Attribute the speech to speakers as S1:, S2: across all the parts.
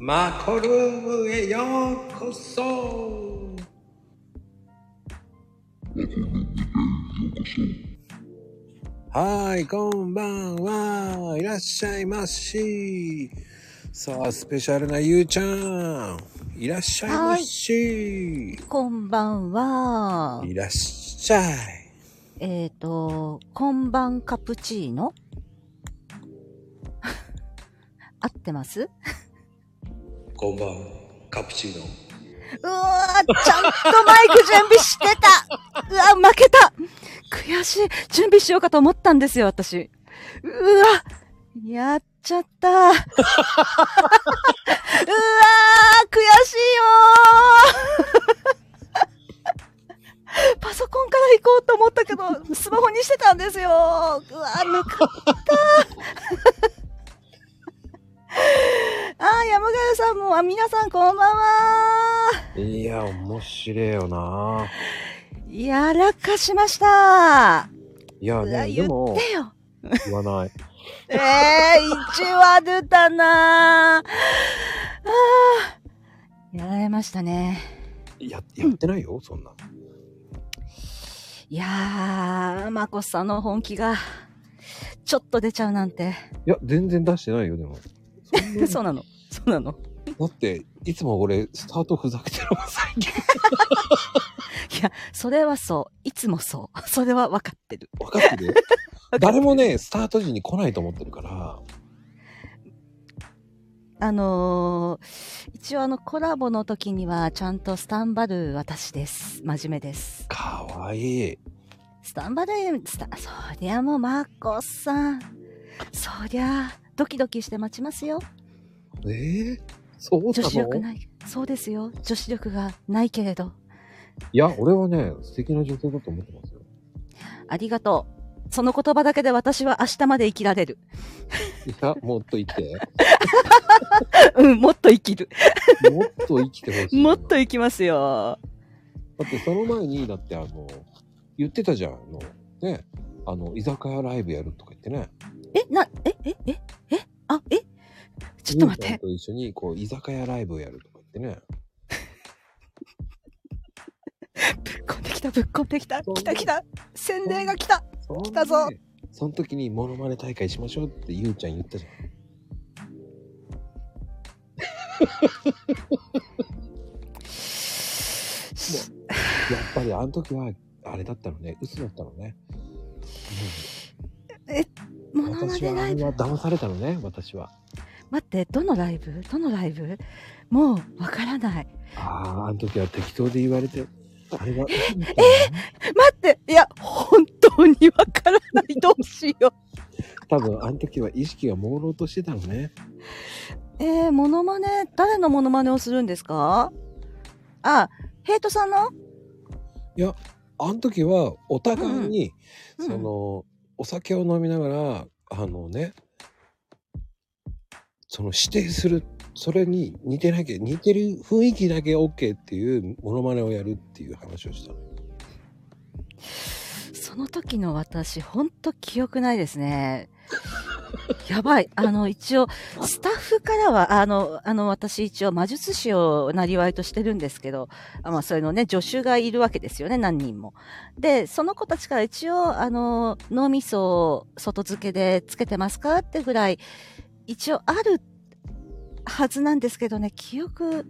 S1: マコルームへようこそはい、こんばんは。いらっしゃいまし。さあ、スペシャルなゆうちゃん。いらっしゃいまし。
S2: こんばんは。
S1: いらっしゃい。
S2: えっ、と、こんばんカプチーノ 合ってます
S1: こんばん、カプチーノ。
S2: うわー、ちゃんとマイク準備してたうわ、負けた悔しい準備しようかと思ったんですよ、私。うわやっちゃった。うわー、悔しいよーパソコンから行こうと思ったけど、スマホにしてたんですようわー、なかったあー、山ヶ谷さんも、あ、皆さんこんばんはー
S1: いや、面白いよな。
S2: やらかしました。
S1: いや、
S2: うわ
S1: ね、
S2: 言
S1: で
S2: っ
S1: も、
S2: てよ。
S1: 言わない。
S2: ええ一話出たなぁ。あーやられましたね。
S1: いや、やってないよ、そんな。
S2: いやー、まこさんの本気が、ちょっと出ちゃうなんて。
S1: いや、全然出してないよ、で も。そんなに
S2: そうなの。そうなの。
S1: だって、いつも俺、スタートふざけてるもん、 最近。
S2: いや、それはそう。いつもそう。それは分かってる。
S1: 分かってる誰もね、スタート時に来ないと思ってるから。
S2: あのー、一応あのコラボの時にはちゃんとスタンバる私です。真面目です。
S1: かわいい。
S2: スタンバルインスタ、そりゃもうマコさん。そりゃ、ドキドキして待ちますよ。
S1: えー、そう
S2: 女
S1: な
S2: 子力
S1: の
S2: ない。そうですよ。女子力がないけれど。
S1: いや、俺はね、素敵な女性だと思ってますよ。
S2: ありがとう。その言葉だけで私は明日まで生きられる。
S1: いや、もっと生きて。
S2: うん、もっと生きる。
S1: もっと生きてほしい。
S2: もっと
S1: だ
S2: 生きますよ。
S1: って、その前に、だって、あの、言ってたじゃん、あの、ね、あの、居酒屋ライブやるとか言ってね。
S2: え、な、え、え、え、え、あ、えちょっと待っ
S1: ゆうちゃん
S2: て。
S1: と一緒に、こう、居酒屋ライブをやるとか言ってね。
S2: ぶっこんできた、ぶっこんできた。
S1: そう
S2: 来た来た。洗礼が来た。
S1: そんで
S2: 来たぞ
S1: その時にモノマネ大会しましょうってゆうちゃん言ったじゃん。やっぱりあの時は、あれだったのね、嘘だったのね。
S2: も
S1: うん
S2: のま
S1: 私
S2: ね
S1: は
S2: ラ
S1: あれ
S2: イブ。
S1: は騙されたのね、私は。
S2: 待って、どのライブどのライブもう、わからない。
S1: ああ、あの時は適当で言われて、あれは嘘だったのね、
S2: 待って、いや、本当にわからない。どうしよ
S1: 多分あの時は意識が朦朧としてたのね。
S2: う。えー、モノマネ、誰のモノマネをするんですかあ、ヘイトさんの
S1: あの時はお互いに、
S2: うんうん
S1: その、お酒を飲みながら、あのね、その指定する、それに似てなきゃ、似てる雰囲気だけ OK っていうモノマネをやるっていう話をしたの。
S2: その時の私、本当記憶ないですね。やばい。あの、一応、スタッフからは、あの、あの、私一応魔術師をなりわいとしてるんですけど、あまあ、それのね、助手がいるわけですよね、何人も。で、その子たちから一応、あの、脳みそを外付けでつけてますかってぐらい、一応あるはずなんですけどね、記憶、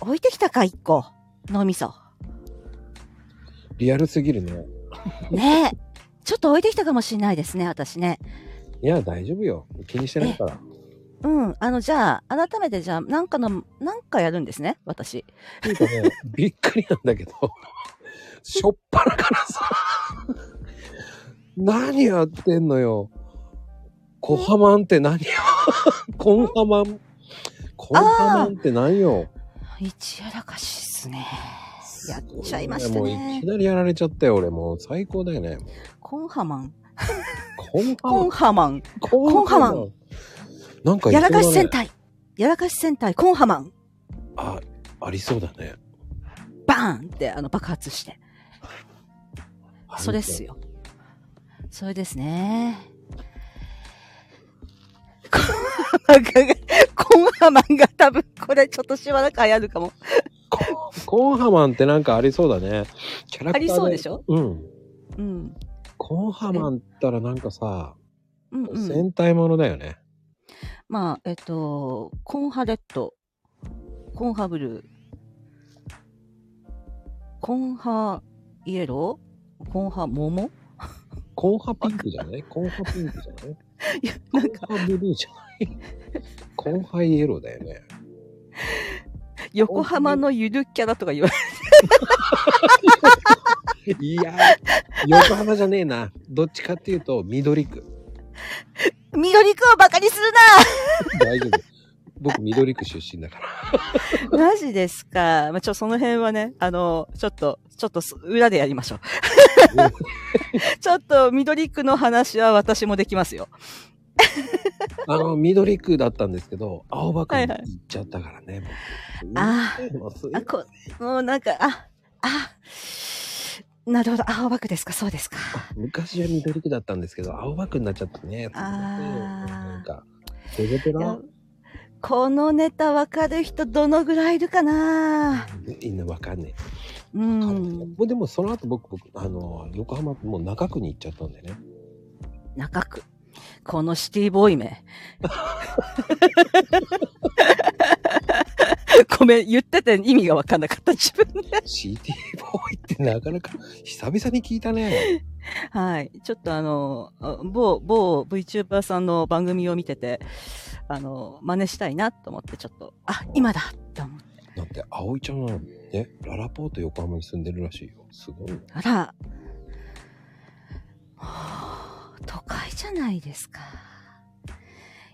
S2: 置いてきたか、一個。脳みそ。
S1: リアルすぎるね。
S2: ねえ。ちょっと置いてきたかもしれないですね、私ね。
S1: いや、大丈夫よ。気にしてないから。
S2: うん。あの、じゃあ、改めて、じゃあ、なんかの、なんかやるんですね、私。
S1: っていうかね、びっくりなんだけど、しょっぱなからさ、 何やってんのよ。小ハマンって何 よ。コンハマン。コンハマンって何よ。
S2: 一やらかしっすね。や
S1: すご
S2: っちゃいました
S1: もうい
S2: ね
S1: き。なりやられちゃったよ、俺もう。最高だよね。
S2: コンハマン。
S1: コンハマ
S2: コン
S1: ン。
S2: ハマン。
S1: コ
S2: ンハマン。
S1: なんかい
S2: や
S1: そうだ
S2: ら
S1: ね
S2: かし戦隊。やらかし戦隊、コンハマン。
S1: あ、ありそうだね。
S2: バーンって、あの、爆発して。それっす
S1: よ。
S2: よ。 それですね。漫画が、コンハマンが多分これちょっとしばらく流行るかも。
S1: ココーンハマンってなんかありそうだね。キャラクター
S2: ありそうでしょ
S1: うん。
S2: うん。
S1: コーンハマンったらなんかさ、
S2: うんうん。
S1: 戦隊ものだよね。
S2: まあ、えっと、コンハレット、コンハブルー、コンハイエロー、コンハ桃
S1: コーンハピンクじゃないコーンハピンクじゃない
S2: いや、なんか
S1: コーンハブルーじゃ ないコーンハイエローだよね。
S2: 横浜のゆるキャラとか言われ
S1: いや、横浜じゃねえな。どっちかっていうと、緑区。
S2: 緑くんをバカにする
S1: 大丈夫。僕、緑区出身だから。
S2: なマジですか。まあ、ちょ、その辺はね、あの、ちょっと、ちょっとす、裏でやりましょ う。ちょっと、緑くんの話は私もできますよ。
S1: あの、緑区だったんですけど、青葉区に
S2: はい
S1: 行
S2: はい
S1: っちゃったからね。
S2: あ
S1: 僕もうすい
S2: あ、こ、もうなんか、あ、あ、なるほど、青葉区ですか、そうですか。
S1: 昔は緑区だったんですけど、青葉区になっちゃったね。
S2: あー
S1: なんか、ペロペ
S2: いや
S1: ロ
S2: このネタわかる人どのぐらいいるかな
S1: みんなわかんね
S2: う
S1: え。わかんない
S2: ん。
S1: もうでも、その後僕、僕、あの、横浜、もう中区に行っちゃったんでね。
S2: 中区。このシティボーイ め。ごめん、言ってて意味がわかんなかった、自分で。
S1: CT ボーイってなかなか久々に聞いたね。
S2: はい。ちょっとあの、あ某、某 VTuber さんの番組を見てて、あの、真似したいなと思って、ちょっと、あ、今だって思って。
S1: だって、葵ちゃんはね、ララポート横浜に住んでるらしいよ。すごい。
S2: あら。はあ都会じゃないですか。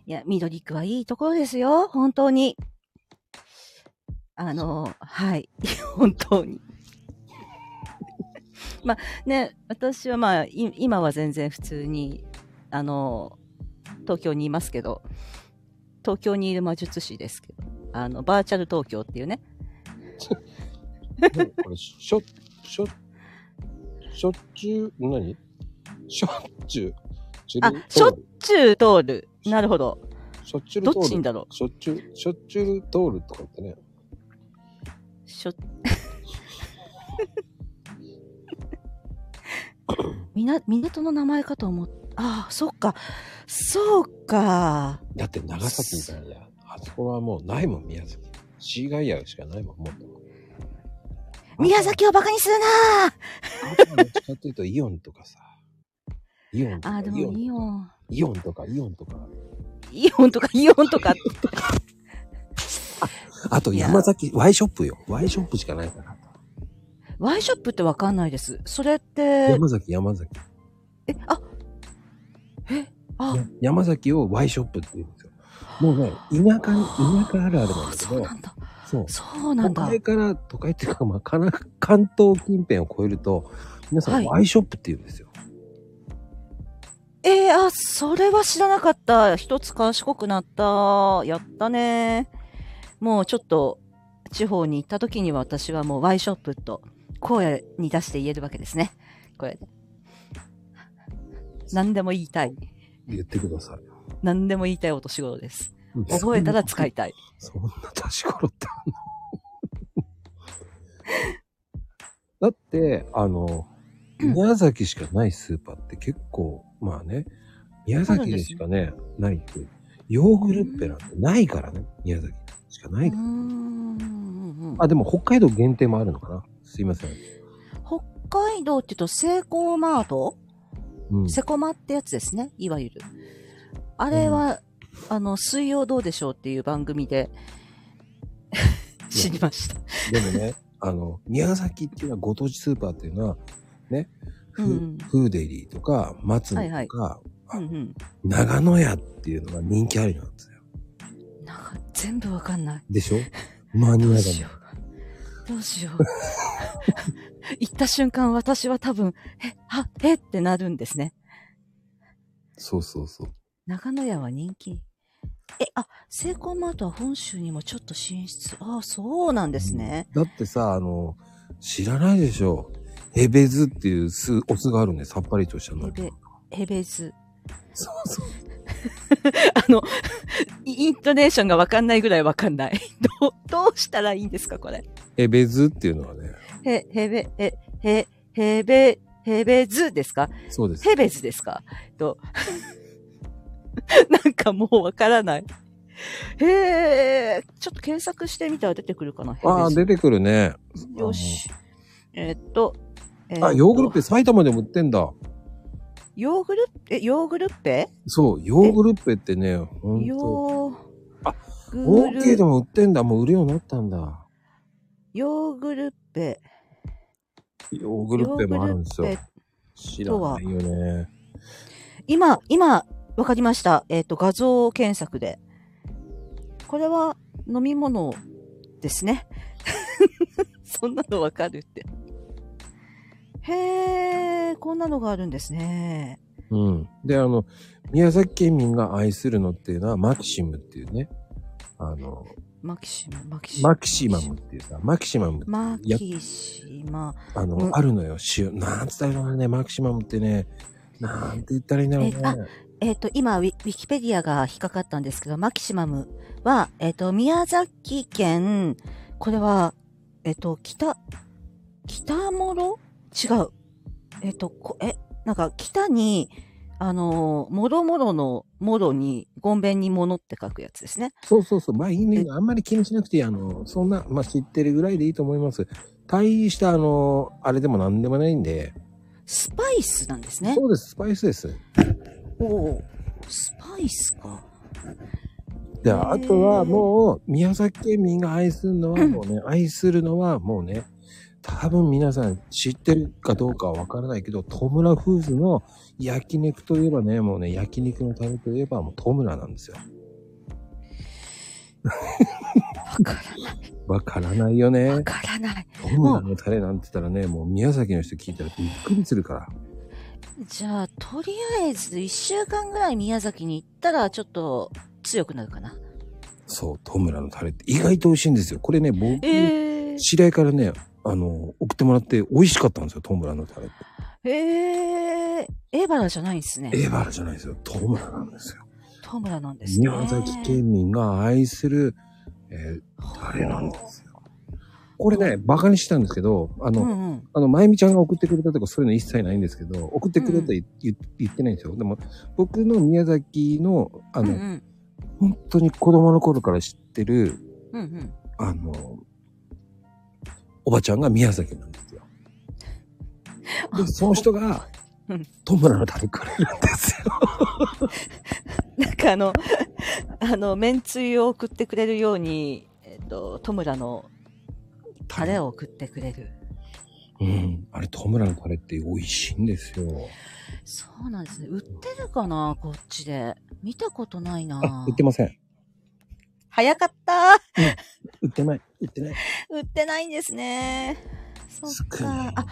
S2: いや、緑区はいいところですよ、本当に。あの、はい、 本当に。 まあね、私はまあ、い今は全然普通に、あの、東京にいますけど、東京にいる魔術師ですけど、あの、バーチャル東京っていうね、
S1: でもこれ、しょ、しょ、しょっちゅう、何しょっちゅう。ちゅる
S2: あしょ中通る。なるほど。
S1: しょっちゅう
S2: ど
S1: 通
S2: っ
S1: る。
S2: ちにいんだろう。
S1: しょっちゅう、しょっちゅう通るとかってね。
S2: しょみな港の名前かと思ったああそっかそうか
S1: だって長崎みたいな。あそこはもうないもん、宮崎。シーガイアしかないもん、もう。
S2: 宮崎をバカにするな
S1: あとはどっちかっていうと、イオンとかさ。イオンとか。
S2: あーでもイ
S1: と
S2: オ
S1: か。
S2: ン
S1: イオンとか、イオンとか。
S2: イオンとか イオンとか
S1: あと、
S2: いや
S1: 山崎、ワイショップよ。ワイショップしかないから。
S2: ワイショップってわかんないですそれって
S1: 山崎、山崎。
S2: えあえあ
S1: や山崎をワイショップって言うんですよ。もうね、田舎、田舎あるあるなんだ
S2: あ
S1: け
S2: そう
S1: ど
S2: な、んだ
S1: そう。
S2: そうなん
S1: 都
S2: だ
S1: 会から、都会っていうか、まあ、かな関東近辺を越えると、皆さ
S2: は
S1: ん、
S2: い
S1: ワイショップって言うんですよ。
S2: えー、あそれは知らなかった一つ賢くなったやったねもうちょっと地方に行った時には私はもうワイショップと荒野に出して言えるわけですねこれで何でも言いたい
S1: 言ってください。
S2: 何でも言いたいお年頃です覚えたら使いたい
S1: そんな年頃ってあんのだって、あの、
S2: うん
S1: 宮崎しかないスーパーって結構、まあね、宮崎でしかね、ないって。ヨーグルッペなんてないからね、宮崎しかな
S2: う
S1: い
S2: ー
S1: から。
S2: んうんうん
S1: あ、でも北海道限定もあるのかなすいません。
S2: 北海道って言うとセイコーマート
S1: うん。
S2: セコマってやつですね、いわゆる。あれは、あの、水曜どうでしょうっていう番組で知りました。
S1: でもね、あの、宮崎っていうのはご当地スーパーっていうのは、ね、フ,、
S2: うん
S1: フーデリーとか、松野とか、
S2: はいうんうん。
S1: 長野屋っていうのが人気ありなんですよ。
S2: なんか全部わかんない。
S1: で しょマニア
S2: ど
S1: だも。
S2: うんしよう。どうしよう。行った瞬間私は多分、え、あ、えってなるんですね。
S1: そうそうそう。
S2: 長野屋は人気。え、あ、セイコーマートは本州にもちょっと進出。ああ、そうなんですね。
S1: うん。だってさ、あの、知らないでしょ。ヘベズっていう酢、お酢があるんで、さっぱりとしたの。
S2: ヘベ、ヘベズ。
S1: そうそう。
S2: あの、イントネーションがわかんないぐらいわかんない。 どう、どうしたらいいんですか、これ。
S1: えべずっていうのはね、
S2: へ、へべ、え、へ、へべ、へべずですか
S1: そうです。
S2: ヘベズですかと。 なんかもうわからない。へえ、ちょっと検索してみたら出てくるかな。ヘ
S1: ああ、
S2: ベ
S1: 出てくるね。
S2: ズ。よし。えーっと。えーっと
S1: あ、ヨーグルッペ、埼玉でも売ってんだ。
S2: ヨーグルッペ、ヨーグルッペ
S1: そう、ヨーグルッペってね、ほんと。
S2: ヨ
S1: あ
S2: ーグ
S1: OK
S2: ル
S1: でも売ってんだ。もう売るようになったんだ。
S2: ヨーグルッペ。
S1: ヨーグルッペもあるんです
S2: ヨー
S1: よ
S2: グルッ。
S1: 知らないよね。
S2: 今、今、わかりました。えーっ、と、画像検索で。これは飲み物ですね。 そんなのわかるって。へえ、こんなのがあるんですね。
S1: うん。で、あの、宮崎県民が愛するのっていうのは、マキシムっていうね。あの、
S2: マキシマ、マキシマ
S1: マ。キシマムっていうさ、マキシマムって、
S2: マキシマ。
S1: あの、
S2: うん
S1: あるのよ。塩、なんつったらいいのかなね、マキシマムってね。なんて言ったらいいんだろうね
S2: え。あえっ、と、今ウィ、ウィキペディアが引っかかったんですけど、マキシマムは、えっ、と、宮崎県、これは、えっ、と、北、北諸違う。えっ、と、こ、え、なんか、北に、あのー、もろもろの、もろに、ごんべんにものって書くやつですね。
S1: そうそうそう。まあいいね。あんまり気にしなくていい。あの、そんな、まあ知ってるぐらいでいいと思います。大した、あの、あれでもなんでもないんで。
S2: スパイスなんですね。
S1: そうです、スパイスです。
S2: おおー。スパイスか。
S1: で、
S2: へー
S1: あとはもう、宮崎県民が愛するのはもうね、愛するのはもうね、多分皆さん知ってるかどうかはわからないけど、トムラフーズの焼肉といえばね、もうね、焼肉のタレといえばもうトムラなんですよ。
S2: わからない。
S1: わからないよね
S2: わ。からない。
S1: トムラのタレなんて言ったらね、もう宮崎の人聞いたらびっくりするから。
S2: じゃあ、とりあえず一週間ぐらい宮崎に行ったら、ちょっと強くなるかな。
S1: そう、トムラのタレって意外と美味しいんですよ。これね、僕、
S2: ええ
S1: 知り合いからね、あの、送ってもらって美味しかったんですよ、トムラのタレって。
S2: ええエーバラじゃないんですね。
S1: エーバラじゃないですよ、トムラなんですよ。
S2: トムラなんですね。
S1: 宮崎県民が愛する、えータレなんですよ。これね、バカにしてたんですけど、あ
S2: う
S1: の、
S2: んうん。
S1: あの、まゆみちゃんが送ってくれたとかそういうの一切ないんですけど、送ってくれと言,、言ってないんですよ。でも、僕の宮崎の、あ
S2: うんう
S1: の、
S2: ん。
S1: 本当に子供の頃から知ってる、
S2: うんうん。
S1: あの、おばちゃんが宮崎なんです よ。で、その人が
S2: うん、
S1: トムラの旅くれるんですよ。
S2: なんかあの、 あの、麺つゆを送ってくれるように、えっ、と、トムラのタレを送ってくれる。
S1: うん。あれ、トムラのタレって美味しいんですよ。
S2: そうなんですね。売ってるかなこっちで。見たことない
S1: あ
S2: な、
S1: 売ってません。
S2: 早かった
S1: 売ってない。売ってない。
S2: 売ってないんですね。そっ
S1: 少な
S2: か
S1: い。
S2: あ、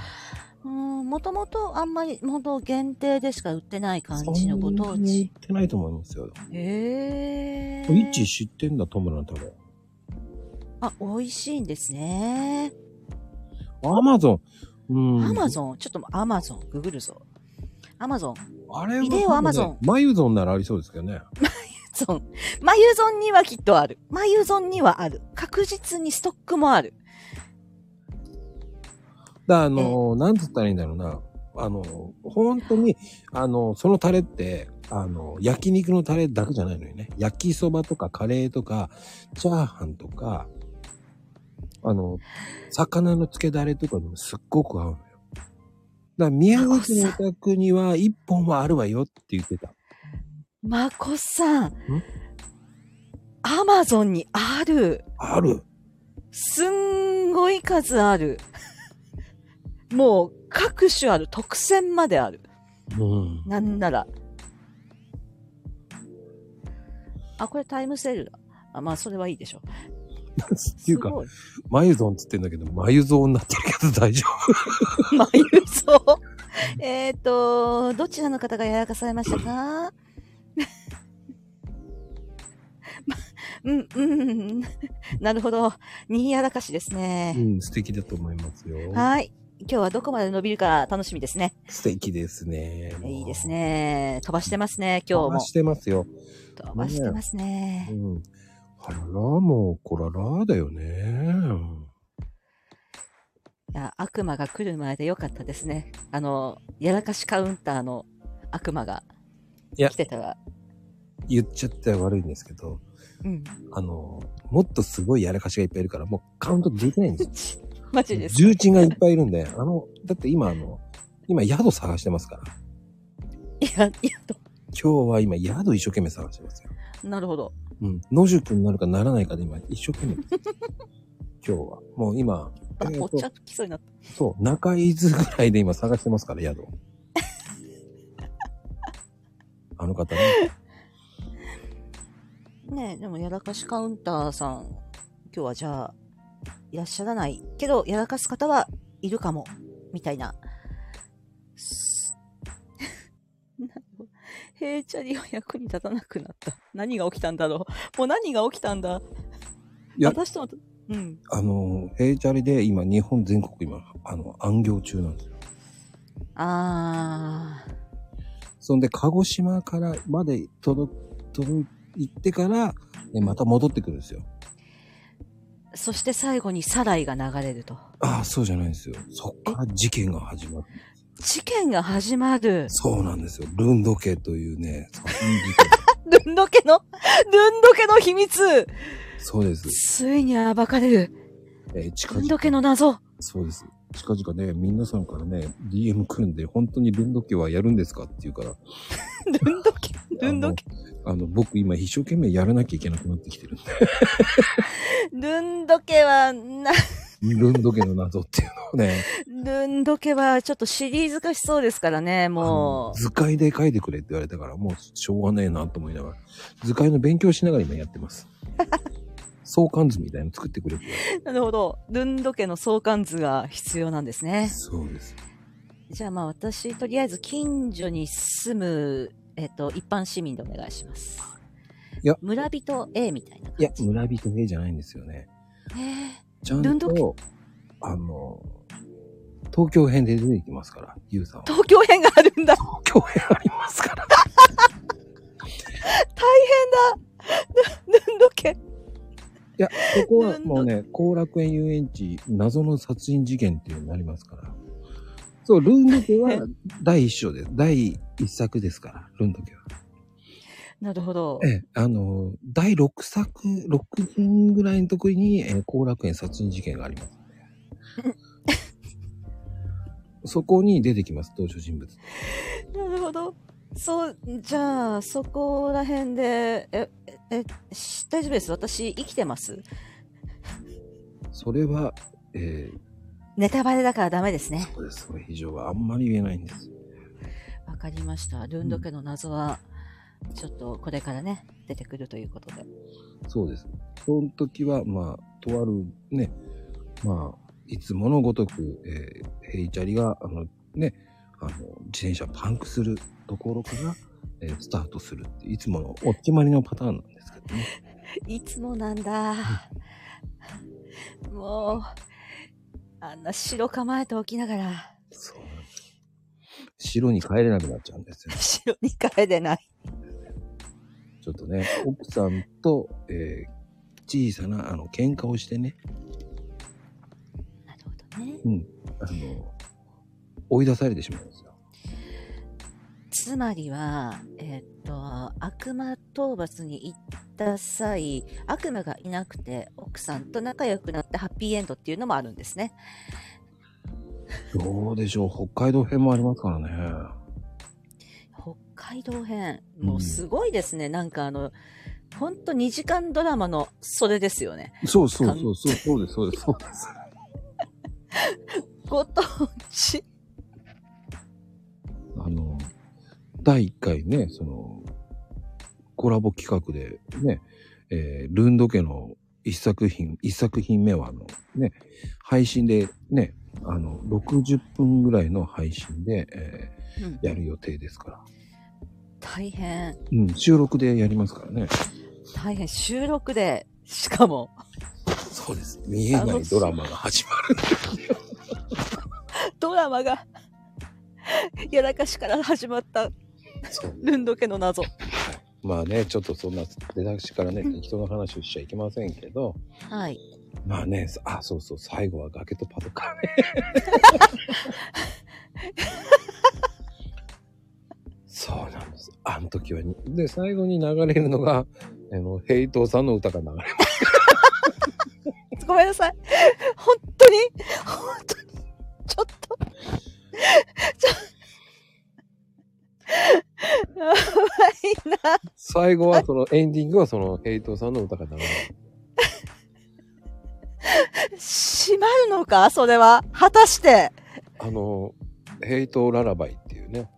S2: うん、もともとあんまり、もと限定でしか売ってない感
S1: そん
S2: じのご当
S1: なに売
S2: 地。
S1: ってないと思いますよ。
S2: へえ。
S1: イッチ知ってんだ、トムラのタレ。
S2: あ、美味しいんですね。
S1: アマゾン。うん。
S2: アマゾン、ちょっとアマゾン、ググるぞ。アマゾン。
S1: あれは、
S2: ビデオ Amazon
S1: マユゾンならありそうですけどね。
S2: ゾン。マユゾンにはきっとある。マユゾンにはある。確実にストックもある。
S1: だあの、なんつったらいいんだろうな。あの、本当に、あの、そのタレって、あの、焼肉のタレだけじゃないのよね。焼きそばとかカレーとか、チャーハンとか、あの、魚の漬けだれとかにもすっごく合うのよ。だから宮崎のお宅には一本はあるわよって言ってた。
S2: まこさん。アマゾンにある。
S1: ある
S2: すんごい数 ある。もう各種ある。特選まである。
S1: うん。
S2: なんなら。あ、これタイムセールだ。あまあ、それはいいでしょう。
S1: っていうか
S2: す、ごい。
S1: マユゾンっつってんだけど、マユゾンになってるけど大丈
S2: まあ、言うそう。 えっと、どちらの方がやらかされましたか まうん、 うん。なるほど。にやらかしです
S1: 夫。
S2: ね。
S1: うん、素敵だと思いますよ。
S2: はい。今日はどこまで伸びるか楽しみですね。
S1: 素敵ですね。
S2: いいです。ね。飛ばしてますね、今日
S1: 飛ば
S2: も
S1: し。てますよ。
S2: 飛ばしてます
S1: う
S2: ね。
S1: ん。あらら、もう、こららだよね。
S2: いや、悪魔が来る前でよかったですね。あの、やらかしカウンターの悪魔が
S1: いや
S2: 来てたら。
S1: 言っちゃって悪いんですけど、
S2: うん。
S1: あの、もっとすごいやらかしがいっぱいいるから、もうカウントできない んですよ。
S2: マジです。
S1: 重鎮がいっぱいいるんで、あの、だって今あの、今宿探してますから。
S2: いや、いや、
S1: 今日は今宿一生懸命探してますよ。
S2: なるほど。
S1: うん。野宿になるかならないかで今一生懸 命。今日は。もう今、
S2: あ、
S1: えー
S2: お
S1: と
S2: 茶きそうになった。
S1: そう、中伊豆ぐらいで今探してますから、宿 を。あの方ね。
S2: ねえ、でもやらかしカウンターさん、今日はじゃあ、いらっしゃらないけど、やらかす方はいるかも、みたいな。す なへいチャリは役に立たなくなった。何が起きたんだろう。もう何が起きたんだ。
S1: いや
S2: 私とも、うん。
S1: あの、ヘイチャリで今日本全国今、あの、暗行中なんですよ。
S2: あ
S1: そんで、鹿児島からまで届、届い、行ってから、ね、また戻ってくるんですよ。
S2: ー。そして最後にサライが流れると。
S1: ああ、そうじゃないんですよ。そっから事件が始まる。
S2: 事件が始ま る。
S1: そうなんですよ。ルンド家というね、殺人事
S2: ルンド家の、ルンド家の秘密
S1: 件そうです。
S2: ついに暴かれる。
S1: えー近
S2: ルンド
S1: 々、
S2: 家の謎。
S1: そうです。近々ね、皆さんからね、DM 来るんで、本当にルンド家はやるんですかって言うから、
S2: ルンド家、ルンド家、
S1: あの、僕今一生懸命やらなきゃいけなくなってきてるんで、
S2: ルンド家は、な、
S1: ルンド家の謎っていうのをね、
S2: ルンド家はちょっとシリーズ化しそうですからね、
S1: あの
S2: も
S1: 図解で書いてくれって言われたから、もうしょうがねえなと思いながら、図解の勉強しながら今やって ます。相関図みたいなの作ってくれって言われ
S2: う。なるほど。ルンド家の相関図が必要なんです
S1: て。
S2: ね。
S1: そうです。
S2: じゃあまあ私、とりあえず近所に住む、えっと、一般市民でお願いします。
S1: いや
S2: 村人 A みたいな感
S1: いや、
S2: じ。
S1: 村人ねじゃないんですよね。
S2: ね
S1: ちゃん
S2: ルンド
S1: と、あの、東京編で出てきますから、ゆうさんは。
S2: 東京編があるんだ。
S1: 東京編あります から。
S2: ルンド家。
S1: いや、ここはもうね、後楽園遊園地、謎の殺人事件っていうのになりますから。そう、ルンド家 は第一章です。第一作ですから、ルンド家は。
S2: なるほど。
S1: ええ、あの、第6作、6人ぐらいのところに、えー後楽園殺人事件がありますね。そこに出てきます、登場人物。
S2: なるほど。そう、じゃあ、そこら辺で、え、え、えし大丈夫です。私、生きてます。
S1: それは、えー、
S2: ネタバレだからダメですね。
S1: そうです。それ以上はあんまり言えないんです。
S2: わかりました。ルンド家の謎は、ちょっとこれからね、出てくるということで。
S1: そうです。その時は、まあ、とあるね、まあ、いつものごとく、えー、ヘイチャリが、あの、ね、あの、自転車パンクするところから、えースタートするって、いつものお決まりのパターンなんですけどね。
S2: いつもなんだ。もう、あんな城構えておきながら、
S1: そうなんです。城に帰れなくなっちゃうんですよ。
S2: 城に帰れない。
S1: ちょっとね、奥さんと、えー、小さな、あの、喧嘩をしてね、
S2: なるほどね。
S1: あの、追い出されてしまうんですよ。
S2: つまりは、えーっと、悪魔討伐に行った際、悪魔がいなくて奥さんと仲良くなってハッピーエンドっていうのもあるんですね。
S1: どうでしょう北海道編もありますからね。
S2: 北海道編。
S1: うん
S2: もうすごいですね。なんかあの、ほんと2時間ドラマのそれですよね。
S1: そうそうそうそう、そうです、そうです、そうです。
S2: ご当地。
S1: あの、第1回ね、その、コラボ企画でね、えールンド家の一作品、一作品目はあの、ね、配信でね、あの、60分ぐらいの配信で、え
S2: うん
S1: ーやる予定ですから。
S2: 大変。
S1: うん、収録でやりますからね。
S2: 大変。収録で、しかも、
S1: そうです。見えないドラマが始まる。
S2: ドラマが、やらかしから始まった、
S1: そう
S2: ルンド家の謎。
S1: まあね、ちょっとそんな出だしからね、人の話をしちゃいけませんけど、
S2: はい。
S1: まあね、あ、そうそう、最後は崖とパトカーね。そうなんです。あの時はに。で、最後に流れるのが、あの、ヘイトさんの歌が流れる。
S2: ごめんなさい。本当に、本当に、ちょっと、ちょ、やばいな。
S1: 最後はその、エンディングはその、ヘイトさんの歌が流れる。
S2: 閉まるのかそれは。果たして、
S1: あの、ヘイトララバイっていうね。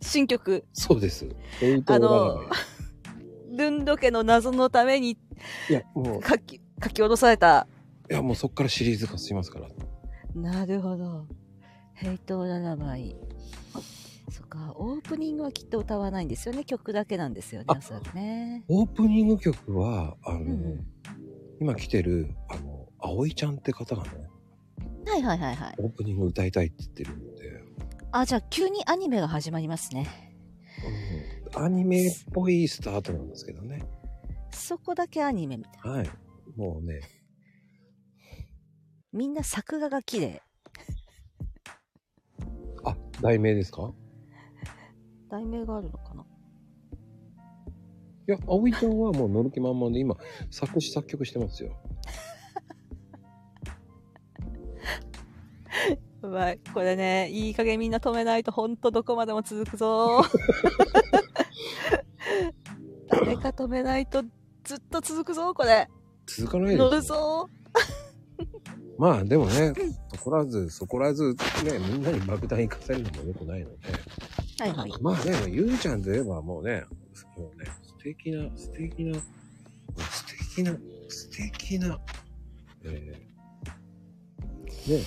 S2: 新曲、
S1: そうです。ヘイトララバイ。
S2: ルンド家の謎のために
S1: いや、もう、
S2: 書き、書き下ろされた。
S1: いや、もうそっからシリーズ化しますから。
S2: なるほど。ヘイトララバイ。そっか、オープニングはきっと歌わないんですよね。曲だけなんですよね、
S1: あ
S2: おそらくね。
S1: オープニング曲は、あの、
S2: うんう
S1: 今来てる、あの、葵ちゃんって方がね、
S2: ん。はいはいはいはい。
S1: オープニング歌いたいって言ってるんで、
S2: あ、じゃあ急にアニメが始まりますね。
S1: うん、アニメっぽいスタートなんですけどね。
S2: そこだけアニメみたいな。
S1: はい。もうね、
S2: みんな作画が綺麗。
S1: あ、題名ですか
S2: 題名があるのかない
S1: や、葵ちゃんはもう乗る気満々で今、作詞作曲してますよ。
S2: うまい。これね、いい加減みんな止めないとほんとどこまでも続くぞー。誰か止めないとずっと続くぞー、これ。
S1: 続かないです
S2: 乗る
S1: よ。
S2: ぞ
S1: まあでもね、そこらず、そこらず、ね、みんなに爆弾行かせるのも良くないので。
S2: ー。はいはい。
S1: まあね、ゆうちゃんといえばもうね、もうね、素敵な、素敵な、素敵な、素敵な、えー、ね、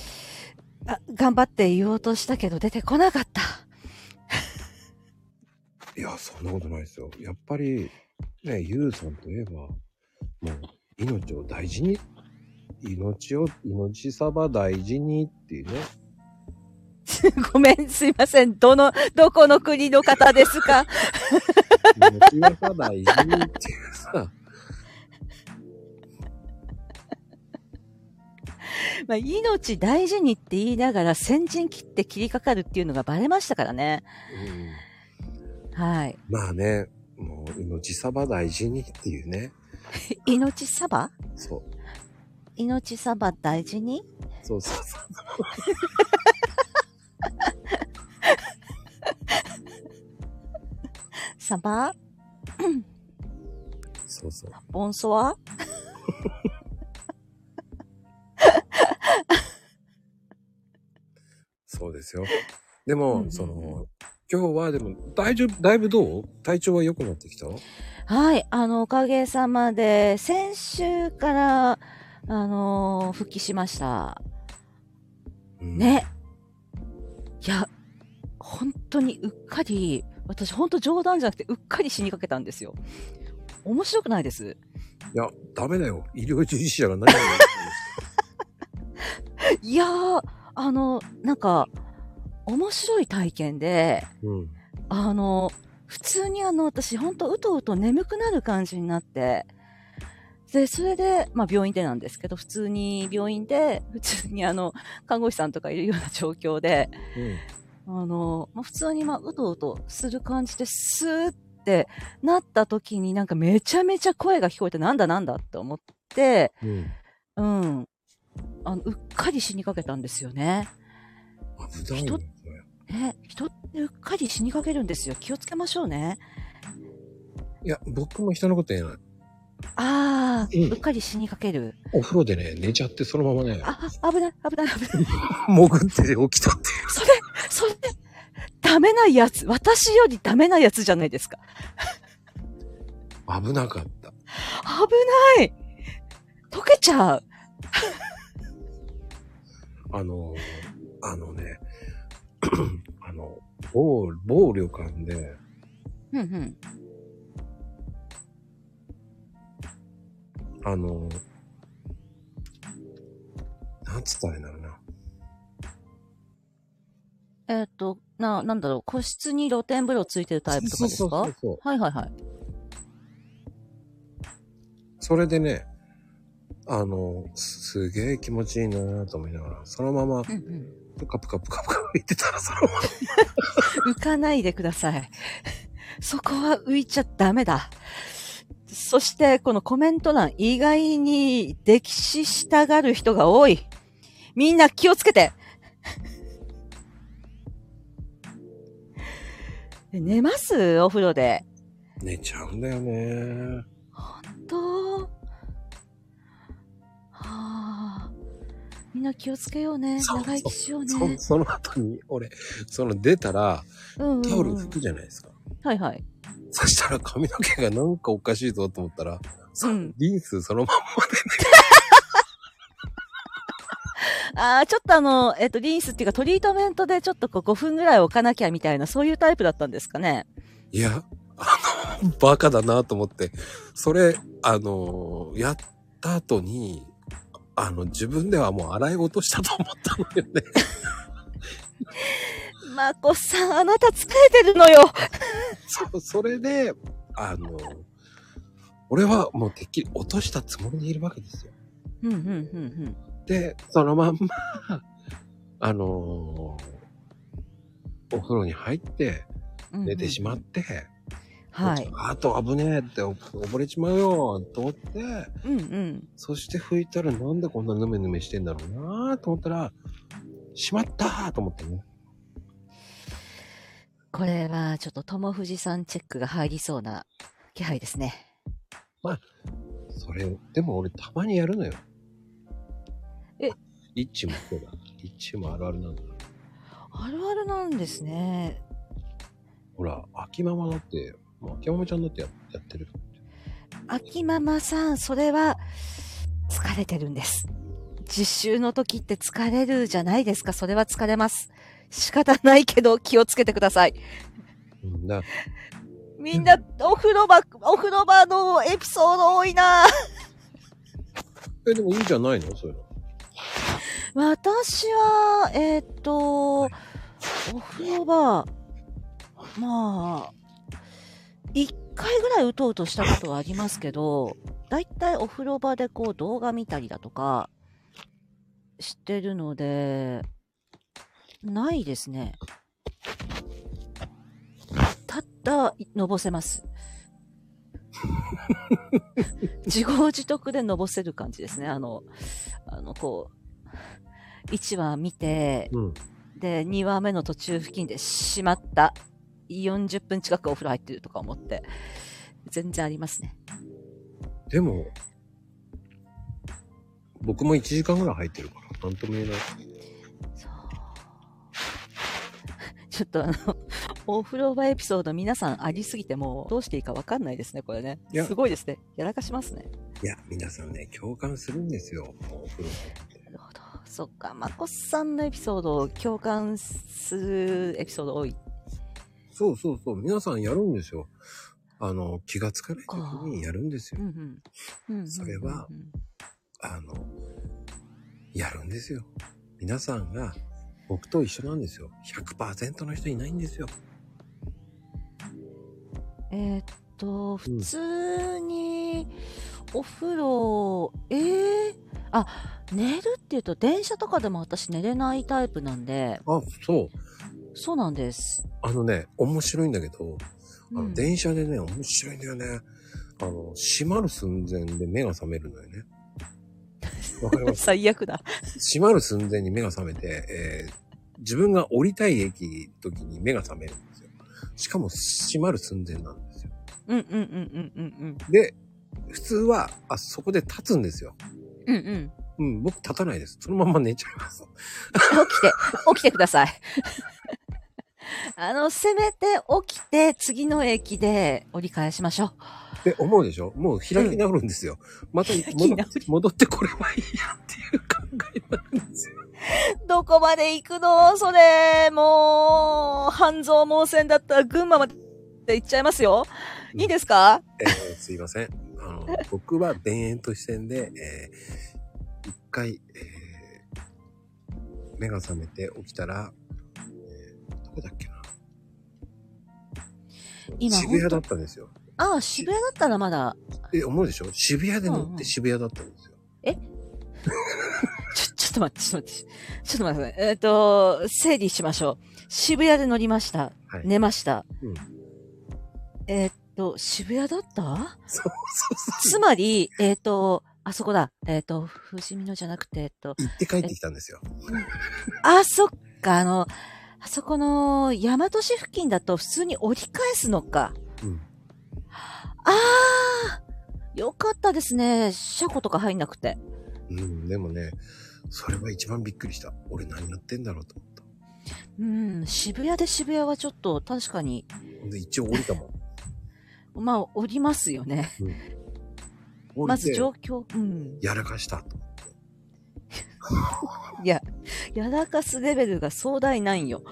S2: あ、頑張って言おうとしたけど出てこなかった。
S1: いや、そんなことないですよ。やっぱり、ね、ゆうさんといえば、もう、命を大事に、命を、命さば大事にっていうね、
S2: ごめん、すいません。どの、どこの国の方ですか
S1: 命はさ大事にっていうさ、
S2: まあ、命大事にって言いながら先陣切って切りかかるっていうのがバレましたからね。
S1: うん
S2: はい。
S1: まあね、もう命さば大事にっていうね、
S2: 命サバ
S1: そう。
S2: 命サバ大事に
S1: そうそうそう。
S2: サバ
S1: そうそう。
S2: ボンソワ
S1: そうですよ。でも、
S2: うん
S1: その、今日はでも、大丈夫、だいぶどう体調は良くなってきた
S2: はい、あの、おかげさまで、先週から、あの復帰しました。
S1: うん。
S2: ね。いや、本当にうっかり、私本当冗談じゃなくてうっかり死にかけたんですよ。面白くないです。
S1: いや、ダメだよ。医療従事者が何をやって
S2: いやー、あの、なんか、面白い体験で、
S1: るんですか
S2: あの、普通にあの、私、ほんと、うとうと眠くなる感じになって、で、それで、まあ、病院でなんですけど、普通に病院で、普通にあの、看護師さんとかいるような状況で、
S1: うん。うん。
S2: あの、まあ、普通に、まあ、うとうとする感じで、スーってなった時になんかめちゃめちゃ声が聞こえて、なんだなんだって思って、
S1: うん。
S2: うん。あの、うっかり死にかけたんですよね。
S1: 危ないよ、ね。
S2: ね、人ってうっかり死にかけるんですよ。気をつけましょうね。
S1: いや、僕も人のこと言えない。
S2: ああ、
S1: うん
S2: うっかり死にかける。
S1: お風呂でね、寝ちゃってそのままね、
S2: あ、あ危ない、危ない、危
S1: 潜っ
S2: ない。
S1: て起きたって。
S2: それ、それ、ダメなやつ。私よりダメなやつじゃないですか。
S1: 危なかった。
S2: 危ない。溶けちゃう。
S1: あの、あのね、 あの、某、某旅館で、
S2: うんうん。
S1: あの、なんつったらいいんだろうな。
S2: えっと、な、なんだろう、個室に露天風呂ついてるタイプとかです
S1: そうそ
S2: か
S1: うそうそう
S2: はいはいはい。
S1: それでね、あの、すすげえ気持ちいいなぁと思いながら、そのまま
S2: う、んうん
S1: ぷかぷかぷかぷか浮いてたら、そのまま、
S2: 浮かないでください。そこは浮いちゃダメだ。そして、このコメント欄、意外に溺死したがる人が多い。みんな気をつけて 寝ますお風呂で。
S1: 寝ちゃうんだよね。
S2: と、はあ、みんな気をつけようね。
S1: そう
S2: 長生きしようね。
S1: そその後に、俺、その出たら、
S2: うんうん
S1: タオル
S2: うん
S1: 拭くじゃないですか。
S2: はいはい。
S1: そしたら髪の毛がなんかおかしいぞと思ったら、そ
S2: うん
S1: リンスそのまん
S2: ああ、ちょっとあの、えっと、リンスっていうかトリートメントでちょっとこう5分ぐらい置かなきゃみたいな、そういうタイプだったんですかね。
S1: いや、あの、バカだなと思って、それ、あの、やった後に、あの、自分ではもう洗い落としたと思ったのよね。
S2: まこさん、あなた疲れてるのよ。
S1: そそれで、あの、俺はもうてっきり落としたつもりでいるわけですよ。
S2: うんうんうん
S1: で、そのまんま、 あのお風呂に入って
S2: うんうん。
S1: 寝てしま
S2: う
S1: っ
S2: んうん。
S1: て、
S2: はい。
S1: あと危ねえって溺れちまうよと思って、
S2: うんうん。
S1: そして拭いたらなんでこんなヌメヌメしてんだろうなと思ったら、しまったーと思ってね。
S2: これはちょっと友藤さんチェックが入りそうな気配ですね。
S1: それ、でも俺たまにやるのよ。
S2: え
S1: イッチもそうだ。イッチもあるあるなんだ。
S2: あるあるなんですね。
S1: ほら、秋ママだって、もう秋ママちゃんだってややってる。
S2: 秋ママさん、それは疲れてるんです。実習の時って疲れるじゃないですか。それは疲れます。仕方ないけど気をつけてください。
S1: うんだ。
S2: みんな、お風呂場、お風呂場のエピソード多いな
S1: え、でもいいじゃないのそういうの。
S2: 私は、えーっと、お風呂場、まあ、一回ぐらいうとうとしたことはありますけど、だいたいお風呂場でこう動画見たりだとか、してるので、ないですね。たった、のぼせます。自業自得でのぼせる感じですね。あの、あの、こう、1話見て、
S1: うん。
S2: で、2話目の途中付近でしまった。40分近くお風呂入ってるとか思って。全然ありますね。
S1: でも、僕も1時間ぐらい入ってるから、なんとも言えない。
S2: そう。ちょっとあの、 お風呂場エピソード皆さんありすぎてもうどうしていいかわかんないですね、これね
S1: いや。
S2: すごいですね。やらかしますね。
S1: いや、皆さんね、共感するんですよ。もうお風呂入って。
S2: なるほど。そっか、まこさんのエピソードを共感するエピソード多い。
S1: そうそうそう、皆さんやるんですよ。あの、気がつかない時にやるんです
S2: う
S1: よ
S2: ん。うんうんうんうんうん。
S1: それはあの、やるんですよ。皆さんが僕と一緒なんですよ。100%の人いないんですよ。
S2: えーっと、普通にお風呂、えー、あ、寝るっていうと電車とかでも私寝れないタイプなんで、
S1: あ、そう。
S2: そうなんです。
S1: あのね、面白いんだけど、あの
S2: うん
S1: 電車でね、面白いんだよね。あの、閉まる寸前で目が覚めるのよ ね。わかります
S2: 最悪だ。
S1: 閉まる寸前に目が覚めて、えー自分が降りたい駅時に目が覚めるんですよ。しかも閉まる寸前なんですよ。
S2: うんうんうんうんうん
S1: で、普通は、あそこで立つんですよ。
S2: うん。うんうん。
S1: うん、僕立たないです。そのまま寝ちゃいます。
S2: 起きて、 起きてください。 あの、せめて起きて、次の駅で折り返しましょう。
S1: って思うでしょもう開き直るんですよ。また
S2: き
S1: 戻
S2: 直
S1: って戻ってこればいいやっていう考えになるんですよ。
S2: どこまで行くのそれ、もう、半蔵門線だったら群馬まで行っちゃいますよ。いいですか
S1: えーすいません。あの、僕は田園都市線で、えー一回、えー目が覚めて起きたら、えーどこだっけな。
S2: 今
S1: 渋谷だったんですよ。
S2: ああ、渋谷だったらまだ、
S1: え、思うでしょ渋谷で乗
S2: うん
S1: っ
S2: うん
S1: て渋谷だったんですよ。
S2: ちょ、ちょっと待って、ちょっと待って。ちょっと待ってください。えっ、と、整理しましょう。渋谷で乗りました。
S1: はい。
S2: 寝ました。
S1: うん
S2: えっと、渋谷だった
S1: そうそうそ
S2: つまり、えっと、あそこだ。えっと、富士見野じゃなくて、えっと、
S1: う。 行って帰ってきたんですよ。
S2: あ、そっか、あの、あそこの、大和市付近だと普通に折り返すのか。
S1: うん。
S2: あーよかったですね。車庫とか入んなくて。
S1: うん、でもね、それは一番びっくりした。俺何やってんだろうと思った。
S2: うん、渋谷で渋谷はちょっと確かに、
S1: ほんで、一応降りたもん。
S2: まあ、降りますよね。
S1: 降
S2: ま
S1: り
S2: ず
S1: て、
S2: 状況、うん。
S1: やらかしたと。
S2: いや、やらかすレベルが壮大なんよ。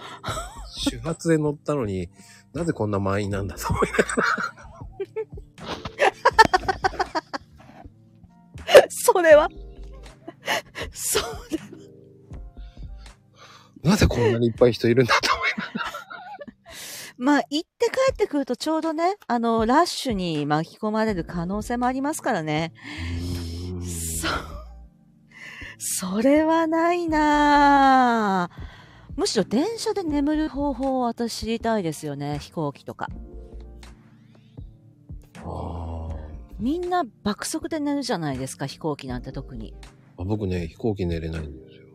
S1: 始発で乗ったのに、なぜこんな満員なんだと思いながら。
S2: それは、 そうだ。
S1: なぜこんなにいっぱい人いるんだと思いながら。
S2: まあ、行って帰ってくるとちょうどね、あの、ラッシュに巻き込まれる可能性もありますからね。そ、それはないなぁ。むしろ電車で眠る方法を私知りたいですよね。飛行機とか。
S1: あ
S2: みんな爆速で寝るじゃないですか、飛行機なんて特に。
S1: ーあ僕ね、飛行機寝れないんですよ。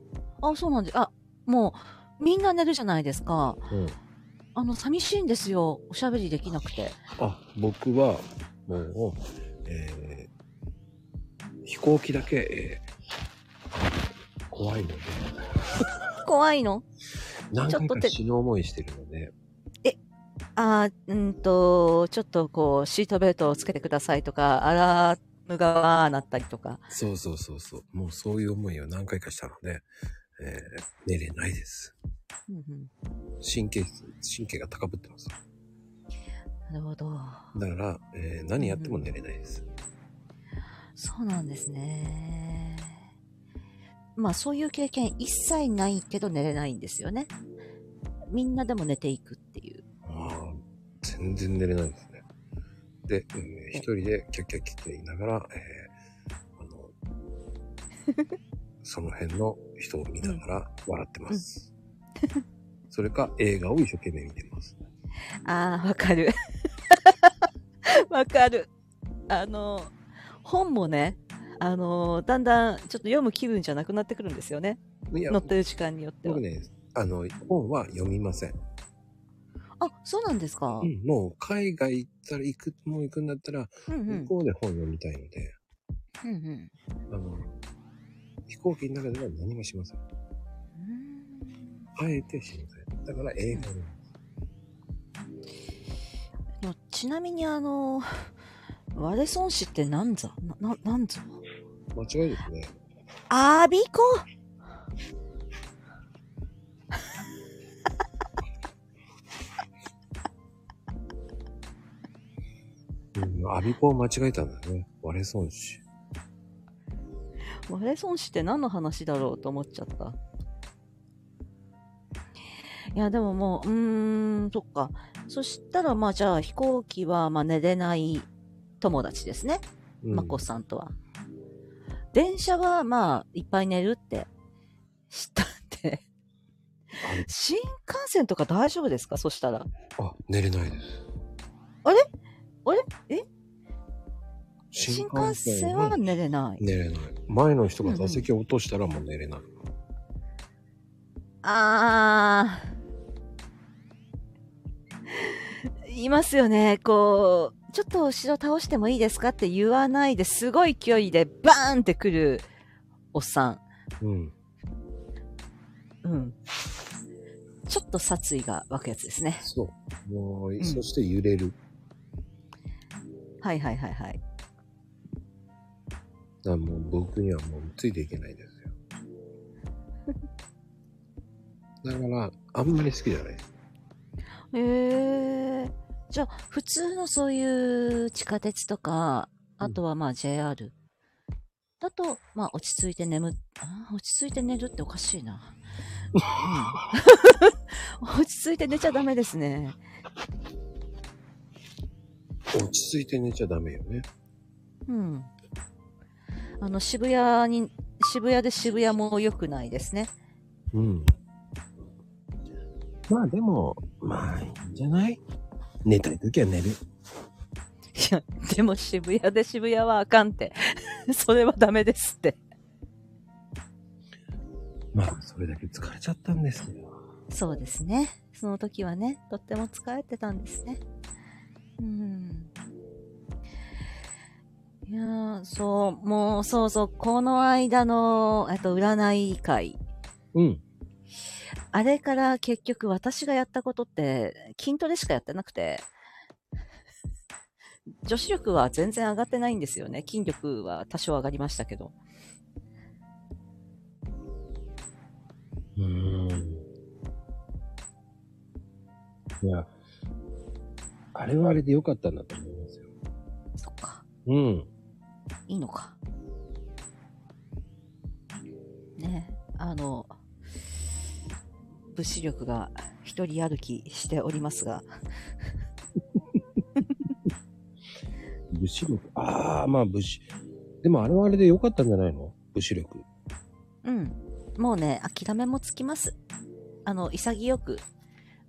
S2: あ、そうなんです。あ、もう、みんな寝るじゃないですか。
S1: うん。
S2: あの、寂しいんですよ。おしゃべりできなくて。
S1: あ、僕は、もう、えー飛行機だけ、えー怖いので、
S2: 怖いの
S1: 何
S2: ちょ
S1: 回
S2: っと
S1: か
S2: 手
S1: 死ぬ思いしてるので、
S2: あーうんと、ちょっとこう、シートベルトをつけてくださいとか、アラームがわーなったりとか。
S1: そうそうそうそう、もうそういう思いを何回かしたので、えー寝れないです。
S2: うんうん
S1: 神経質、神経が高ぶってます。
S2: なるほど。
S1: だから、えー何やっても寝れないです。
S2: そうなんですね。まあそういう経験一切ないけど寝れないんですよね。みんなでも寝ていくっていう。
S1: あー全然寝れないですね。で、えー一人でキャッキャッキャッキャ言いながら、えーあの、 その辺の人を見ながら笑ってます。それか映画を一生懸命見てます。
S2: ああ、わかる。 わかる。あの、本もね、あの、だんだんちょっと読む気分じゃなくなってくるんですよね。
S1: いや
S2: 乗、ってる時間によっては
S1: 僕。ね、あの、本は読みません。
S2: あ、そうなんですか。
S1: うんもう海外行ったら行く、もう行くんだったら、
S2: うんうん。うん
S1: 向こうで本読みたいので、
S2: うん
S1: あの、飛行機の中では何もしません。
S2: うん
S1: あえてしません。だから映画を見ます
S2: でもちなみにあの、割れ損死ってなんざな、な、なんぞ
S1: 間違いですね。
S2: アビコ
S1: うん、アビコを間違えたんだね。割れ損し。
S2: 割れ損して何の話だろうと思っちゃった。いや、でももう、うーん、そっか。そしたら、まあじゃあ飛行機は、まあ寝れない友達ですね。
S1: うん、
S2: まこさんとは。電車は、まあ、いっぱい寝るって知ったんで。新幹線とか大丈夫ですかそしたら。
S1: あ、寝れないです。
S2: あれえ新
S1: 新
S2: 幹
S1: 幹
S2: 線
S1: 線
S2: は
S1: は
S2: 寝れない。
S1: 寝れない。前の人が座席を落としたらもう寝れない。
S2: あー。いますよね。こう、ちょっと後ろ倒してもいいですかって言わないですごい勢いでバーンってくるおっさん。
S1: うん。
S2: うん。ちょっと殺意が湧くやつですね。
S1: そう。もう、
S2: ん
S1: そして揺れる。
S2: はいはいはいはい。
S1: だからもう僕にはもうついていけないです よ。だから、あんまり好きじゃない。
S2: へえ。じゃあ、普通のそういう地下鉄とか、
S1: うん
S2: あとはまあ JR だと、まあ落ち着いて眠っ、あー落ち着いて寝るっておかしいな。 落ち着いて寝ちゃダメですね。
S1: 落ち着いて寝ちゃダメよね。
S2: うん。あの、渋谷に、渋谷で渋谷も良くないですね。
S1: うん。まあでも、まあいいんじゃない寝たい時は寝る。
S2: いや、でも渋谷で渋谷はあかんって。 それはダメですって。
S1: まあ、それだけ疲れちゃったんですよ。
S2: そうですね。その時はね、とっても疲れてたんですね。うん。いやーそう、もう、そうそう、この間の、えっと、占い会。
S1: うん。
S2: あれから結局私がやったことって、筋トレしかやってなくて、女子力は全然上がってないんですよね。筋力は多少上がりましたけど。
S1: うーん。いや、あれはあれで良かったんだと思いますよ。
S2: そっか。
S1: うん。
S2: いいのか。ねあの、物資力が一人歩きしておりますが、
S1: 武士力。ああ、まあ武士。でもあれはあれで良かったんじゃないの武士力。
S2: うん。もうね、諦めもつきます。あの、潔く、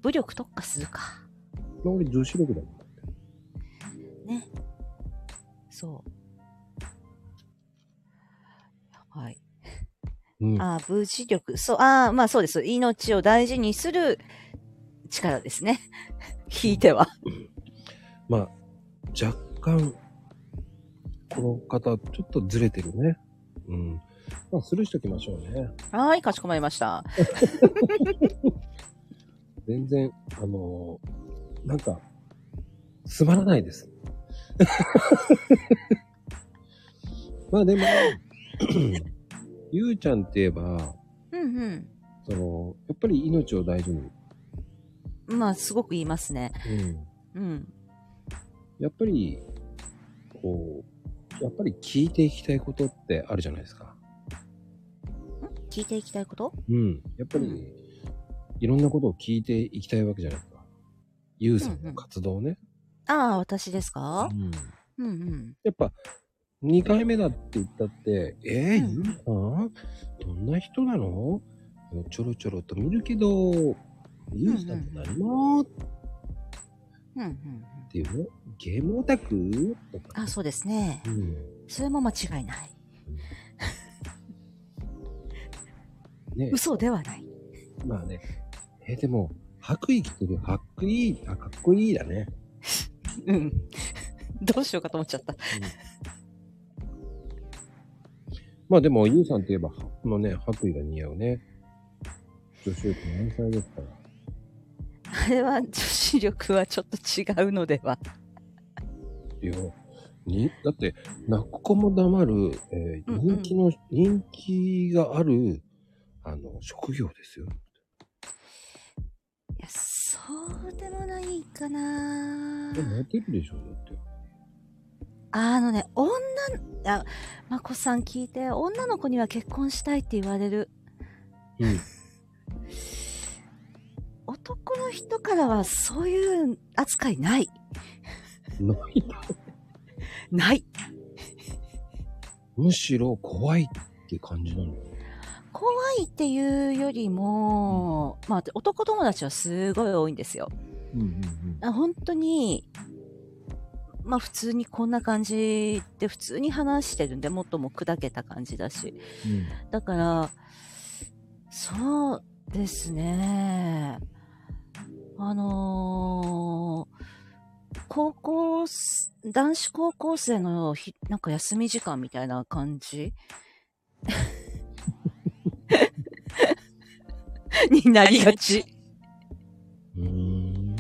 S2: 武力特化するか。
S1: まあ俺女子力だもん。
S2: そう。やばい。
S1: うん。
S2: ああ、無事力。そう、ああ、まあそうです。命を大事にする力ですね。 引いては。
S1: まあ、若干、この方、ちょっとずれてるね。うん。まあ、スルーしときましょうね。
S2: はーい、かしこまりました。
S1: 全然、あのーなんか、つまらないです。 まあでも、 ゆうちゃんって言えば、
S2: うんうん。
S1: その、やっぱり命を大事に。
S2: まあ、すごく言いますね。
S1: うん。
S2: うん。
S1: やっぱり、こう、やっぱり聞いていきたいことってあるじゃないですか。
S2: 聞いていきたいこと
S1: うん。やっぱり、
S2: うん
S1: いろんなことを聞いていきたいわけじゃないですか。ゆうさんの活動ね。
S2: ああ、私ですか
S1: うん
S2: うんうん。
S1: やっぱ、2回目だって言ったって、えー、
S2: うん
S1: ゆうさんどんな人なのちょろちょろと見るけど、ゆうさんって何もっ
S2: うんうんうん。
S1: ていうのゲームオタクとか。
S2: あ、そうですね。
S1: うん。
S2: それも間違いない。
S1: ね
S2: 嘘ではない。
S1: まあね。えーでも、白衣着てる、白衣、あ、かっこいいだね。
S2: うん。 どうしようかと思っちゃった。
S1: まあでも、ゆうさんといえば、このね、白衣が似合うね。女子力満載ですから。
S2: あれは女子力はちょっと違うのではい
S1: や、に、だって、泣く子も黙る、えー
S2: うんうん
S1: 人気の、人気がある、あの、職業ですよ。
S2: いや、そうでもないかな
S1: でも泣けるでしょ、だって。
S2: あのね、女の、あ、まこさん聞いて、女の子には結婚したいって言われる。
S1: うん。
S2: 男の人からはそういう扱いない。
S1: ないな
S2: ない。
S1: むしろ怖いって感じなのよ。
S2: 怖いっていうよりも、まあ、男友達はすごい多いんですよ。
S1: うんうん
S2: あ本当に、まあ普通にこんな感じで普通に話してるんで、もっとも砕けた感じだし。
S1: うん。
S2: だから、そうですね。あのー高校す、男子高校生のひなんか休み時間みたいな感じ になりがち。
S1: うーん。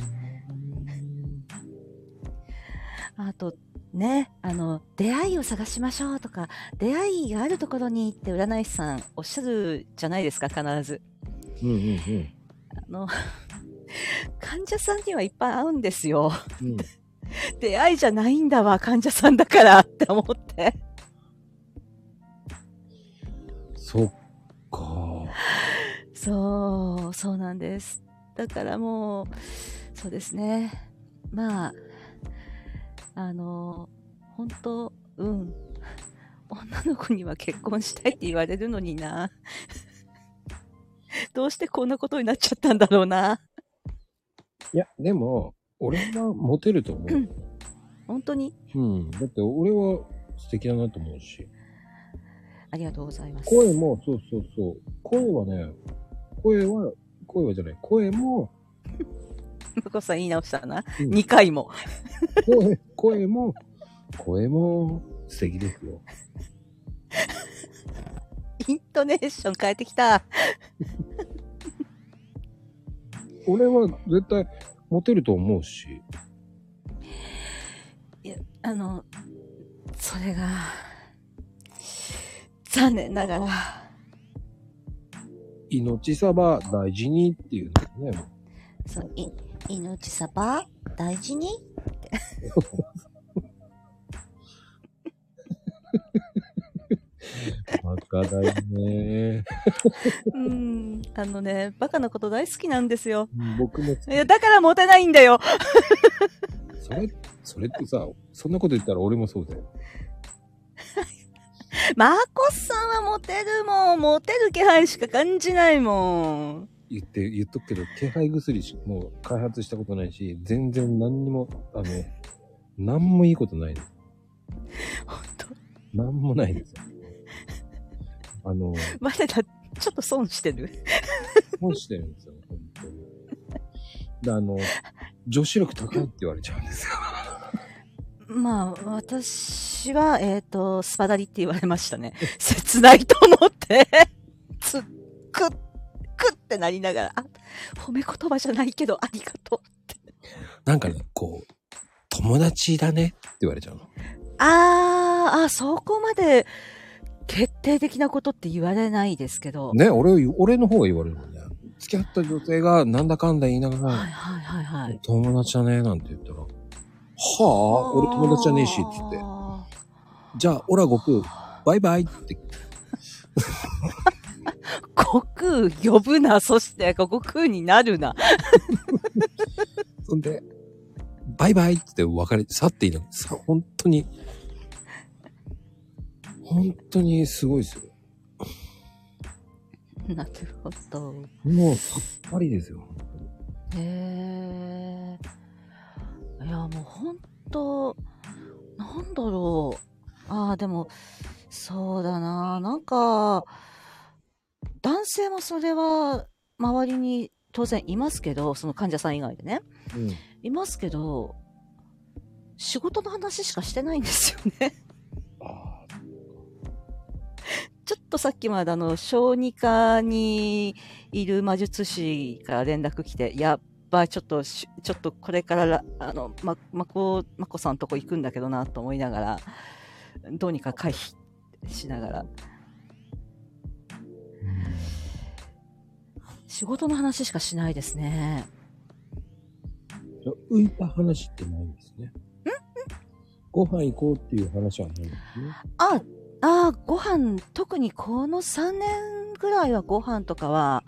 S2: あと、ね、あの、出会いを探しましょうとか、出会いがあるところにって占い師さんおっしゃるじゃないですか、必ず。
S1: うんうん
S2: あの、患者さんにはいっぱい会うんですよ。
S1: うん。うん
S2: 出会いじゃないんだわ、患者さんだからって思って。
S1: そっか。
S2: そう、そうなんです。だからもう、そうですね。まあ、あの、本当うん。女の子には結婚したいって言われるのにな。どうしてこんなことになっちゃったんだろうな。
S1: いや、でも、俺はモテると思う。
S2: 本当に
S1: うん。だって俺は素敵だなと思うし。
S2: ありがとうございます。
S1: 声も、そうそうそう。声はね、声は、声はじゃない。声も、
S2: まこさん言い直したな。
S1: うん
S2: 2回も。
S1: 声、 声も、声も素敵ですよ。
S2: イントネーション変えてきた。
S1: 俺は絶対モテると思うし。
S2: あの、それが、残念ながら、
S1: 命さば大事にっていうのね。
S2: そう、い、命さば、大事に
S1: バカだよね。
S2: うん、あのね、バカなこと大好きなんですよ。
S1: 僕も、
S2: いや、だからモテないんだよ。
S1: それ、それってさ、そんなこと言ったら俺もそうだよ。
S2: マコスさんはモテるもん。モテる気配しか感じないもん。
S1: 言って、言っとくけど、気配薬しもう開発したことないし、全然何にも、あの、何もいいことないです。
S2: 本当
S1: 何もないですよ。あの、
S2: まだだ、ちょっと損してる。
S1: 損してるんですよ、本当に。で、あの、女子力高いって言われちゃうんですよ。
S2: まあ、私は、えっ、と、スパダリって言われましたね。 切ないと思って、 つっく、くってなりながら、あ、褒め言葉じゃないけど、ありがとう。
S1: なんかね、こう、友達だねって言われちゃうの。
S2: あー、あ、そこまで、決定的なことって言われないですけど。
S1: ね、俺を、俺の方が言われるもんね。付き合った女性がなんだかんだ言いながら、
S2: はいはいはいはい。
S1: 友達だね、なんて言ったら、はあ、俺友達じゃねえし、つって。
S2: あ
S1: じゃあ、オラ悟空、バイバイって。
S2: ー。悟空呼ぶな、そして悟空になるな。
S1: そんで、バイバイって別れ、去っていいの。さ、本当に、本当にすごいですよ。
S2: なるほど。
S1: もうさっぱりですよ。
S2: へえ。いや、もう本当なんだろう。ああ、でも、そうだな。なんか、男性もそれは、周りに当然いますけど、その患者さん以外でね。
S1: うん。
S2: いますけど、仕事の話しかしてないんですよね。
S1: ああ、
S2: ちょっとさっきまであの、小児科にいる魔術師から連絡来て、やっばい、ちょっとし、ちょっとこれからら、あの、ま、まこ、まこさんとこ行くんだけどなと思いながら、どうにか回避しながら、仕事の話しかしないですね。
S1: じゃあ浮いた話ってないんですね。ご飯行こうっていう話はないんですね。
S2: あ、あ、ご飯、特にこの3年ぐらいはご飯とかは、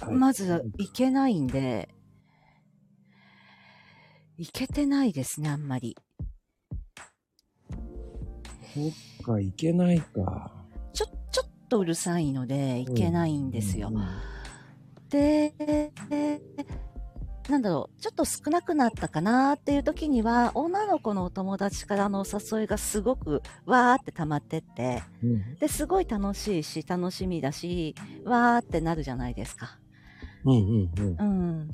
S1: はい
S2: まず行けないんで、行けてないですね、あんまり。
S1: そっか、行けないか。
S2: ちょ、ちょっとうるさいので、行けないんですよ
S1: う。ん
S2: で、なんだろう、ちょっと少なくなったかなっていう時には、女の子のお友達からのお誘いがすごくわーって溜まってって、
S1: うん
S2: で、すごい楽しいし、楽しみだし、わーってなるじゃないですか。
S1: うんうんうん。
S2: うん。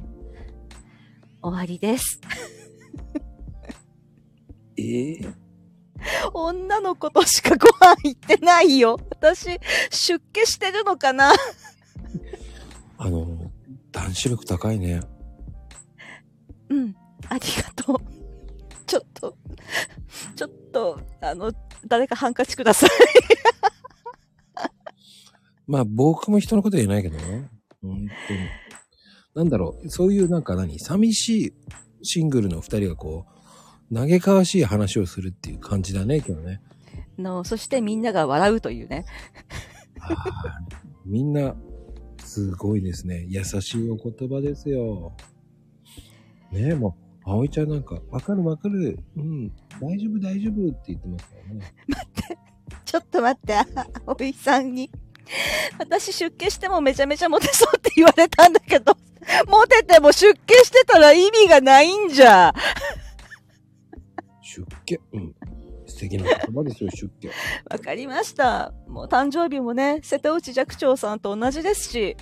S2: 終わりです。
S1: ええ
S2: 女の子としかご飯行ってないよ。私、出家してるのかな
S1: あの、男子力高いね。
S2: うん、ありがとう。 ちょっと、ちょっと、あの、誰かハンカチください。
S1: まあ僕も人のこと言えないけどね。本当に。なんだろう、そういうなんか何、寂しいシングルの二人がこう、嘆かわしい話をするっていう感じだね、今日ね。
S2: の、そしてみんなが笑うというね。
S1: あーみんな、すごいですね。優しいお言葉ですよ。ねえ、もう、葵ちゃんなんか、わかるわかる。うん、大丈夫大丈夫って言ってますからね。
S2: ちょっと待って、 あおいさんに。私出家してもめちゃめちゃモテそうって言われたんだけど、モテても出家してたら意味がないんじゃ。
S1: 出家。うん。素敵な言葉ですよ、出家。
S2: わかりました。もう誕生日もね、瀬戸内寂聴さんと同じですし、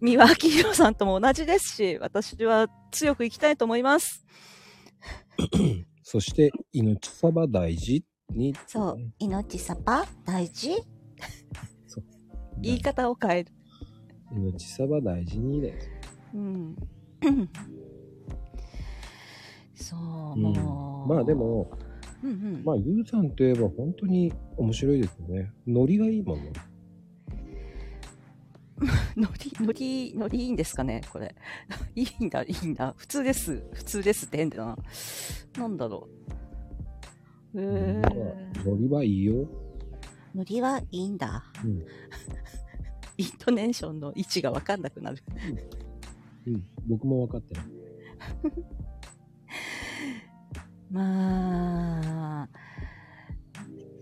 S2: 三輪明宏さんとも同じですし、私は強く生きたいと思います。
S1: そして、命さば大事に。
S2: そう。命さば大事言い
S1: か。
S2: 方を変える。
S1: 命さば大事にだよ。
S2: うん。そう、
S1: うん
S2: もう。
S1: まあで、も、
S2: うんうん、
S1: まあ、ゆうさんといえば本当に面白いですよね。ノリがいいもんね。
S2: ノリ、ノリ、ノリいいんですかねこれ。 いいんだ、いいんだ。普通です。普通ですって変だな。なんだろう。え
S1: うん
S2: ー、
S1: ノリはいいよ。
S2: ノリはいいんだ。
S1: うん。
S2: イントネーションの位置がわかんなくなる。
S1: うん。僕も分かってない。
S2: まあ、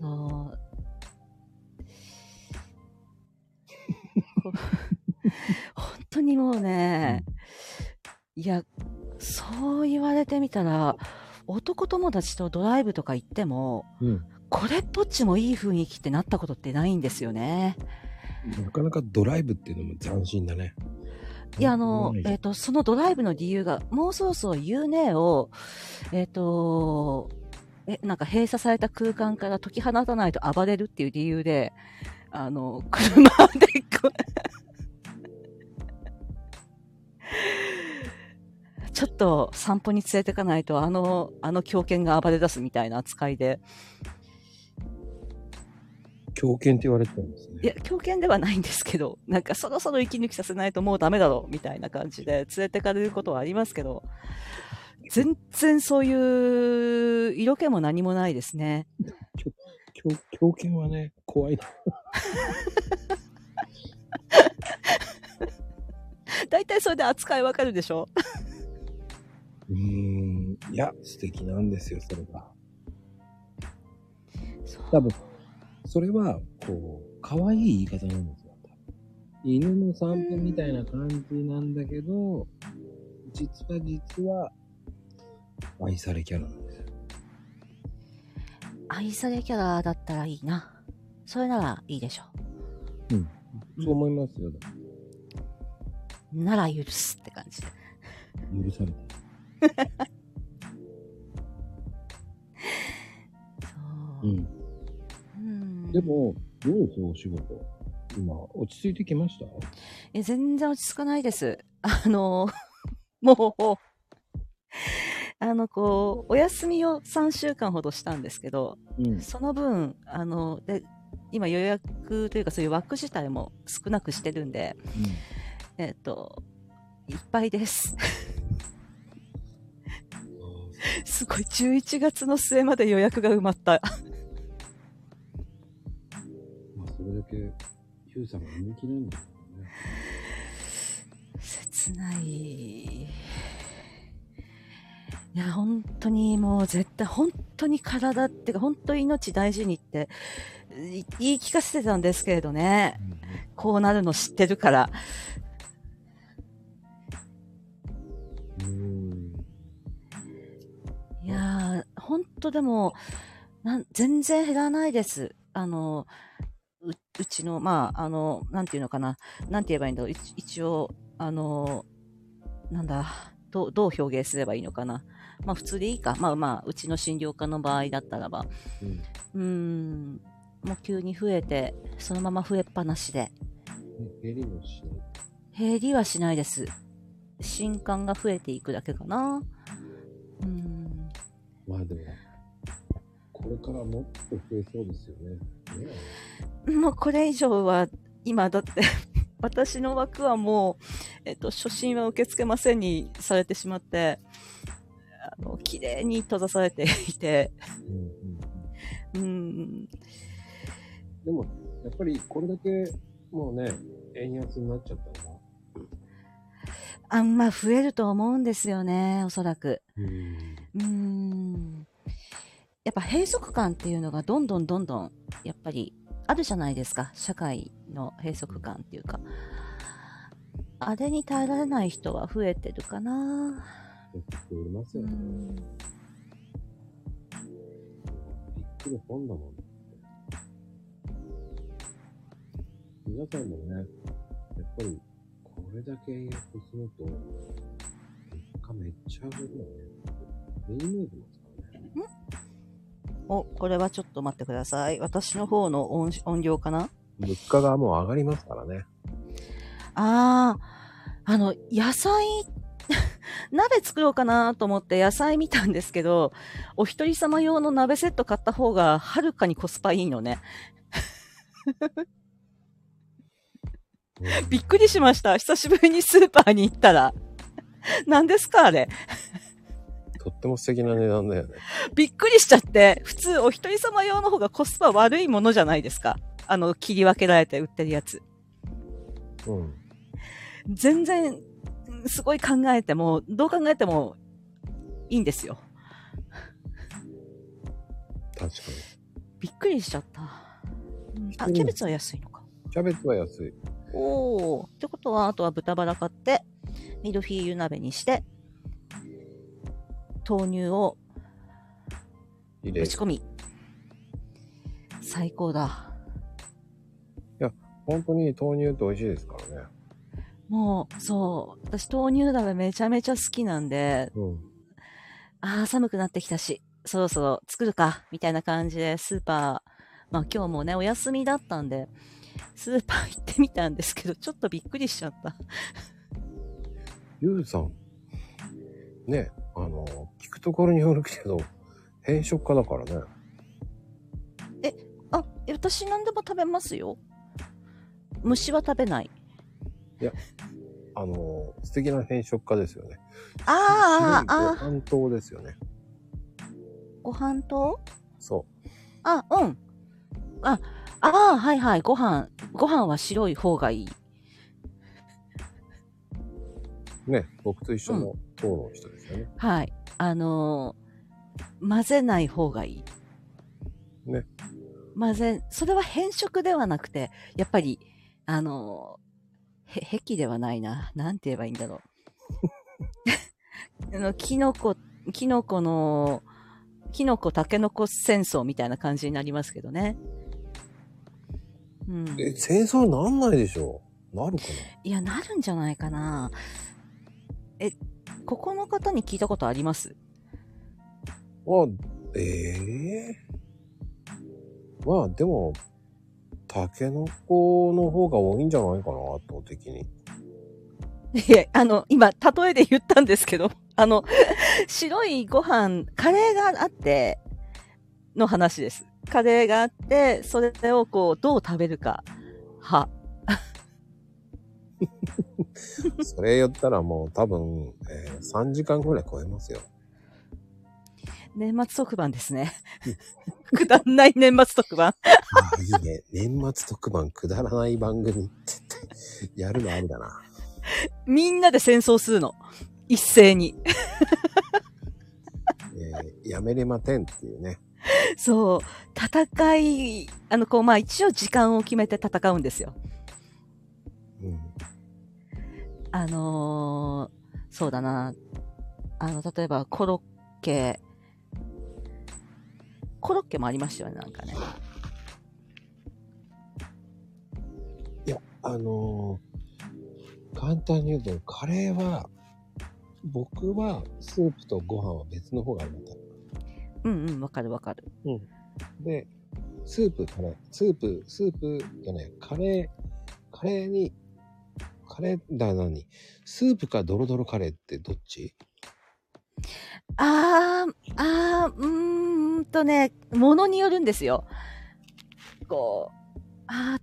S2: そう。こ本当にもうね、いや、そう言われてみたら、男友達とドライブとか行っても、
S1: うん。
S2: これっぽっちもいい雰囲気ってなったことってないんですよね。
S1: なかなかドライブっていうのも斬新だね。
S2: いや、あの
S1: うん、
S2: えっ、と、そのドライブの理由が、もうそろそろ u ねを、えっ、と、え、なんか閉鎖された空間から解き放たないと暴れるっていう理由で、あの、車でこう、ちょっと散歩に連れてかないと、あの、あの狂犬が暴れ出すみたいな扱いで、
S1: 狂犬って言われてたんです
S2: い
S1: ね。
S2: や、狂犬ではないんですけど、なんかそろそろ息抜きさせないともうダメだろう、みたいな感じで連れてかれることはありますけど、全然そういう色気も何もないですね。
S1: 狂狂犬はね、怖いな。
S2: 大体それで扱いわかるでしょ
S1: うーん。いや、素敵なんですよ、それが。多分、それは、こう、可愛い言い方なんですよ。犬の散歩みたいな感じなんだけど、実は実は、愛されキャラなんですよ。
S2: 愛されキャラだったらいいな。それならいいでしょ。
S1: そう思いますよ。
S2: なら許すって感じで。
S1: 許された。
S2: そうう。
S1: ん。
S2: うん
S1: で、も、どうですお仕事。今、落ち着いてきました
S2: え、全然落ち着かないです。あの、もう、あの、こう、お休みを3週間ほどしたんですけど、
S1: うん。
S2: その分、あの、で、今予約というかそういう枠自体も少なくしてるんで、えっと、いっぱいです。 すごい、11月の末まで予約が埋まった。
S1: まあ、それだけ、ヒューさんが人気なんですよね。
S2: 切ない。いや、本当にもう絶対、本当に体ってか、本当に命大事にってい言い聞かせてたんですけれどね。こうなるの知ってるから。
S1: うん。
S2: いやー、本当でも、なん全然減らないです。あの、ううちの、まあ、あの、なんていうのかな。なんて言えばいいんだろう。一一応、あの、なんだ、どう、どう表現すればいいのかな。まあ、普通でいいか。まあまあ、うちの診療科の場合だったらば、
S1: うん
S2: うーん、もう急に増えて、そのまま増えっぱなしで。
S1: 減りもしない。
S2: 減りはしないです。新刊が増えていくだけかな。うーん。
S1: まあでも、これからもっと増えそうですよね。ね
S2: もうこれ以上は、今だって、 私の枠はもう、えっと、初心は受け付けませんにされてしまって、あの、綺麗に閉ざされていて、
S1: うんうんうん
S2: うーん、
S1: でも、ややっぱりこれだけ、もうね、円安になっちゃったら、
S2: あんま増えると思うんですよね、おそらく。
S1: うん。
S2: うーん。やっぱ閉塞感っていうのがどんどんどんどん、やっぱりあるじゃないですか。社会の閉塞感っていうか。あれに耐えられない人は増えてるかな。
S1: っております
S2: う
S1: よね。
S2: ん
S1: びっくり本だもん。皆さんもね、やっぱり、これだけ円安すると、物価めっちゃ上がるよね。メインメイクますからね。
S2: お、これはちょっと待ってください。私の方の音音量かな
S1: 物価がもう上がりますからね。
S2: ああ、あの、野菜、 鍋作ろうかなと思って野菜見たんですけど、お一人様用の鍋セット買った方がはるかにコスパいいのね。びっくりしました。久しぶりにスーパーに行ったら。 何ですかあれ。
S1: とっても素敵な値段だよね。
S2: びっくりしちゃって、普通お一人様用の方がコスパ悪いものじゃないですか。あの、切り分けられて売ってるやつ。
S1: うん。
S2: 全然、うんすごい考えても、どう考えても、いいんですよ。
S1: 確か
S2: びっくりしちゃった。うんあ、
S1: うん
S2: キャベツは安いのか。
S1: に。キャベツは安い。
S2: おー。ってことは、あとは豚バラ買って、ミルフィーユ鍋にして、豆乳を
S1: 入れ
S2: ぶち込み。最高だ。
S1: 本当に豆乳って美味しいですからね。
S2: もう、そう。私、豆乳鍋めちゃめちゃ好きなんで、
S1: うん。
S2: あー、寒くなってきたし、そろそろ作るか、みたいな感じで、スーパー、まあ今日もね、お休みだったんで、スーパー行ってみたんですけど、ちょっとびっくりしちゃった。
S1: ゆうさん、ね、あの、聞くところによるけど、変色家だからね。
S2: あ、え私何でも食べますよ。虫は食べない。
S1: あの、素敵な変色家ですよね。
S2: ああ、
S1: 白い
S2: ああ、
S1: ご飯糖ですよね。
S2: ご飯と
S1: そ
S2: あ、うん。あ、ああ、はいはい、ご飯。ご飯は白い方がいい。
S1: う。ね、僕と一緒の糖の人ですよね。
S2: はい。あのー混ぜない方がいい。
S1: ね。
S2: 混ぜ、それは変色ではなくて、やっぱり、あのーへ、壁ではないな。なんて言えばいいんだろ う。あの、キノコ、キノコの、キノコ、タケノコ戦争みたいな感じになりますけどね。うん。
S1: え、戦争になんないでしょなるか
S2: いや、なるんじゃないかな。え、ここの方に聞いたことあります
S1: なあ、ええまあ、でも、タケノコの方が多いんじゃないかな、圧倒的 に。
S2: いえ、あの、今、例えで言ったんですけど、あの、白いご飯、カレーがあって、の話です。カレーがあって、それをこう、どう食べるか、は。
S1: それ言ったらもう多分、えー3時間ぐらい超えますよ。
S2: 年末特番ですね。くだんない年末特番。
S1: ああ、いい ね。年末特番くだらない番組って言って、 やるのありだな。
S2: みんなで戦争するの。一斉に。
S1: えーやめれまてんっていうね。
S2: そう。戦い、あの、こう、まあ一応時間を決めて戦うんですよ。
S1: うん。
S2: あのーそうだな。あの、例えば、コロッケ。コロッケもありましたよね、なんかね。
S1: いや、あのー簡単に言うと、カレーは、僕はスープとご飯は別の方が良かった。
S2: うんうん、わかるわかる。
S1: で、スープ、カレー、スープ、スープじゃない、カレー、カレーに、カレー、だ、何スープかドロドロカレーってどっち
S2: あー、あー、うーんとね、ものによるんですよ。こう、あ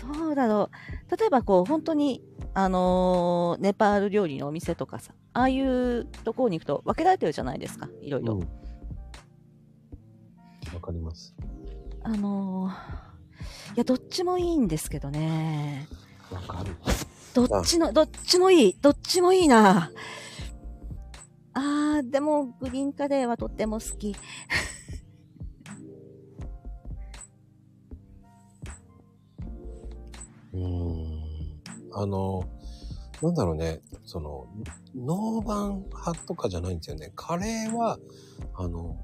S2: ー、どうだろう。例えば、こう、本当に、あのーネパール料理のお店とかさ、ああいうところに行くと分けられてるじゃないですか、いろいろ。
S1: わかります。
S2: あのーや、どっちもいいんですけどね。
S1: わかる。
S2: どっちの、どっちもいい。どっちもいいな。あー、でも、グリーンカレーはとっても好き。
S1: うーん。あの、なんだろうね、その、ノーバン派とかじゃないんですよね。カレーは、あの、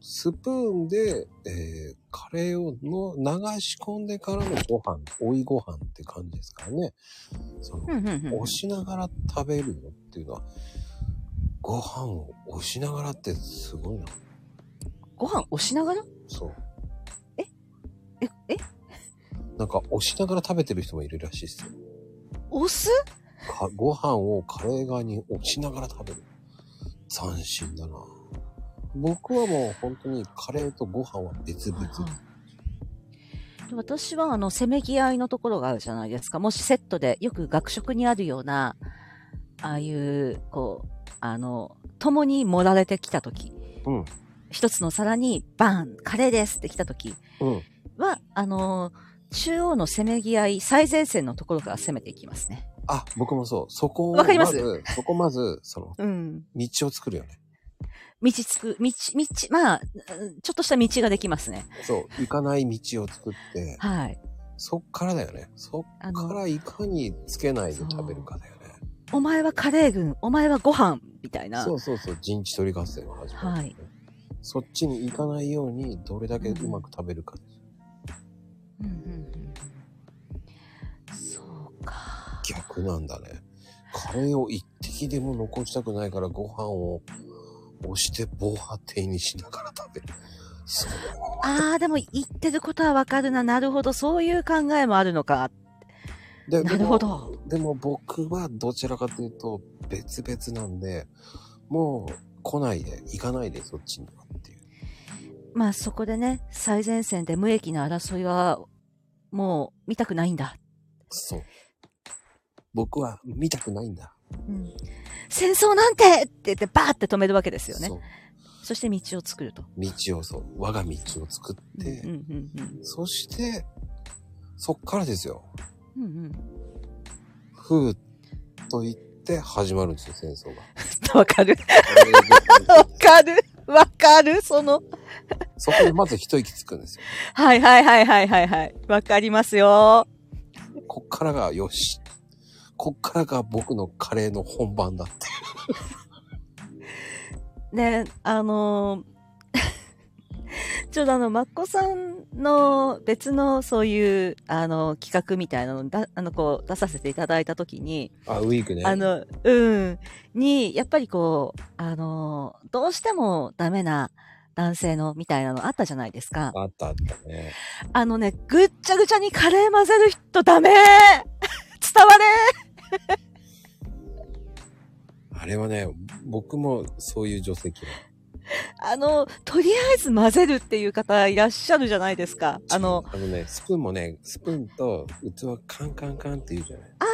S1: スプーンで、えーカレーをの流し込んでからのご飯、追いご飯って感じですからね。その、
S2: うんうんうん。
S1: 押しながら食べるのっていうのは、ご飯を押しながらってすごいな。
S2: ご飯押しながら
S1: そう。
S2: え、え、
S1: なんか押しながら食べてる人もいるらしいですよ。
S2: 押す
S1: かご飯をカレー側に押しながら食べる。斬新だな。僕はもう本当にカレーとご飯は別々。
S2: で私はあの、せめぎ合いのところがあるじゃないですか。もしセットで、よく学食にあるような、ああいう、こう、あの、共に盛られてきたとき、
S1: うん。
S2: 一つの皿に、バーン、カレーですって来たとき
S1: うん。
S2: は、あの、中央のせめぎ合い、最前線のところから攻めていきますね。
S1: あ、僕もそう。そこを
S2: わかります
S1: ず、そこまず、その、
S2: うん。
S1: 道を作るよね。
S2: 道つく、道、道、まあ、うんちょっとした道ができますね。
S1: そう。行かない道を作って、
S2: はい。
S1: そっからだよね。そっ
S2: あ
S1: か
S2: の、
S1: らいかにつけないで食べるかだよね。
S2: お前はカレー軍、お前はご飯、みたいな。
S1: そうそうそう、陣地取り合戦が始まる、
S2: はい
S1: そっちに行かないように、どれだけうまく食べるか。
S2: うんうんうんうんそうか。
S1: 逆なんだね。カレーを一滴でも残したくないから、ご飯を押して防波堤にしながら食べる。そう。
S2: ああ、でも言ってることはわかるな。なるほど。そういう考えもあるのか。
S1: で
S2: なるほど。
S1: でもでも僕はどちらかというと、別々なんで、もう来ないで、行かないで、そっちにはっていう。
S2: まあそこでね、最前線で無益な争いは、もう見たくないんだ。
S1: そう。僕は見たくないんだ。
S2: うん、戦争なんてって言ってバーって止めるわけですよね
S1: そ。う。
S2: そして道を作ると。
S1: 道をそう。我が道を作って、
S2: うんうんうん
S1: そして、そっからですよ。
S2: うんうんうん。
S1: ふーっと言って始まるんですよ、戦争が。
S2: わかる。わかる。わかる。その。
S1: そこでまず一息つくん ですよ。
S2: はいはいはいはいはいはい。わかりますよ。
S1: こっからがよし。こっからが僕のカレーの本番だって。
S2: ね、あの ーちょうどあの、マッコさんの別のそういう、あの、企画みたいなのだ、あの、こう、出させていただいたときに、
S1: あ、ウィークね
S2: あ、の、うん、に、やっぱりこう、あのーどうしてもダメな男性のみたいなのあったじゃないですか。
S1: あったあったね。
S2: あのね、ぐっちゃぐちゃにカレー混ぜる人ダメ 伝われ
S1: あれはね、僕もそういう女性嫌い。
S2: あの、とりあえず混ぜるっていう方いらっしゃるじゃないですか。あの、
S1: あのね、スプーンもね、スプーンと器カンカンカンって言うじゃない。
S2: あ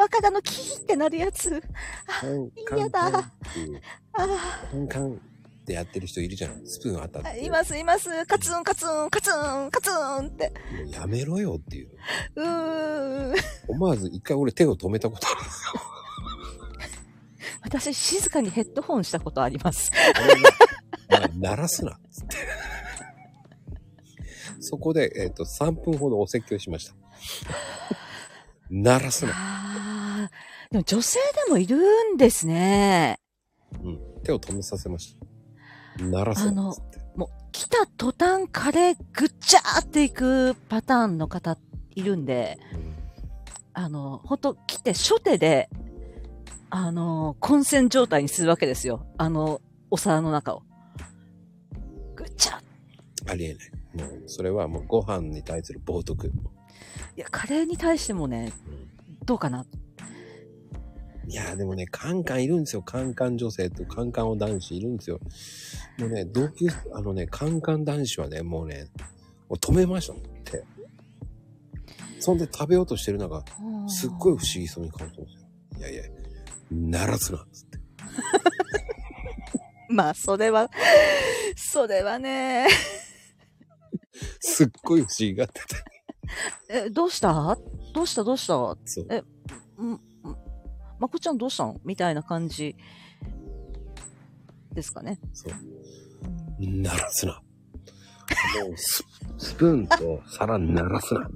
S2: 若菜のキーってなるやつ。
S1: カンカ
S2: 嫌
S1: ン
S2: だ
S1: カンっていう、
S2: ああ。
S1: カンカンってやってる人いるじゃない。スプーンあったって。
S2: います、います。カツン、カツン、カツン、カツンって。
S1: もうやめろよっていう。
S2: うーん。
S1: 思わず一回俺手を止めたことある。
S2: 私、静かにヘッドホンしたことあります。
S1: お前鳴らすなっつって。そこで、えっ、と、3分ほどお説教しました。鳴らすな。
S2: ああ。でも女性でもいるんですね。
S1: うん。手を止めさせました。鳴らすなっつって。
S2: もう、来た途端カレーぐっちゃーっていくパターンの方いるんで、
S1: うん
S2: あの、ほんと来て初手で、あの、混戦状態にするわけですよ。あの、お皿の中を。ぐっちゃ
S1: ありえない。もう、それはもうご飯に対する冒涜。
S2: いや、カレーに対してもね、
S1: うん
S2: どうかな。
S1: いやーでもね、カンカンいるんですよ。カンカン女性とカンカン男子いるんですよ。もうね、同級、あのね、カンカン男子はね、もうね、もう止めましたもん。手。そんで食べようとしてる中、すっごい不思議そうに顔してますよ。いやいや、ならすな、つって。
S2: まあ、それは、それはね、
S1: すっごい不思議がってて。
S2: え、どうしたどうしたどうしたん
S1: そう。
S2: んまこちゃんどうしたのみたいな感じですか ね。
S1: そう。鳴らすな。もうス、スプーンと皿鳴らすな。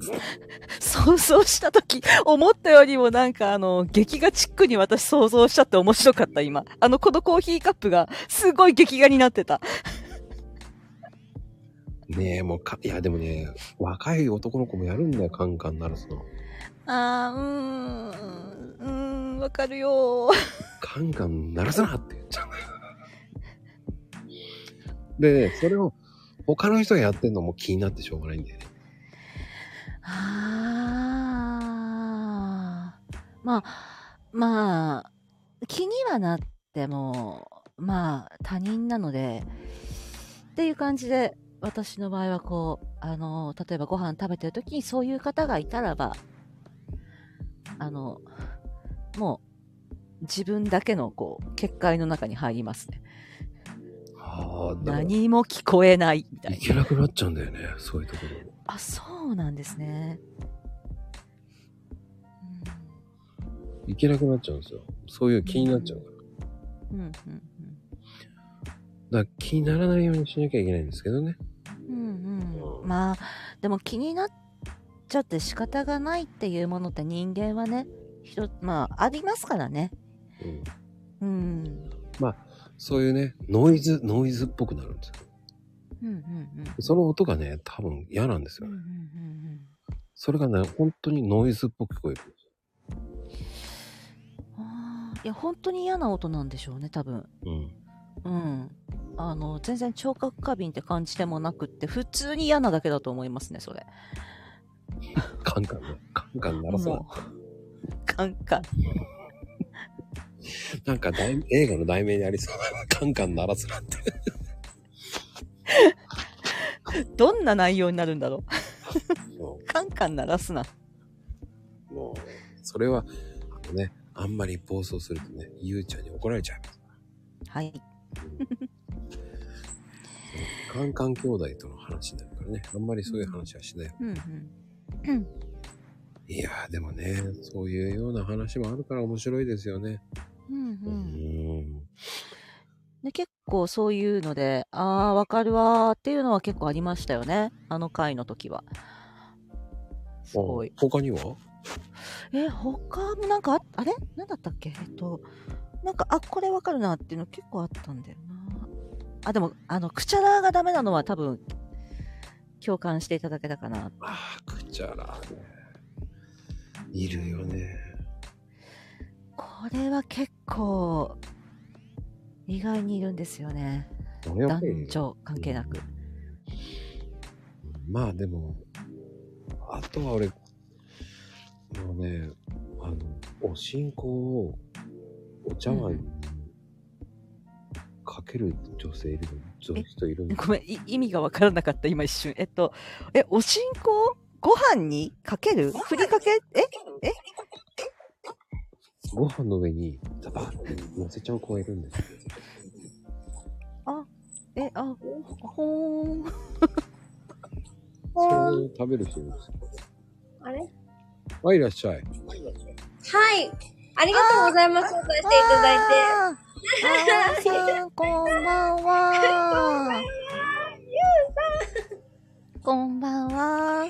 S2: 想像したとき、思ったよりもなんかあの、劇画チックに私想像しちゃって面白かった今。あの、このコーヒーカップがすごい劇画になってた。
S1: ねえ、もうか、いや、でもね、若い男の子もやるんだよ、カンカン鳴らすの。
S2: あー、うーん、うーん、わかるよー。
S1: カンカン鳴らすなって言っちゃうんだよ。で、ね、それを他の人がやってんのも気になってしょうがないんだよね。
S2: あーまあ、まあ、気にはなっても、まあ、他人なので、っていう感じで、私の場合はこう、あの、例えばご飯食べてる時にそういう方がいたらば、あの、もう、自分だけのこう、結界の中に入りますね。
S1: ああ、でも、
S2: 何も聞こえない、みた
S1: い
S2: いな。
S1: けなくなっちゃうんだよね、そういうところ。
S2: あ、そうなんですね。うん
S1: いけなくなっちゃうんですよ。そういう気になっちゃうから。
S2: うん
S1: だから気にならないようにしなきゃいけないんですけどね。
S2: うんうんうんうんまあでも気になっちゃって仕方がないっていうものって人間はね人まあありますからね
S1: うん。
S2: うん
S1: そういうね、ノイズ、ノイズっぽくなるんですよ。
S2: うんうんうん
S1: その音がね、多分嫌なんです
S2: うんう
S1: よ
S2: んう
S1: ね。
S2: ん
S1: それがね、本当にノイズっぽく聞こえる。
S2: うんあーいや本当に嫌な音なんでしょうね多分
S1: うん。
S2: うんあの全然聴覚過敏って感じでもなくって普通に嫌なだけだと思いますねそれ
S1: カンカンね。カンカン鳴らそう
S2: もうカンカン
S1: なんか題映画の題名にありそう。カンカン鳴らすなって。
S2: どんな内容になるんだろ
S1: も
S2: うカンカン鳴らすな
S1: う、もうそれは、あのね、あんまり暴走するとね、ゆうちゃんに怒られちゃいます。
S2: はい
S1: カンカン兄弟との話になるからね、あんまりそういう話はしない。
S2: うんうんうん
S1: いやー、でもね、そういうような話もあるから面白いですよね。
S2: うんう、
S1: うんん。
S2: で結構そういうのでああわかるわーっていうのは結構ありましたよねあの回の時はすごい
S1: あ他には
S2: え他もなんかああれなんだったっけえっとなんかあこれわかるなっていうの結構あったんだよなあでもあのクチャラーがダメなのは多分共感していただけたかな
S1: ああ、くちゃらね。いるよね。
S2: これは結構意外にいるんですよね
S1: やっぱり
S2: 男女関係なく
S1: うんまあでも、あとは俺、もうね、あの、お信仰をお茶碗にかける女性いるの、
S2: え
S1: 人いるの。
S2: ごめん、い意味がわからなかった、今一瞬。えっと、え、お信仰ご飯にかけるふりかけえ
S1: ご飯の上にザバッて乗せちゃう子がいるんですよ。
S2: え、あ、ほー
S1: そ
S2: ん。
S1: れを食べる人いるんですよ。
S3: あれ
S1: はい、いらっしゃい。
S3: はい。ありがとうございます。招待していただい
S2: い
S3: て。
S2: て。あーさん、こんばんは。こんばんは。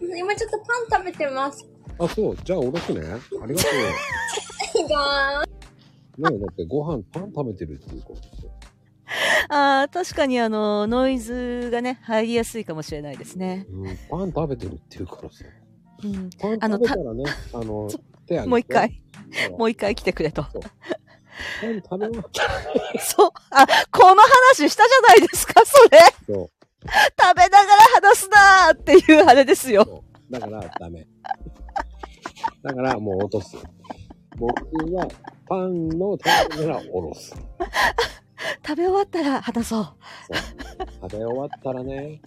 S3: 今ちょっとパン食べてます。
S1: あ、そう。じゃあ、おろすね。ありがとう。
S3: が
S1: ねえだってご飯、パン食べてるっていう子。
S2: あー確かにあの、ノイズがね、入りやすいかもしれないですね。
S1: うん、パン食べてるっていうからさ。
S2: うん。
S1: パン
S2: あの
S1: 食べたらね、あの、手あげて。
S2: もう一回、
S1: あの。
S2: もう一回来てくれと。
S1: パン食べ終わった
S2: そう、あ、この話したじゃないですか、それ。
S1: けど、
S2: 食べながら話すなーっていうあれですよ。
S1: そうだからダメ。だからもう落とす。僕はパンの食べながらおろす。そう
S2: 食べ終わったら話そう。
S1: 食べ終わったらね、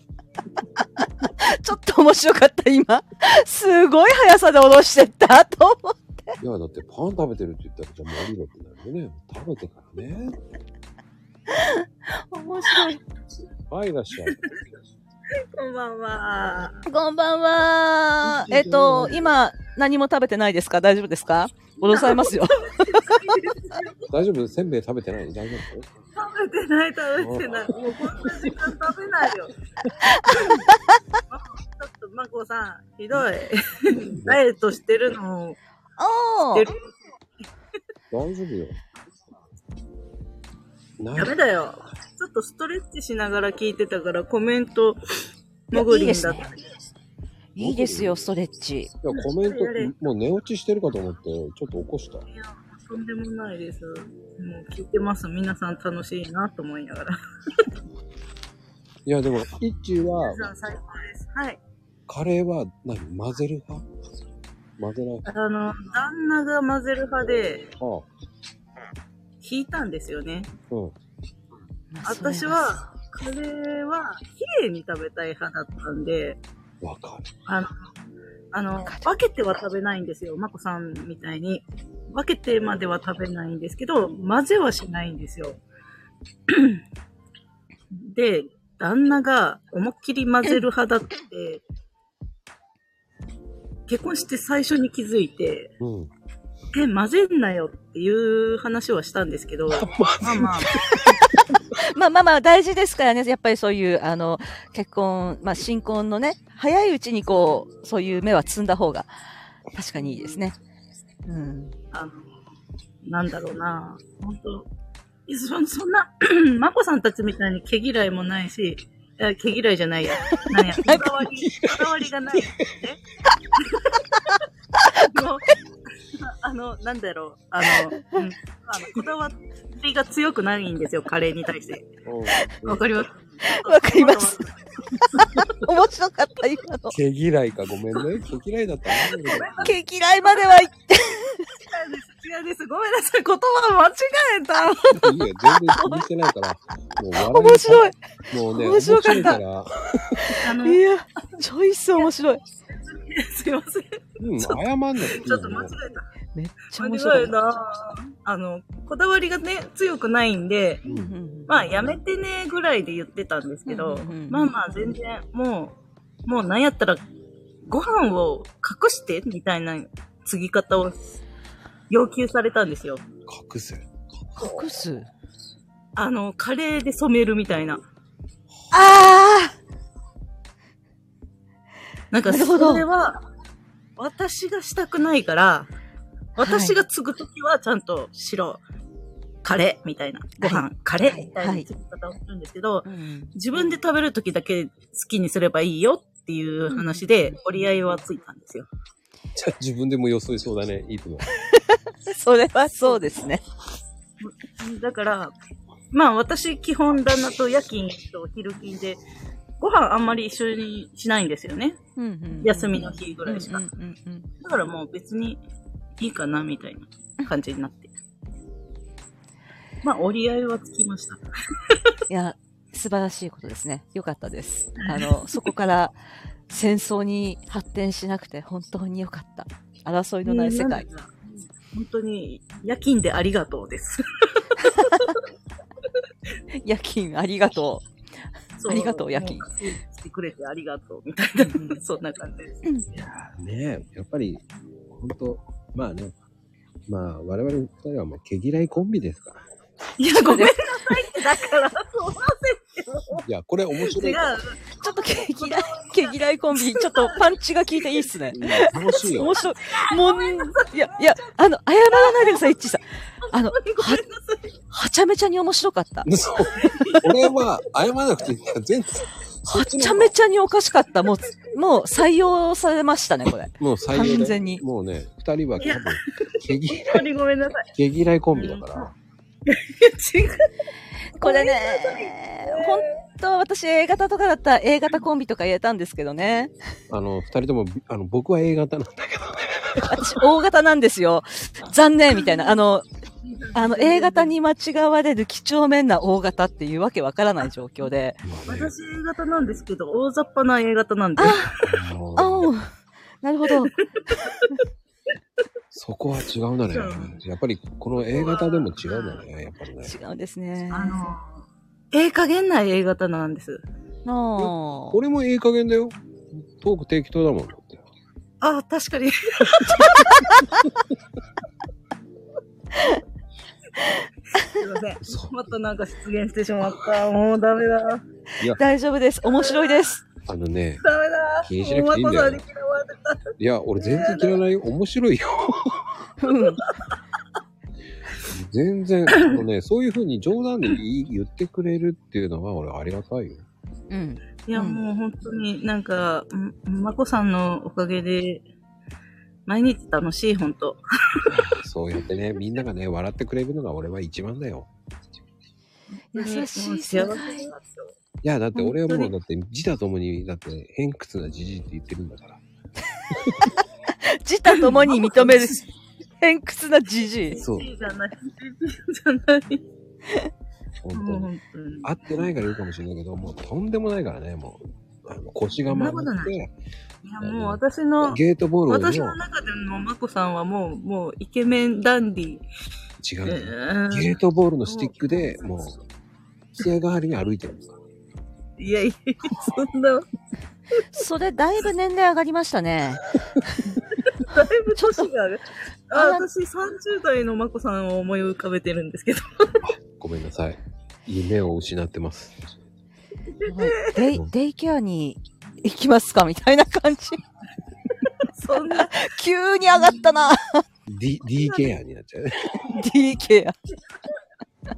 S2: ちょっと面白かった、今。すごい速さで下ろしてった、と思う。
S1: いやだってパン食べてるって言ったらじゃあもう降りろってなるよね。食べてからね。
S2: 面白い。
S1: はい、いらっしゃい。
S3: こんばんは。
S2: こんばんは。えっと、今、何も食べてないですか大丈夫ですか戻されますよ。
S1: 大丈夫せんべい食べてない大丈夫
S3: 食べてない、食べてない。もうこんな時間食べないよ。ちょっと、まこさん、ひどい。ダイエットしてるのを
S2: お
S3: 知っ
S2: ー
S3: てる
S1: 大丈夫よ。な
S3: ダメだよ。ちょっとストレッチしながら聞いてたから、コメント、もぐりんだった。
S2: いやいいいですよ、ストレッチ。
S1: いやコメント
S3: やれ、
S1: もう寝落ちしてるかと思って、ちょっと起こした。
S3: いや、とんでもないです。もう聞いてます。皆さん楽しいなと思いながら。
S1: いや、でも、イッチーは、
S3: 皆さん最高です。はい。
S1: カレーは何混ぜる派混ぜない派
S3: あの、旦那が混ぜる派で、
S1: ああ、
S3: 引いたんですよね。
S1: うん。
S2: まあ
S3: 私、は、カレーは、綺麗に食べたい派だったんで、
S1: わかる。
S3: あの、あの、分けては食べないんですよ。まこさんみたいに。分けてまでは食べないんですけど、混ぜはしないんですよ。 で、旦那が思いっきり混ぜる派だって、結婚して最初に気づいて、
S1: うん。
S3: え、混ぜんなよっていう話はしたんですけど、まあまあ、
S2: まあまあまあ、大事ですからね。やっぱりそういう、あの、結婚、まあ、新婚のね、早いうちにこう、そういう目は積んだ方が、確かにいいですね。うん。
S3: あの、なんだろうな、本当いそそんな、 まこさんたちみたいに毛嫌いもないし、いや毛嫌いじゃないや。な んや、こだわり、こだわりがない。え もう あの、なんだろう、あの、うん、あのこだわりが強くないんですよ、カレーに対して。わかります
S2: わかります。面白かった、今の。
S1: 毛嫌いか、ごめんね。毛嫌いだったらなんだけど。
S2: 毛嫌いまではいっ
S3: 違うです、違うです。ごめんなさい、言葉間違えた。
S1: いいよ、全然気にしてないから。もう笑
S2: 面白い。
S1: い。もうね、面
S2: 面
S1: 白
S2: 白かった
S1: いから。
S3: あの、
S2: いや、チョイス面白い。
S3: すいません。ち
S1: うん、謝んなくていい
S3: ょ
S1: よ
S3: っと間違えた。
S2: めっちゃ面
S3: 間
S2: 白
S3: 違え
S2: い。
S3: た。あの、こだわりがね、強くないんで、
S1: うんうん
S3: まあ、やめてねぐらいで言ってたんですけど、
S2: うんうんうん
S3: まあまあ、全然、もう、もうなんやったら、ご飯を隠してみたいな継ぎ方を要求されたんですよ。
S1: 隠せ。
S2: 隠す。
S3: あの、カレーで染めるみたいな。
S2: あ
S3: なんか、
S2: なるほど
S3: それは、私がしたくないから、私が継ぐときはちゃんと白、カレーみたいな、ご飯、
S2: は
S3: カレーみたいな継ぎ方をするんですけど、
S2: あ、
S3: 自分で食べるときだけ好きにすればいいよっていう話で折り合いはついたんですよ。
S1: じゃあ自分でも予想しそうだね、いいと思
S2: それはそうですね。
S3: だから、まあ私基本旦那と夜勤と昼勤で、ご飯あんまり一緒にしないんですよね。休みの日ぐ
S2: ぐ
S3: らいしか。
S2: うんうんうんうん
S3: だからもう別にいいかなみたいな感じになって。まあ折り合いはつきました。
S2: いや、素晴らしいことですね。よかったです。あ の、そこから戦争に発展しなくて本当によかった。争いのない世界。
S3: うん。本当に夜勤でありがとうです。
S2: 夜勤ありがと
S3: そ
S2: ありがとう夜勤
S3: もしてくれてありがとうみたいな、そんな感じです。
S1: う。ねえ、やっぱり、ほんと、まあね。まあ、我々二人はもう毛嫌いコンビですから。
S3: いや、ごめんなさいって、 だから、そうませんけど。
S1: いや、これ面白
S3: 違
S1: い。
S3: う。
S2: う。ちょっと毛嫌い、毛嫌いコンビ、ちょっとパンチが効いていいっすね。
S1: うん楽しいよ
S2: 面。白い。もう、いや、いや、あの、謝らないでください、イッチーさん。あの、
S3: ごめんなさい。
S2: はちゃめちゃに面白かった。
S1: そう。俺は謝らなくていいんだよ。全然。
S2: はちゃめちゃにおかしかった。もう、もう採用されましたね、これ。
S1: もう採用だよ
S2: 完全に
S1: もうね、二人は多分、毛嫌い、
S3: 本当にごめんなさい。
S1: 毛嫌いコンビだから。
S3: 違う。
S2: これね、本当は私 A 型とかだったら A 型コンビとか言えたんですけどね。
S1: あの、二人とも、あの、僕は A 型なんだけど。
S2: 私 O 型なんですよ。残念みたいな。あの、あの A 型に間違われる貴重面な O 型っていうわけわからない状況で。
S3: 私 A 型なんですけど、大雑把な A 型なんで。
S1: もう
S2: あおなるほど。
S1: そこは違うんだね。やっぱり、この A 型でも違うんだね。やっぱりね。
S2: 違うんですね。
S3: あの、ええ加減な A 型なんです。
S2: あ
S1: 俺もいい加減だよ。トーク適当だもんだって。
S3: あ、確かに。すいません。
S1: そう。
S3: またなんか出現してしまった。もうダメだ。ダメ
S2: 大丈夫です。面白いです。
S1: あのね、
S3: だ。
S1: 気にしなくていいんだよ
S3: もうマコさに嫌われた。
S1: いや、俺全然嫌いないよ。面白いよ。
S2: うん。
S1: 全然、あのね、そういう風に冗談で言い言ってくれるっていうのは俺ありがたいよ。
S2: うん。
S3: いや、
S2: うん
S3: もう本当になんか、んまこさんのおかげで、毎日楽しい、本当。
S1: そうやってね、みんながね、笑ってくれるのが俺は一番だよ。
S2: 優しい
S3: 幸せ
S2: 世
S3: だ
S2: 界。
S1: いや、だって俺はも
S3: 本
S1: う、だって自他ともに、だって偏屈なじじいって言ってるんだから。
S2: 自他ともに認 める。偏屈なじじい。
S1: そう
S3: いいじゃない。いいじゃない。
S1: 本当
S3: もう
S1: に。
S3: 本当に。
S1: 合ってないから言うかもしれないけど、もうとんでもないからね、もう。あの腰が曲
S3: そんな
S1: がっ
S3: こと
S1: て、
S3: いや、もう私の、
S1: ゲートボールを
S3: 私
S1: も
S3: の中でのまこさんはもう、もうイケメンダンディ。
S1: 違う
S3: う
S1: んだよ。
S3: ん
S1: ゲートボールのスティックで、もう、艶代わりに歩いてるんですか
S3: いやいや、そんな、
S2: それだいぶ年齢上がりましたね。
S3: だいぶ年がある。あ、
S2: あ
S3: 私30代のまこさんを思い浮かべてるんですけど。
S1: ごめんなさい。夢を失ってます。
S2: デイ、デイケアに行きますかみたいな感じ。
S3: そんな、
S2: 急に上がったな。
S1: D、D ケアになっちゃうね。
S2: デイケア。
S3: 70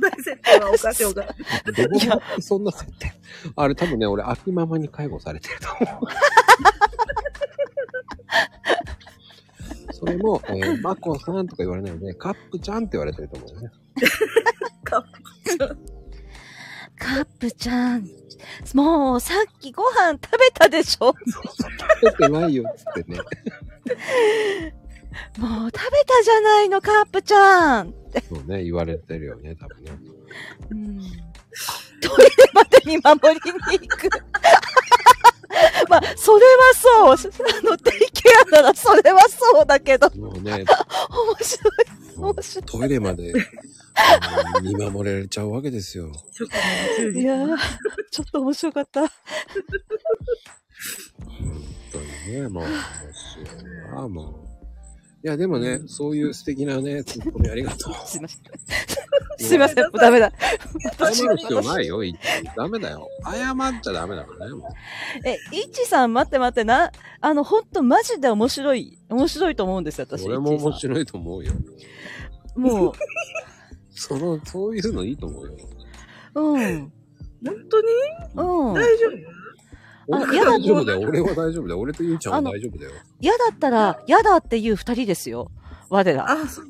S3: 代設定はおかしいお かしい。
S1: どこもそんな設定。あれ多分ね、俺、秋ママに介護されてると思 う。それも、えー、マコさんとか言われないので、カップちゃんって言われてると思うよね。
S3: カッ
S2: カップちゃん。もうさっきご飯食べたでしょ
S1: 食べてないよ、つってね。
S2: もう食べたじゃないの、カップちゃん。
S1: そうね、言われてるよね、多分ね。
S2: うんトイレまで見守りに行く。 まあ、それはそう。あの、デイケアならそれはそうだけど、
S1: もうね、
S2: 面白い。
S1: もう
S2: 面白い
S1: トイレま で、あの見守れちゃうわけですよ。
S3: 職務
S2: いやー、ちょっと面白かった。
S1: 本当にね、もう、面白いわ、もう。いや、でもね、そういう素敵なね、ツッコミありが とう。
S2: すいません。 すいません、もうダメだ。私
S1: 謝る必要ないよ、いちダメだよ。謝っちゃダメだからね、も
S2: え、イッチさん、待って待って、な、あの、ほんとマジで面白い、面白いと思うんですよ、
S1: う。
S2: 私。
S1: 俺も面
S2: い。
S1: 白いと思うよ。
S2: も
S1: その、そういうのいいと思うよ。
S2: う、うん、
S3: 本当に
S2: うん。
S3: 大丈夫
S1: 俺
S2: いや
S1: は大丈夫だよ。俺は大丈夫だよ。俺とゆうちゃんは大丈夫だよ。
S2: 嫌だったら、嫌だっていう二人ですよ。我ら。
S3: あ、そう。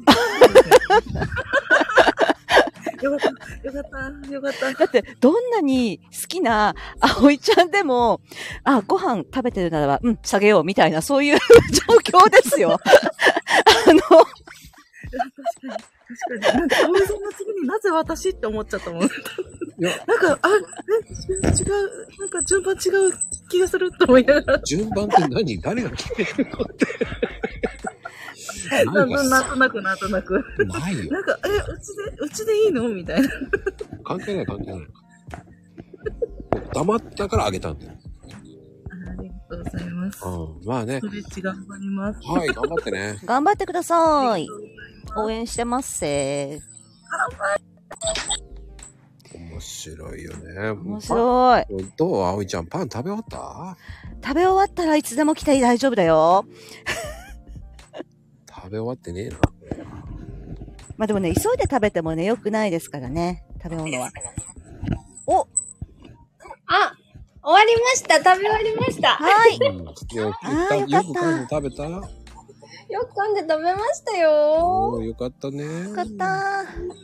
S3: よかった、よかった、よかった。
S2: だって、どんなに好きな葵ちゃんでも、あ、ご飯食べてるならば、うん、下げよう、みたいな、そういう 状況ですよ。あの、
S3: 確かに。確かに。なんか、葵さんの次になぜ私って思っちゃったもん。
S1: いや、
S3: なんか、あ、え、違う、なんか順番違う気がすると思いながら、
S1: 順番って何誰が決めるの って。
S3: な
S1: なんん
S3: と
S1: か
S3: な
S1: さ、
S3: く、なんとなく、なんとなく。
S1: ないよ。
S3: なんか、え、うちで、うちでいいのみたいな。
S1: 関係ない関係ない。黙ったからあげたんだよ。
S3: ありがとうございます。
S1: うん。まあね
S3: ス。トレッチ頑張ります。
S1: はい、頑張ってね。
S2: 頑張ってくださ
S3: あり
S2: い
S3: が。とうござます
S2: 応援してますせ
S1: 面白いよね。
S2: 面白い。
S1: どう葵ちゃん、パン食べ終わった
S2: 食べ終わったらいつでも来て大丈夫だよ。
S1: 食べ終わってねえ な。
S2: まあでもね、急いで食べてもね、良くないですからね、食べ物は。お、
S4: あ、終わりました。食べ終わりました。
S2: はい。
S1: うん、よ
S2: あー
S1: よ
S2: よ
S1: く
S2: かった
S1: 噛んで食べた
S4: よく噛んで食べましたよ。
S1: おーよかったね。よ
S2: よかった。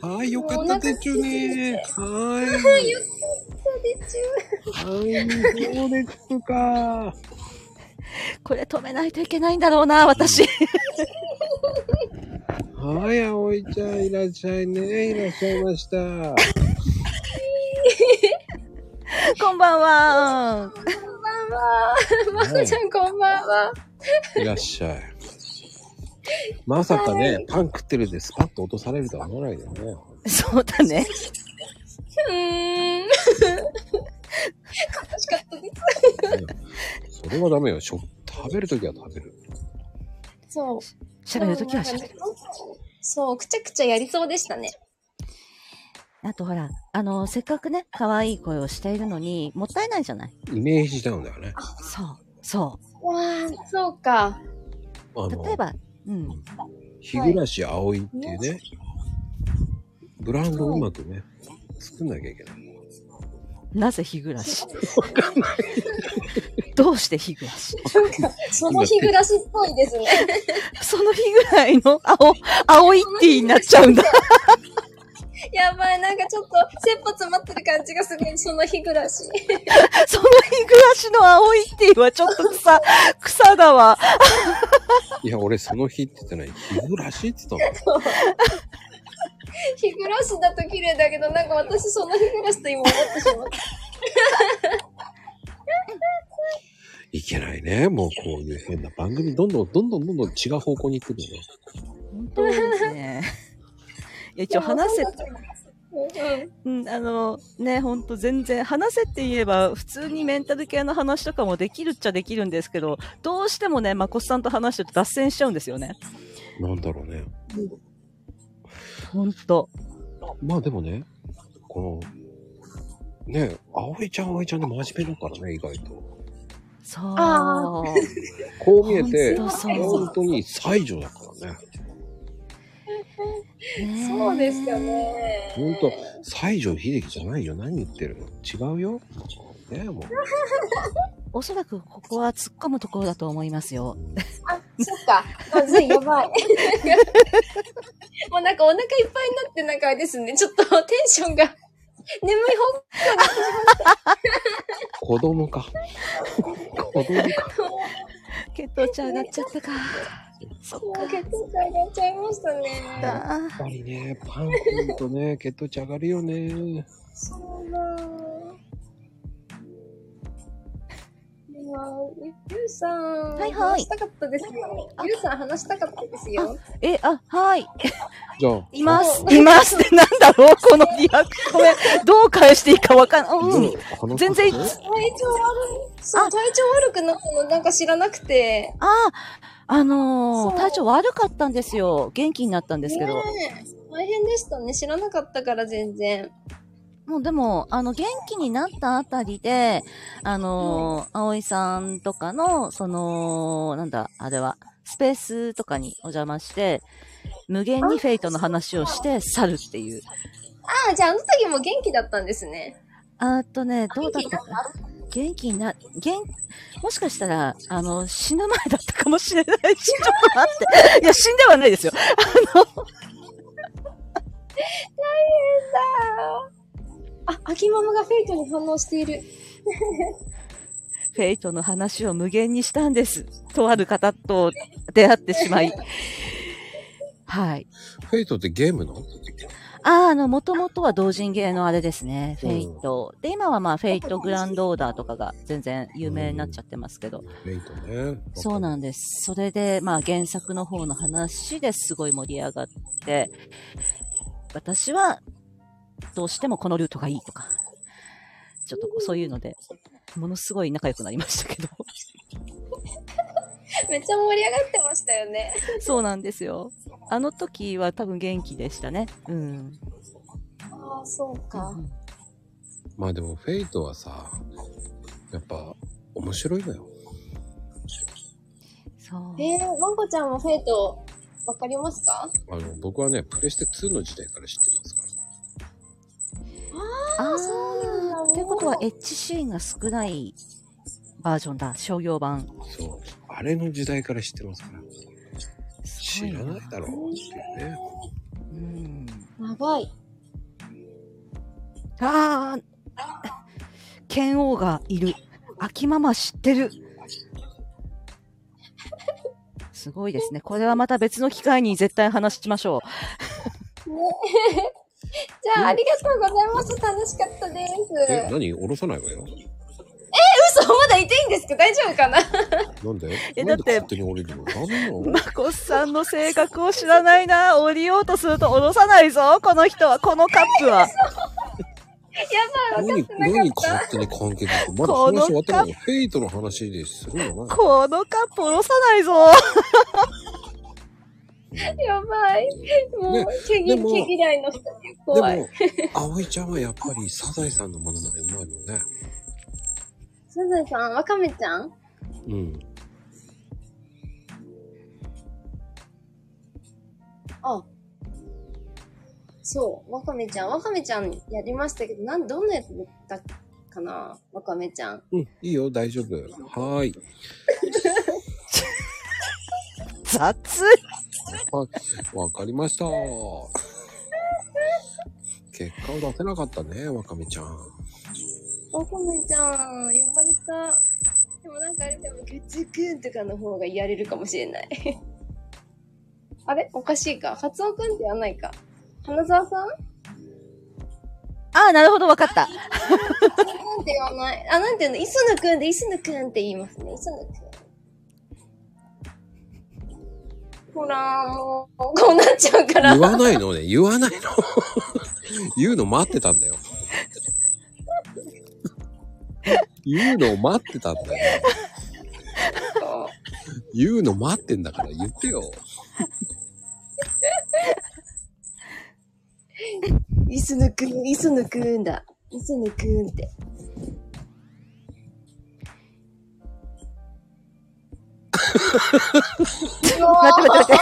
S1: はい、よかったでちゅね。は
S4: そうですよ
S1: い。はい、そうですか。
S2: これ止めないといけないんだろうな、私。
S1: はい、葵ちゃん、いらっしゃいね。いらっしゃいま した。
S2: こんばんは。
S4: こんばんは。ま こちゃん、こんばんは。
S1: いらっしゃい。まさかね、パン食ってるでスパッと落とされるとは思わないよね。
S2: そうだね。
S4: うーん。悲しかったです。
S1: それはダメよ。食食べるときは食べる。
S4: そう。
S2: 喋るときは喋る。
S4: そう、くちゃくちゃやりそうでしたね。
S2: あとほら、あの、せっかくね、可愛い声をしているのに、もったいないじゃない
S1: イメージダウンだよね。
S2: そう。そ
S4: わあ、そうか。
S1: あ
S2: う。例え
S1: の、
S2: ば、うん。
S1: 日暮葵っていうね、ブランドをうまくね、作んなきゃいけない。
S2: なぜ日暮らしどうして日暮らし
S4: その日暮らしっぽいですね。
S2: その日ぐらいの青、青いティーになっちゃうんだ。
S4: やばい、なんかちょっと、切羽詰まってる感じがすごい、その日暮らし。
S2: その日暮らしの青いティーはちょっと草、草だわ。
S1: いや、俺その日って言ってない。日暮らしって言ったの。
S4: 日暮らしだと綺麗だけど、なんか私その日暮らしと今思ってしまった。
S1: いけないね。もうこういう変な番組、どんどんどんどんどんどん違う方向に行ってるよね。
S2: 本当ですね。いや、一応話せ、
S4: うん。
S2: うん、あの、ね、ほんと全然、話せって言えば、普通にメンタル系の話とかもできるっちゃできるんですけど、どうしてもね、まこさんと話してると脱線しちゃうんですよね。
S1: なんだろうね。
S2: ほんと。
S1: まあでもね、この、ね、葵ちゃん葵ちゃんで真面目だからね、意外と。
S2: そう。
S4: あ
S1: こう見えて、
S2: 本当そう
S1: 本当に最女だからね。
S2: ね
S4: そうですよね。
S1: 本当西城秀樹じゃないよ。何言ってるの違うよ。ねえ、もう。
S2: おそらくここは突っ込むところだと思いますよ。
S4: あ、そっか。まずい、やばい。 もうなんかお腹いっぱいになって、なんかあれですね。ちょっとテンションが、 眠い
S1: 子供か。子供か。
S2: 血糖値上がっちゃったか。そ
S4: 方向が結構上がっちゃいましたね。
S2: だ。
S1: やっぱりね、パン食うとね、血糖値上がるよね。
S4: そうだ。いやゆうさん、
S2: はいはい
S4: 話したかったですよ。ゆうさん話したかったですよ。
S2: え、あ、はい。
S1: じゃあ。
S2: います。いますってなんだろう このリアクション。どう返していいかわかん、うん。
S1: うん
S2: 全然
S4: 体調悪い。そう、体調悪くなったのなんか知らなくて。
S2: あ、あの
S4: そ
S2: ー、
S4: う
S2: 体調悪かったんですよ。元気になったんですけど。
S4: ねえ大変でしたね。知らなかったから全然。
S2: もうでも、あの、元気になったあたりで、あのー、葵さんとかの、その、なんだ、あれは、スペースとかにお邪魔して、無限にフェイトの話をして去るっていう。
S4: ああ、じゃああの時も元気だったんですね。
S2: あーっとね、どうだ
S4: 元
S2: っ
S4: 気
S2: た
S4: だ
S2: か。元気にな、元、もしかしたら、あの、死ぬ前だったかもしれないし、ちょ っと待って。いや、死んではないですよ。
S4: あ、秋ママがフェイトに反応している。
S2: フェイトの話を無限にしたんです。とある方と出会ってしまい。はい。
S1: フェイトってゲームの
S2: ああ、あの、もともとは同人芸のあれですね。フェイト。で、今はまあ、フェイトグランドオーダーとかが全然有名になっちゃってますけど。
S1: フェイトね。
S2: そうなんです。それで、まあ原作の方の話ですごい盛り上がって、私はどうしてもこのルートがいいとか、ちょっとこうそういうので、ものすごい仲良くなりましたけど。
S4: めっちゃ盛り上がってましたよね。
S2: そうなんですよ。あの時は多分元気でしたね。うん。
S4: ああ、そうか。
S1: まあでもフェイトはさ、やっぱ面白いのよ。
S2: そう。
S4: えー、マンコちゃんもフェイト、わかりますか
S1: あの、僕はね、プレステ2の時代から知ってますから。
S2: あ
S4: そうなんだ
S2: あ。ということはエッジシーンが少ないバージョンだ。商業版。
S1: そう。あれの時代から知ってますから。
S2: すご
S1: 知らないだろうっていうね。
S2: うん。
S4: 長い。
S2: ああ、剣王がいる。秋ママ知ってる。すごいですね。これはまた別の機会に絶対話しましょ
S4: じゃあ、ありがとうございます。楽しかったです。
S1: え、何下ろさないわよ。
S4: 嘘まだいていいんですか大丈夫かな
S1: なんで
S2: え
S1: なん
S2: だっ
S1: で
S2: て
S1: 勝手に降りるのダメな
S2: う。
S1: の
S2: まこさんの性格を知らないな。降りようとすると降ろさないぞ。この人は、このカップは。
S4: やば
S1: 何、
S4: い、分かってな
S1: 何
S4: かった。
S1: 勝手に関係なく。まだ
S2: この
S1: 話終わってないよ。フェイトの話でするのな
S2: このカップ下ろさないぞ
S4: やばい。も
S1: ね
S4: う、毛
S1: で
S4: 嫌
S1: も
S4: 毛嫌いの人
S1: い。
S4: に
S1: で
S4: 怖い。
S1: も、葵ちゃんはやっぱりサザエさんのものまでうまいもんね。
S4: サザエさん、ワカメちゃん
S1: うん。
S4: あ。そう、ワカメちゃん。ワカメちゃんやりましたけど、なん、どんなやつだったかなワカメちゃん。
S1: うん、いいよ、大丈夫。はーい。
S2: 雑
S1: はい、 わかりました。結果を出せなかったね、わかめちゃん。
S4: ワカメちゃん、呼ばれた。でもなんかあれでも、グッズくんとかの方がやれるかもしれ ない。あれおかしいか。カツオくんってやんないか。花沢さ
S2: あ
S4: ん
S2: あ、なるほど、わかった。
S4: なんて言わない。あ、なんて言うの磯野くんで磯野くんって言いますね。磯野くん。ほら、もう、こうなっちゃうから。
S1: 言
S4: も
S1: わないのね、言わないの。 言うの待ってたんだよ。 言うのを待ってたんだよ。
S4: う
S1: 言うの待ってんだから言ってよ。
S4: 磯野くん、磯野くんだ。磯野くんって。うわ
S2: 待って待って待っ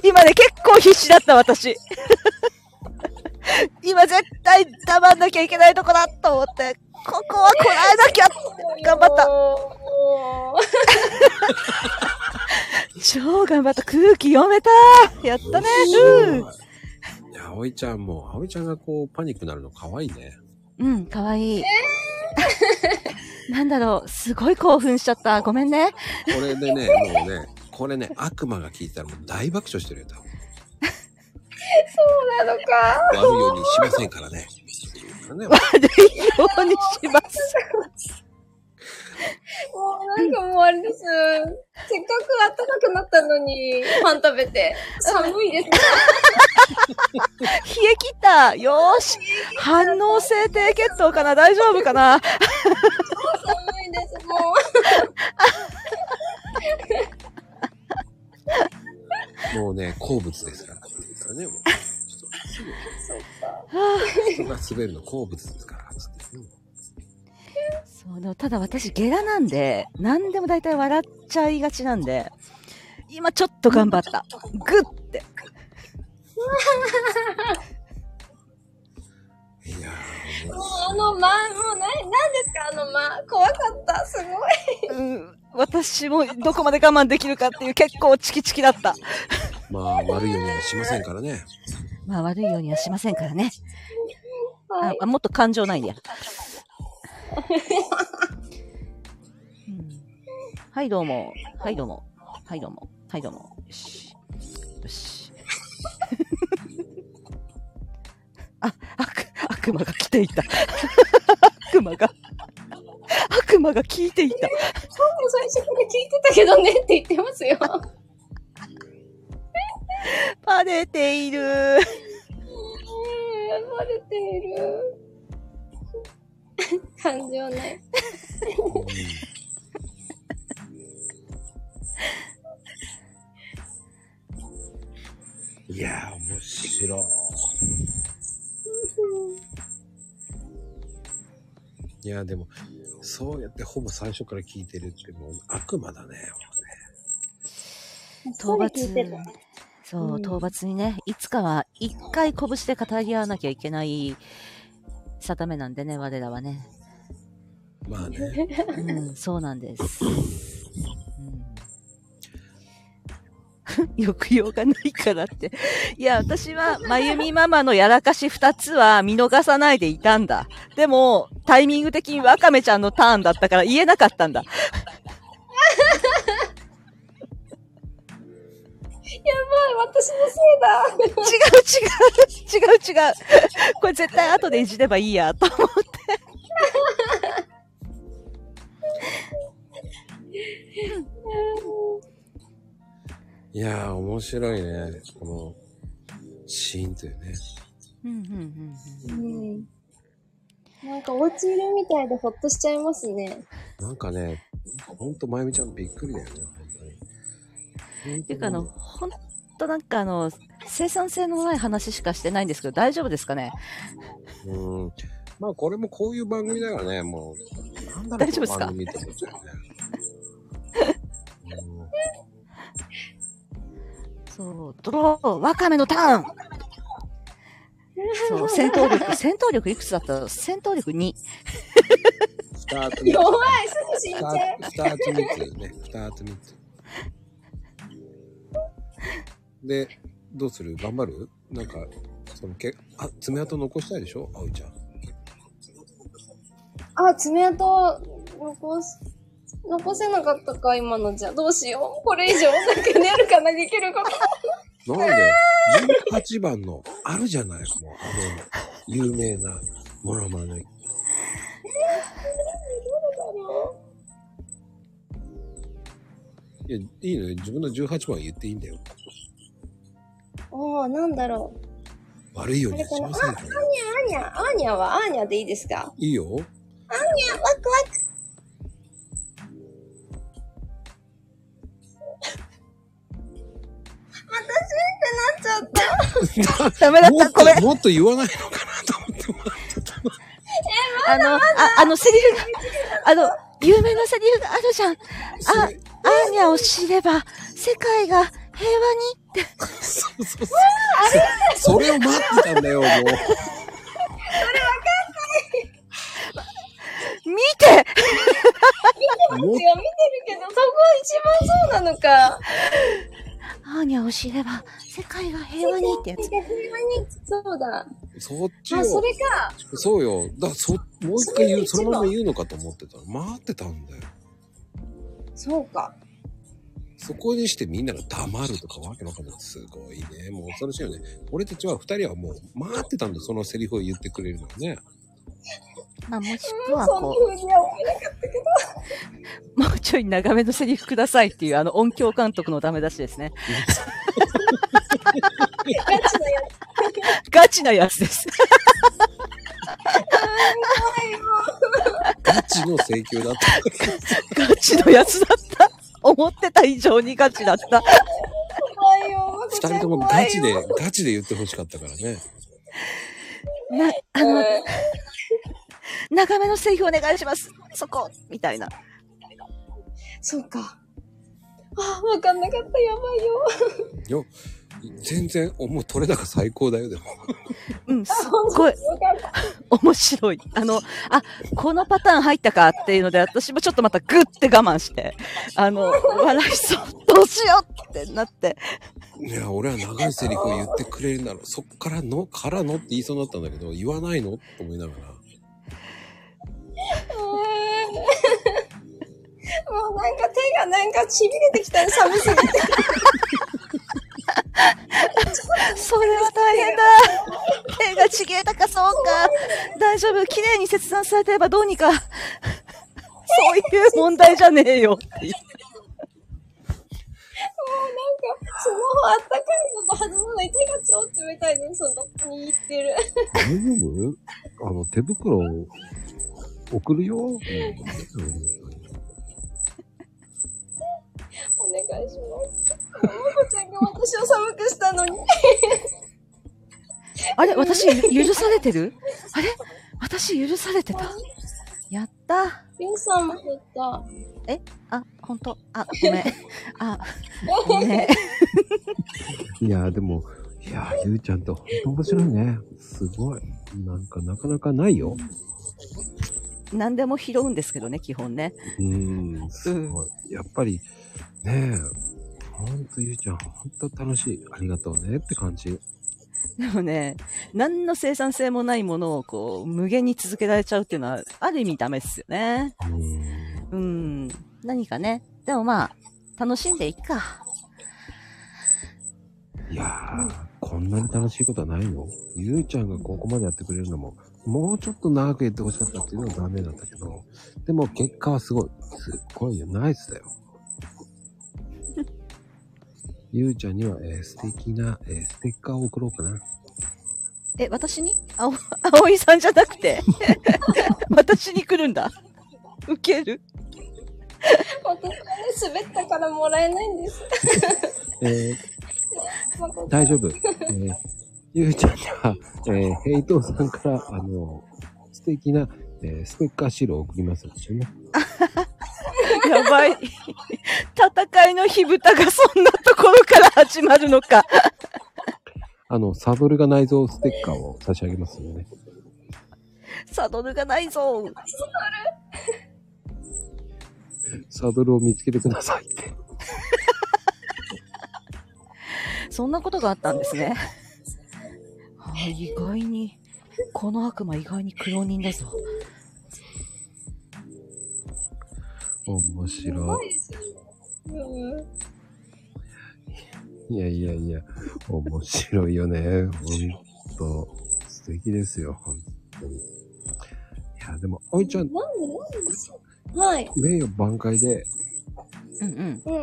S2: て。 今ね、結構必死だった、私。 今絶対黙んなきゃいけないとこだと思って、ここはこらえなきゃ頑張った。
S4: た。
S2: 超頑張った。空気読めた。やったね。
S1: いや、葵ちゃんも、葵ちゃんがこう、パニックになるの可愛いね。
S2: うん、うんかわいい。 なんだろう、すごい興奮しちゃった。ごめんね。
S1: これでね、もうね、これね、悪魔が聞いたらもう大爆笑してるよ、多分。
S4: そうなのか。
S1: 悪いようにしませんからね。ね
S2: 悪いようにします。
S4: もうなんかもうあれです。せっかく暖かくなったのに、パン食べて。寒いですね。
S2: 冷え切った。よーし。反応性低血糖かな大丈夫かな
S4: 寒いです、もう。
S1: もうね、好物ですから。からね、もう。ちょっとすぐ人が滑るの好物ですから。つってうん
S2: そうでもただ私ゲラなんで何でも大体笑っちゃいがちなんで今ちょっと頑張ったグッて
S1: いや
S4: もうあの間、もうな、なんですかあの間。怖かった。す
S2: う
S4: ごい。
S2: ん私もどこまで我慢できるかっていう結構チキチキだった
S1: ー、まあ悪いようにはしませんからね。
S2: まあ悪いようにはしませんからねああもっと感情ないんだよ、うんはいどうもはいどうもはいどうもはいどうもよしよしあ悪悪魔が来ていた悪魔が、悪魔が聞いていた。
S4: 多分最初から聞いてたけどねって言ってますよ。
S2: バレている。
S4: うんバレている。感情ない。
S1: いやー、面白い。いやー、でも、そうやってほぼ最初から聞いてるってもう悪魔だね。
S2: 討
S4: 聞いてた
S2: 伐。そう、
S4: うん
S2: 討伐にね、いつかは一回拳で語り合わなきゃいけない定めなんでね、我らはね。
S1: まあね。
S2: うん、そうなん です。うん、抑揚がないから って。いや、私は、まゆみママのやらかし二つは見逃さないでいたんだ。でも、タイミング的にワカメちゃんのターンだったから言えなかったんだ。
S4: やばい、私のせいだ。
S2: 違う違う違う違うこれ絶対後でいじればいいやと思って
S1: いやー、面白いね。この、シーンというね。
S2: うんうんうん
S4: うん。なんかお家いるみたいでほっとしちゃいますね。
S1: なんかね、ほんと、まゆみちゃんびっくりだよね、本当に。
S2: うん。っていうかあの、ほんとなんかあの、生産性のない話しかしてないんですけど、大丈夫ですかね
S1: うん。まあ、これもこういう番組だからね、もう、なんだろう、
S2: 大丈夫っすか
S1: この番組って思っちゃうよね。うん
S2: そう、ドロー、ワカメのターンそう、戦闘力、戦闘力いくつだった戦闘力2。
S1: スタート
S4: 弱い、すぐ死ん
S1: ス
S4: じ
S1: タ
S4: ゃ
S1: ート、スタートミツね。スタートミツ。で、どうする頑張るなんか、そのけ、あ、爪痕残したいでしょ葵ちゃん。
S4: う。あ、爪痕、残す、残せなかったか、今のじゃ。どうしよう。これ以上、なんかやるかな、できること。
S1: なんで、18番の、あるじゃないもう、あの、有名な、モノマネ。いや、いいのよ。自分の18番言っていいんだよ。
S4: おー、なんだろう。
S1: 悪いようにはしません
S4: あ
S1: から。
S4: アーニャ、アーニャは、アーニャでいいですか
S1: いいよ。
S4: アーニャ、ワクワク。また死んってなっちゃった。
S2: ダメだっ
S1: も
S2: た、
S1: っ
S2: ごめん。
S1: と、もっと言わないのかなと思って。
S2: あの、あ、あのセリフが、あの、有名なセリフがあるじゃん。あ、アーニャを知れば、世界が平和に。
S1: そうそうそう。それを待ってたんだよ、もう。
S2: 見て
S1: もっ
S4: いや、見てるけど、そこ一番そうなのか。
S2: アーニャを知れば、世界が平和にってやつ。
S4: 平和に、そうだ。
S1: そっち
S4: あ、そ
S1: を。
S4: れか。
S1: そうよ。だそ、もう一回言う、
S4: そ
S1: そ
S4: れ
S1: の
S4: が一番
S1: まま言うのかと思ってたの。待ってたんだよ。
S4: そうか。
S1: そこにしてみんなが黙るとかわけのかんない。すごいね。もう恐ろしいよね。俺たちは二人はもう待ってたんだよ。そのセリフを言ってくれるのをね。
S2: まあ、もしく
S4: そんな
S2: は、こ
S4: 風には思えなかったけど。
S2: う、もうちょい長めのセリフくださいっていう、あの、音響監督のダメ出しですね。
S4: ガチのやつ。
S2: ガチなやつです。
S1: ガチの請求だった。
S2: ガチのやつだった。思ってた以上にガチだった。
S4: 怖いよ。まこち
S1: 二
S4: ゃん
S1: 人ともガチで、ガチで言ってほしかったからね。
S2: な、あ
S4: 怖い
S2: の、
S4: よ
S2: 長めのセリフお願いします。そこ、みたいな。
S4: そうか。あ、わかんなかった。やばいよ。
S1: よ、全然、おもう取れ高最高だよ、でも。
S2: うん、すっごい
S4: わかんない
S2: 面白い。あの、あ、このパターン入ったかっていうので、私もちょっとまたグッて我慢して、あの、笑いそう、どうしようってなって、
S1: いや、俺は長いセリフを言ってくれるなら、そっからの、からのって言いそうになったんだけど、言わないのと思いながら。
S4: もうなんか手がなんか痺れてきた寒すぎて。
S2: それは大変だ手がちぎれたか、そうか。大丈夫、綺麗に切断されてればどうにか。そういう問題じゃねえよっていう。
S4: なんか、スマホあったかいのが外さない。手が超冷たいの、その、握ってる。
S1: 大丈夫あの、手袋を送るよ。うん
S4: お願いします。もこちゃんが私を寒くしたのに。
S2: あれ私、許されてるあれ私、許されてた。やった。
S4: りょうさんも減った。
S2: あ、ほんと。あ、ごめん。あ、ごめん。
S1: いや、でも、いや、ゆうちゃんってほんと面白いね。すごい。なんか、なかなかないよ。
S2: 何でも拾うんですけどね、基本ね。
S1: うん、すごい。やっぱり、ねえ、ほんとゆうちゃん、ほんと楽しい。ありがとうねって感じ。
S2: でもね、何の生産性もないものをこう、無限に続けられちゃうっていうのは、ある意味ダメですよね。
S1: うん。
S2: うん。何かね。でもまあ、楽しんでいっか。
S1: いやー、こんなに楽しいことはないよ。ゆうちゃんがここまでやってくれるのも、もうちょっと長くやってほしかったっていうのはダメだったけど、でも結果はすごい。すっごいよ。ナイスだよ。ゆうちゃんには、えー素敵な、えーステッカーを送ろうかな。
S2: え、私に あお、あおいさんじゃなくて 私に来るんだ。受ける
S4: 私はね、滑ったからもらえないんです。
S1: え
S4: まこ
S1: ー大丈夫。えーゆうちゃんには、えー、ヘイトさんから、あの、素敵な、えーステッカーシールを送りますしね。
S2: やばい。戦いの火蓋がそんなところから始まるのか。
S1: あの、サドルが内蔵ステッカーを差し上げますのでね。
S2: サドルがないぞ。
S1: サドルを見つけてくださいって。
S2: そんなことがあったんですね。 あー意外に、この悪魔意外に苦労人だぞ。
S1: 面白い。
S4: うん。
S1: いやいやいや、面白いよね。ほんと、素敵ですよ、ほんとに。いや、でも、おいちゃん、
S4: なんでなんでしょうはい。
S1: 名誉挽回で、
S2: うんうん。
S4: うん。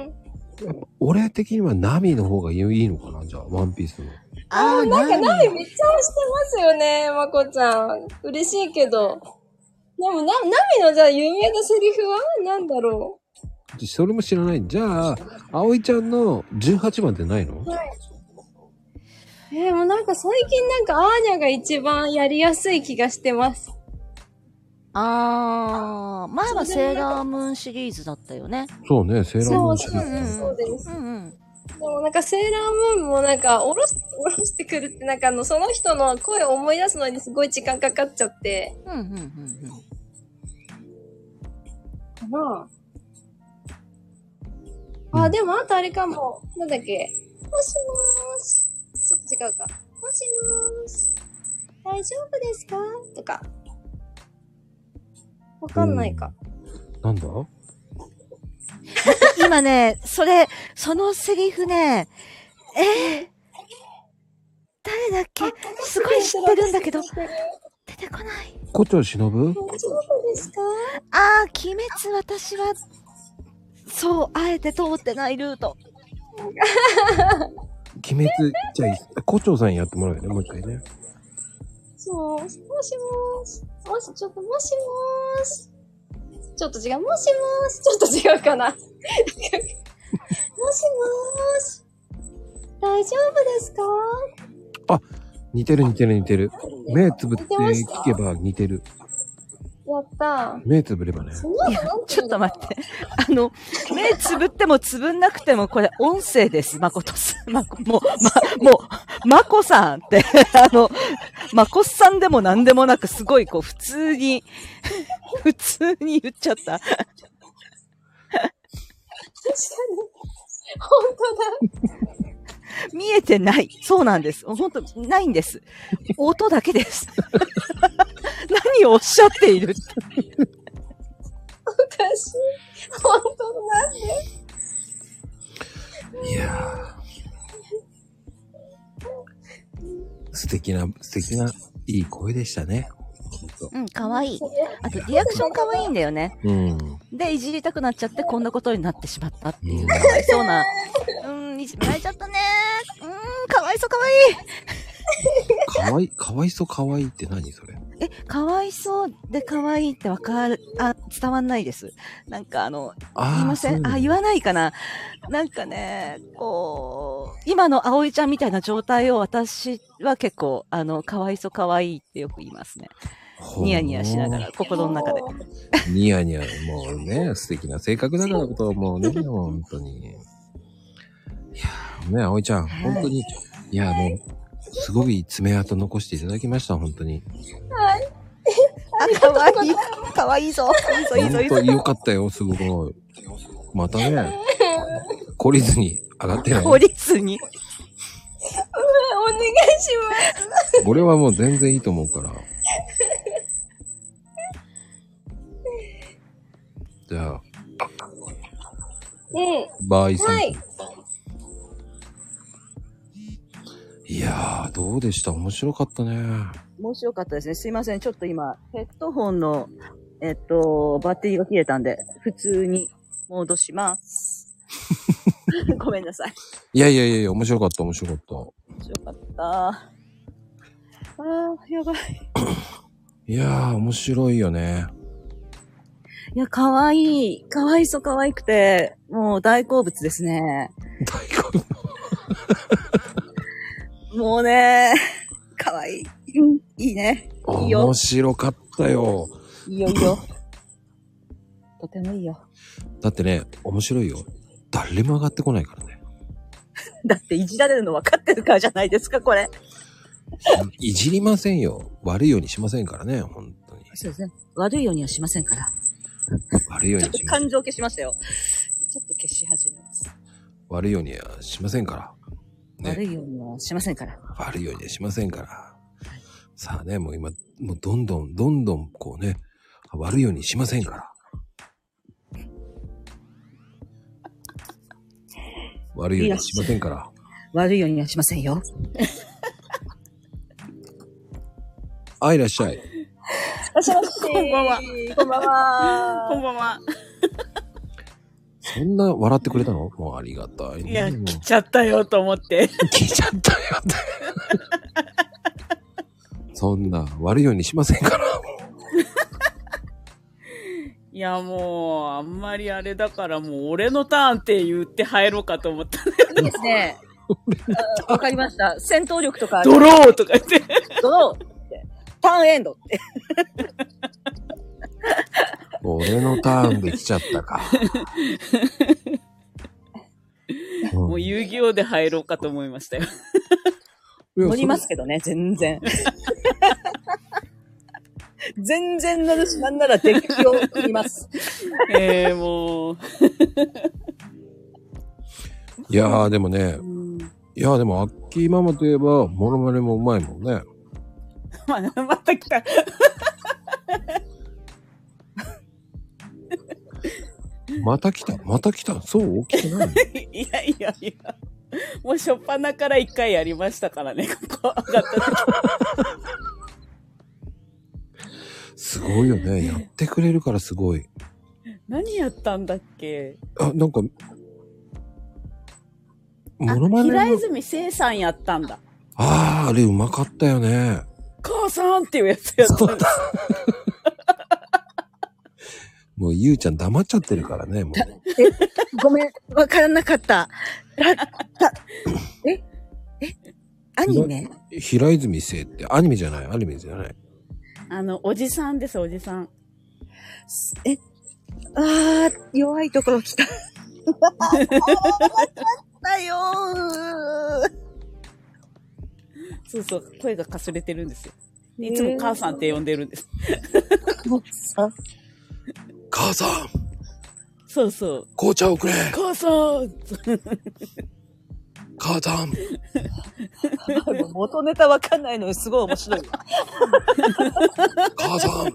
S1: やっぱ俺的にはナミの方がいいのかなじゃあ、ワンピースの。
S4: あー、なんか
S2: な
S4: 鍋めっちゃ押してますよね、まこちゃん。嬉しいけど。でも、な、鍋のじゃあ有名なセリフはなんだろ
S1: それも知らない。じゃあ、葵ちゃんの18番ってないの
S4: うはい。えー、もうなんか最近なんかアーニャが一番やりやすい気がしてます。
S2: あー、前はセーラームーンシリーズだったよね。
S1: そうね、セーラームーンシリ
S4: そう
S1: ーズ
S4: そうそうです
S2: う。んうん。
S4: でもなんかセーラームーンもなんか、おろす、おろしてくるってなんかあの、その人の声を思い出すのにすごい時間かかっちゃって。
S2: うんうんうんうん。
S4: かなあ、でもあとあれかも。なんだっけ。もしもーし。ちょっと違うか。もしもーし。大丈夫ですかとか。わかんないか。
S1: なんだう
S2: 今ね、それ、そのセリフね、えー、誰だっけすごい知ってるんだけど、
S4: 知ってる
S2: 出てこない。
S1: 胡蝶忍
S4: 大丈夫ですか
S2: あー、鬼滅私は、そう、あえて通ってないルート。
S1: 鬼滅、じゃあ、胡蝶さんやってもらうよね、もう一回ね。
S4: そう。もしもーし。もし、ちょっと、もしもーし。ちょっと違う。もしもーし。ちょっと違うかな。 もしもーし。大丈夫ですか
S1: 似てる似てる似てる。目つぶって
S4: 似てました
S1: 聞けば似てる。
S4: やった
S1: 目つぶればね
S4: ー。。その後なんて
S2: ちょっと待って。 あの、目つぶってもつぶんなくても、これ音声です。まことさん。まこ、もう、ま、もう、まこさんって、 あの、まこさんでも何でもなく、すごい、こう、普通に、 普通に言っちゃった。
S4: 確かに。本当
S2: 見えてない。そうなんです。本当ないんです。音だけ です。何をおっしゃっている
S4: だ。おかしい。本当だ。なんで
S1: いやー。素敵な、素敵な、いい声でしたね。ほんと
S2: うん、かわいい。あと、リアクションかわいいんだよね。
S1: うん。
S2: で、いじりたくなっちゃって、こんなことになってしまったっていうう、
S1: ん
S2: かわいそうな。うん、いじられちゃったねー。うーん、かわいそうかわいい。
S1: かわい、かわいそうかわいいって何それ。
S2: え、かわいそうでかわいいってわかる、あ、伝わんないです。なんかあの、
S1: ああ。
S2: 言いませ
S1: そうんな
S2: あ、
S1: だ
S2: 言わないかな。なんかね、こう、今の葵ちゃんみたいな状態を私は結構、あの、かわいそうかわいいってよく言いますね。ニヤニヤしながら、心の中で。
S1: ニヤニヤ、もうね、素敵な性格だからと思うね、本当に。いやー、ね、葵ちゃん、
S2: はい
S1: 本当に、い、や、もう、すごい爪痕残していただきました、本当に。
S2: あ、かわいい。かわいいぞ。いいぞ、いいぞ、
S1: 本
S2: いい
S1: 当
S2: ぞ。
S1: に良かったよ、すごく。またね、懲りずに上がってない。
S2: 懲りずに。
S4: お願いします。
S1: 俺はもう全然いいと思うから。じゃあ、
S4: う
S1: バイさん。
S4: はい
S1: い、やー、どうでした面白かったね。
S2: 面白かったですね。すいません。ちょっと今、ヘッドホンの、えっと、バッテリーが切れたんで、普通に戻します。 ごめんなさい。
S1: いやいやいやいや、面白かった、面白かっ
S2: 面白かった。
S5: ああ、やばい。
S1: いやー、面白いよね。
S2: いや、かわいい。かわいそう、かわいくて、もう大好物ですね。
S1: 大好物。
S2: もうね、かわいい。うんいいね。いいよ
S1: 面白かったよ。
S2: いいよ、いいよ。とてもいいよ。
S1: だってね、面白いよ。誰も上がってこないからね。
S2: だって、いじられるの分かってるからじゃないですか、これ。
S1: いじりませんよ。悪いようにしませんからね、本当に。
S2: そうですね。悪いようにはしませんから。
S1: 悪いよう
S2: ちょ
S1: に
S2: っと
S1: しま、
S2: 感情消しましたよ。ちょっと消し始めます。
S1: 悪いようにはしませんから。
S2: 悪
S1: ね。
S2: いようにはしませんから。
S1: 悪いようにはしませんから。さあね、もう今、もうどんどん、どんどんこうね、悪いようにしませんから。悪いようにはしませんから。
S2: 悪いようにはしませんよ。
S1: あ、いらっしゃい。
S6: こんばんは。
S2: こんばんは
S6: こんばんは。
S1: そんな笑ってくれたのもうありがたい、ね。
S6: いや、
S1: もう
S6: 来ちゃったよと思って。
S1: 聞いちゃったよっ て。そんな悪いようにしませんから。
S6: いや、もう、あんまりあれだから、もう俺のターンって言って入ろうかと思った。
S2: いいです ね。あわかりました。戦闘力とか、
S6: ドローとか言って。
S2: ドローって、ターンエンドって。
S1: 俺のターンで来ちゃった か。うん
S6: もう
S1: い
S6: 遊戯王で入ろうかと思いましたよ。
S1: や
S2: 乗りますけど ね、全然。全然乗るし、なんならデッキを組みます。
S6: えー、もう。
S1: それいやーでもね、いやーでもアッキーママといえば、モノマネもうまいもんね。
S6: まあ、また来た。
S1: また来たまた来たそう来てない の
S6: いやいやいや。もう初っ端から一回やりましたからね、ここ上がった時。
S1: すごいよね。やってくれるからすごい。
S6: 何やったんだっけ
S1: あ、なんか、モノ
S6: あ
S1: マネ
S6: 平
S1: の。
S6: 泉聖さんやったんだ。
S1: ああ、あれうまかったよね。
S6: 母さんっていうやつやったんだ。
S1: もうゆうちゃん黙っちゃってるからね、もうね。
S2: ごめん、わからなかった。ええアニメ
S1: 平泉聖ってアニメじゃない、アニメじゃない。
S6: あの、おじさんです、おじさん。
S2: えあー、弱いところ来 た。だよー
S6: そうそう、声がかすれてるんですよ。でいつも母さんって呼んでるんです。
S1: 母さん
S6: そうそう。
S1: 紅茶をくれ
S6: 母さん
S1: 母さん
S2: 元ネタわかんないのにすごい面白い。
S1: 母さん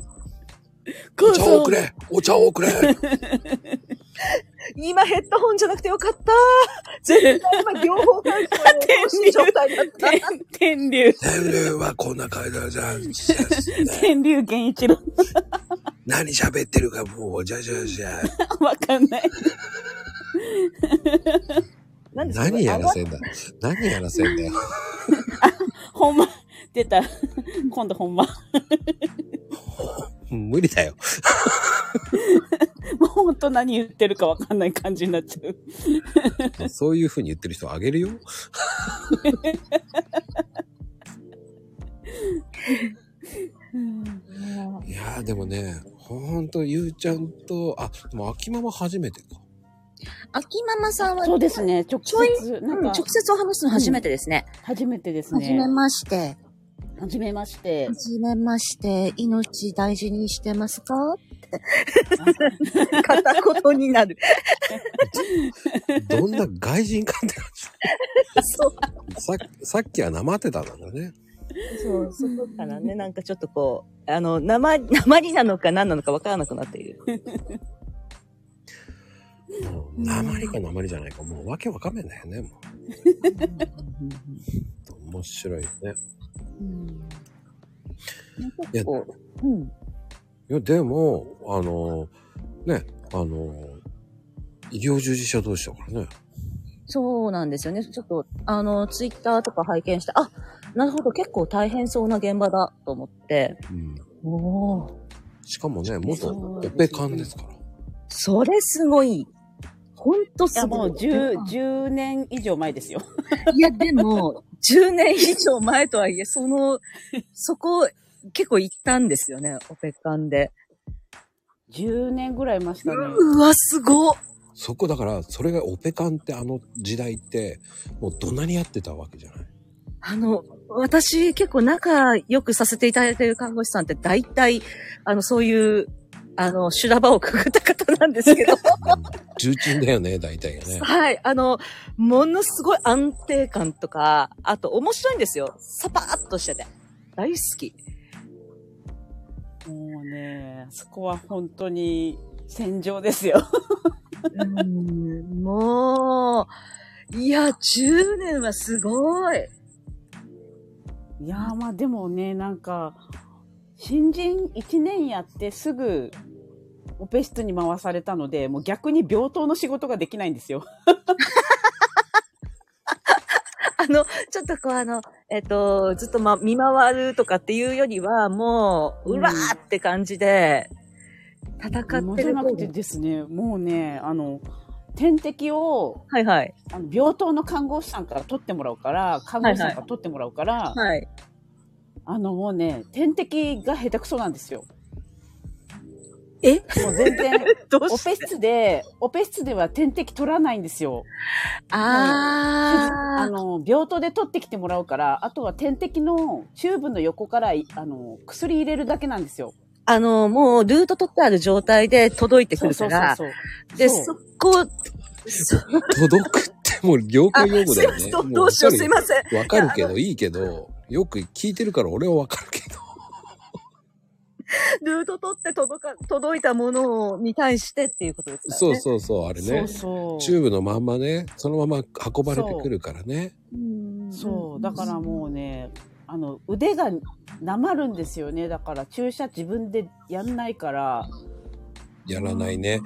S6: 母さん
S1: れお茶をくれ
S2: 今ヘッドホンじゃなくてよかった。絶対今両方関係 欲しい状態だった。
S6: 天竜、
S1: 天竜はこんな階段じゃん。
S6: 天竜源一郎。
S1: 何喋ってるかもう、じゃじゃじゃ。
S6: わかんない。
S2: 何ですか
S1: 何やらせんだ何やらせんだよ。
S6: ほんま、出た。今度ほんま。
S1: 無理だよ。
S6: もうほんと何言ってるかわかんない感じになっちゃう。
S1: そういう風に言ってる人あげるよ。いやーでもね、ほんとゆうちゃんと、あ、でも秋ママ初めてか。
S2: 秋ママさんは、
S6: そうですね、直
S2: ちょい
S6: 接、なんか
S2: 直、接お話すの初めてですね。
S6: 初めてです
S7: はじめ
S6: ね。
S7: まして。
S6: 初めまして
S7: は。じめまして。命大事にしてますか
S2: 片言になる。
S1: どんな外人かって
S2: そう。
S1: ささっきはなまってたんだね。
S2: そう、そこからね、なんかちょっとこう、あの、なま、なまりなのか何なのかわからなくなっている。
S1: もう鉛か鉛じゃないか、もうわけわかめないよね、もう。面白いよね。いや、
S2: こううん。
S1: いやでも、あの、ね、あの、医療従事者同士だからね。
S2: そうなんですよね。ちょっと、あの、ツイッターとか拝見して、あ、なるほど、結構大変そうな現場だと思って。
S1: うん。
S2: おー
S1: しかもね、元オペカンですから。
S2: それすごい。ほんと
S6: いや、
S2: す
S6: も
S2: ご
S6: う
S2: い。
S6: 10、10年以上前ですよ。
S2: いや、でも、10年以上前とはいえ、その、そこ、結構行ったんですよね、オペカンで。
S6: 10年ぐらいましたね。
S2: うわ、すごっ
S1: そこだから、それがオペカンってあの時代って、もう怒鳴り合ってたわけじゃない。
S2: あの、私結構仲良くさせていただいてる看護師さんって大体、あの、そういう、あの、修羅場をくぐった方なんです けど、
S1: うん重鎮だよね、大体がね。
S2: はい、あの、ものすごい安定感とか、あと面白いんですよ。サパーっとしてて。大好き。
S6: もうね、そこは本当に戦場ですよ。
S2: うんもう、いや、10年はすごい。
S6: いやーまあでもね、なんか、新人1年やってすぐ、オペ室に回されたので、もう逆に病棟の仕事ができないんですよ。
S2: あの、ちょっとこうあの、えっ、と、ずっとま、見回るとかっていうよりは、もう、
S6: うん
S2: うらーって感じで、戦ってる
S6: も
S2: 方
S6: う
S2: が。
S6: じゃなくてですね、もうね、あの、点滴を、
S2: はいはい。
S6: あの病棟の看護師さんから取ってもらうから、看護師さんから取ってもらうから、
S2: はい。
S6: あのもうね、点滴が下手くそなんですよ。
S2: え
S6: もう全然、
S2: どう
S6: オ
S2: し
S6: ペ室で、オペ室では点滴取らないんですよ。あ
S2: あー。
S6: の、病棟で取ってきてもらうから、あとは点滴のチューブの横から、いあの、薬入れるだけなんですよ。
S2: あの、もう、ルート取ってある状態で届いてくるから、
S6: そう
S2: で、
S6: そう
S2: そこ、
S1: 届くってもう了解
S2: あ、
S1: 用語だよ
S2: す
S1: ね
S2: いませ。ん、
S1: も
S2: どうしよう、すい
S1: わか
S2: ません。
S1: るわかるけど、いいけど、よく聞いてるから俺はわかるけど。
S2: ルート取って届か、届いたものに対してっていうことですから
S1: そう
S2: ね。
S1: そうそう、あれ
S6: そ
S1: ね
S6: う。そう。
S1: チューブのまんまね、そのまま運ばれてくるからね。
S2: うん
S6: そう。だからもうね、あの、腕がなまるんですよね。だから注射自分でやんないから、
S1: やらないね。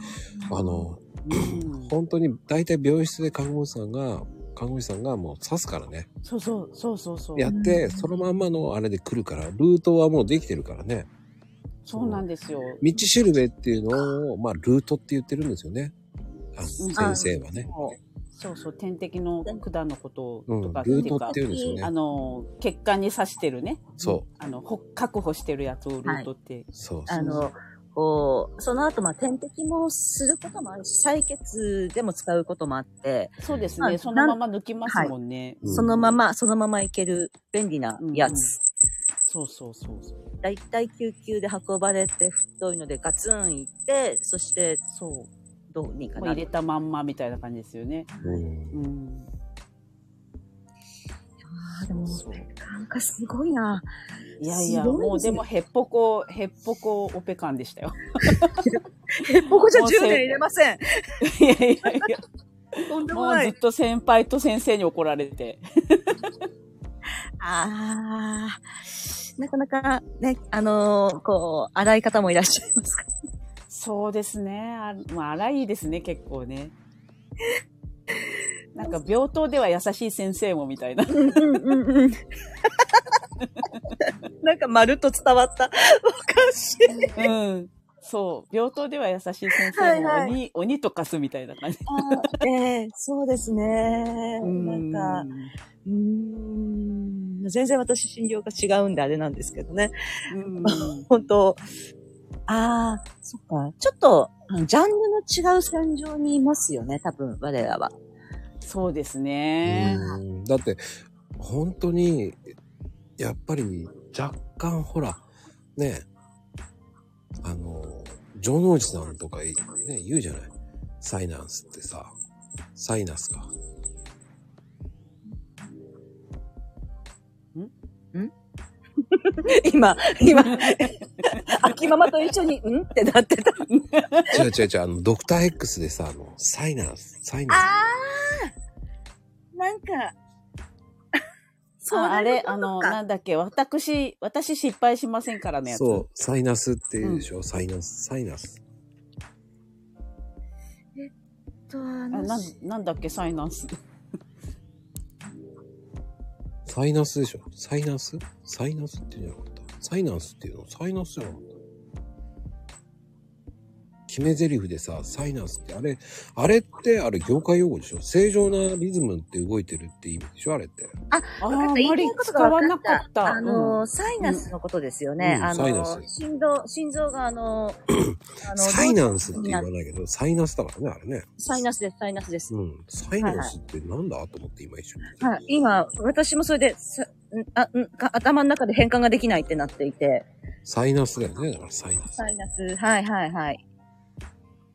S1: あの、
S6: うん
S1: 本当に大体病室で看護師さんが、看護師さんがもう刺すからね。
S6: そうそう、そうそうそう。
S1: やって、そのまんまのあれで来るから、ルートはもうできてるからね。
S6: そうなんですよ。
S1: 道しるべっていうのを、まあ、ルートって言ってるんですよね。あ
S6: あ
S1: の先生はね。
S6: そうそう、点滴の管のこと
S1: うん、
S6: と
S1: ル
S6: かってい
S1: ー
S6: う
S1: ト
S6: か
S1: って、いうんですよ
S6: あ
S1: ね。
S6: の、血管に刺してるね、
S1: そ
S6: あの、ほ確保してるやつをルートって
S1: う、そう。
S2: あの、こう、その後、まあ、点滴もすることもあるし、採血でも使うこともあって、
S6: そうです
S2: ま
S6: ね。
S2: あ
S6: そのまま抜きますもんね。
S1: うん
S2: そのまま、そのままいける便利なやつ。
S6: そうそうそうそう。
S2: だいたい救急で運ばれて、太いのでガツン行って、そして、
S6: そ
S2: どうに
S6: う。
S2: か
S6: もう
S2: な
S6: 入れ
S2: る。
S6: たまんまみたいな感じですよね。
S1: うん
S6: うん。
S2: あーでも
S6: そう
S2: なんかすごいな。
S6: いやいや、
S2: すごいですね
S6: もうでもヘッポコ、ヘッポコオペ感でした よ。
S2: 僕じゃ
S6: もう
S2: 10
S6: せ
S2: 年入れません。
S6: いやいやいや。
S2: とんでも
S6: もう
S2: な
S6: ずっ
S2: い。
S6: と先輩と先生に怒られて。
S2: あー。なかなかね、あのーこう、洗い方もいらっしゃいますか
S6: そうですね。あまあ、荒いですね、結構ね。 なんか、病棟では優しい先生もみたい な。
S2: うんうんうんうん。 なんかまるっと伝わった。おかしい。
S6: うん。そう。病棟では優しい先生も鬼、
S2: はい
S6: 鬼と化すみたいな感じ。
S2: ええそうですね。なんか、うーん。全然私診療が違うんであれなんですけどね。
S6: うん。
S2: 本当ああ、そっか。ちょっと、うんジャンルの違う戦場にいますよね、多分、我らは。
S6: そうです
S1: う
S6: ね。
S1: んだって、本当に、やっぱり若干ほら、ねあの、城之内さんとか、ね、言うじゃないサイナンスってさ、サイナス か。
S2: 今、 今、秋ママと一緒に、んってなってた。
S1: 違う違う違う、あの、ドクター X でさ、あの、サイナス、サイナス。
S2: ああなんか、そう
S6: ああ
S2: れ
S6: れ、あの、なんだっけ、私、私失敗しませんからのやつ。
S1: そう、サイナスって言うでしょ、サイナス、サイナス。
S2: とあ
S6: あ
S2: の
S6: なんなんだっけ、サイナンス。
S1: サイナスでしょサイナスサイナスって言うんじゃなかった。サイナスっていうのサイナスじゃなかった。決め台詞でさ、サイナスって、あれ、あれって、あれ業界用語でしょ正常なリズムって動いてるって意味でしょあれって。
S6: あ
S2: わかった
S6: ーあ
S2: 言
S6: ま
S2: いた
S6: り
S2: いこと
S6: 使
S2: が
S6: わ
S2: 分
S6: な
S2: か
S6: か
S2: っ。
S6: ったた。
S2: あのー、サイナスのことですよね。
S1: うん
S2: あの
S1: サイナス
S2: ー、心臓、心臓があ のー、あの
S1: サイナンスって言わないけど、サイナスだからね、あれね。
S2: サイナスです、サイナスです。
S1: うん。サイナンスってなんだと思って今一瞬。
S2: はい。今、私もそれで、さんあんか頭の中で変換ができないってなっていて。
S1: サイナスだよね。だからサイナス。
S2: サイナス、はいはいはい。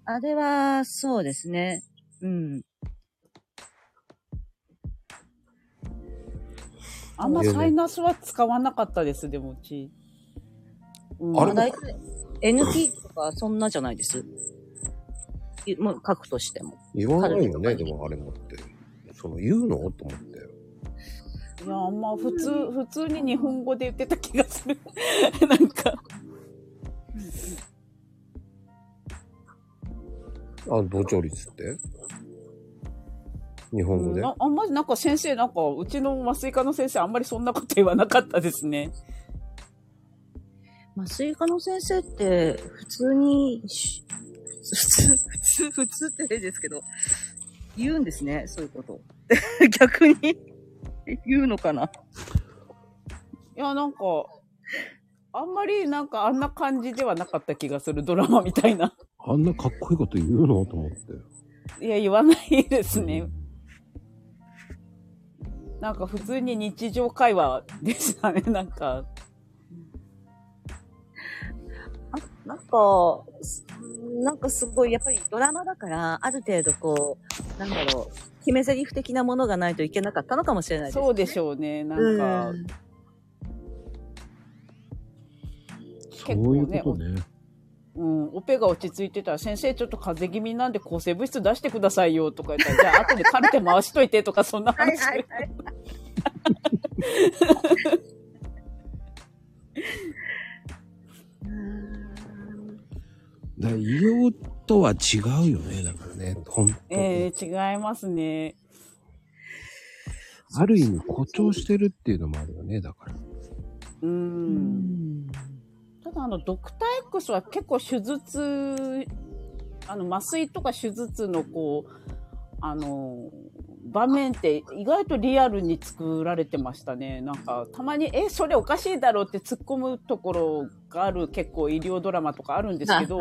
S2: あれは、そうですね。うん。
S6: あんまサイナスは使わなかったです、でもうち。うん
S1: あれ
S2: 大体 NT とかそんなじゃないです。いもう書くとしても。
S1: 言わないよね、でもあれもって。その言うのと思って。
S6: いや、あんま普通、普通に日本語で言ってた気がする。 なんか。
S1: あ、同調率って日本語で。
S6: ああんまりなんか先生、なんかうちの麻酔科の先生あんまりそんなこと言わなかったですね。
S2: まあ、スイカの先生って、普通にし、普通、普通、普通って例ですけど、言うんですね、そういうこと。 逆に言うのかな。
S6: いや、なんか、あんまりなんかあんな感じではなかった気がする、ドラマみたいな。
S1: あんなかっこいいこと言うのと思って。
S6: いや、言わないですね。なんか普通に日常会話でしたね、 なんか。
S2: なんか、すなんかすごい、やっぱりドラマだから、ある程度こう、なんだろう、決め台詞的なものがないといけなかったのかもしれないです。
S6: そうでしょうね、なんか。
S1: そ
S6: 構ね
S1: ういうことね。
S6: うん、オペが落ち着いてたら、先生ちょっと風邪気味なんで抗生物質出してくださいよとか言ったら、じゃあ後でカルテ回しといてとか、そんな話。
S2: はい。
S1: だから医療とは違うよね、だからね。本当に。
S6: えー、違いますね。
S1: ある意味誇張してるっていうのもあるよね、だから。
S6: うん。ただ、あの、ドクター X は結構手術、あの、麻酔とか手術のこう、あの、場面って意外とリアルに作られてましたね。なんか、たまに、え、それおかしいだろうって突っ込むところがある結構医療ドラマとかあるんですけど、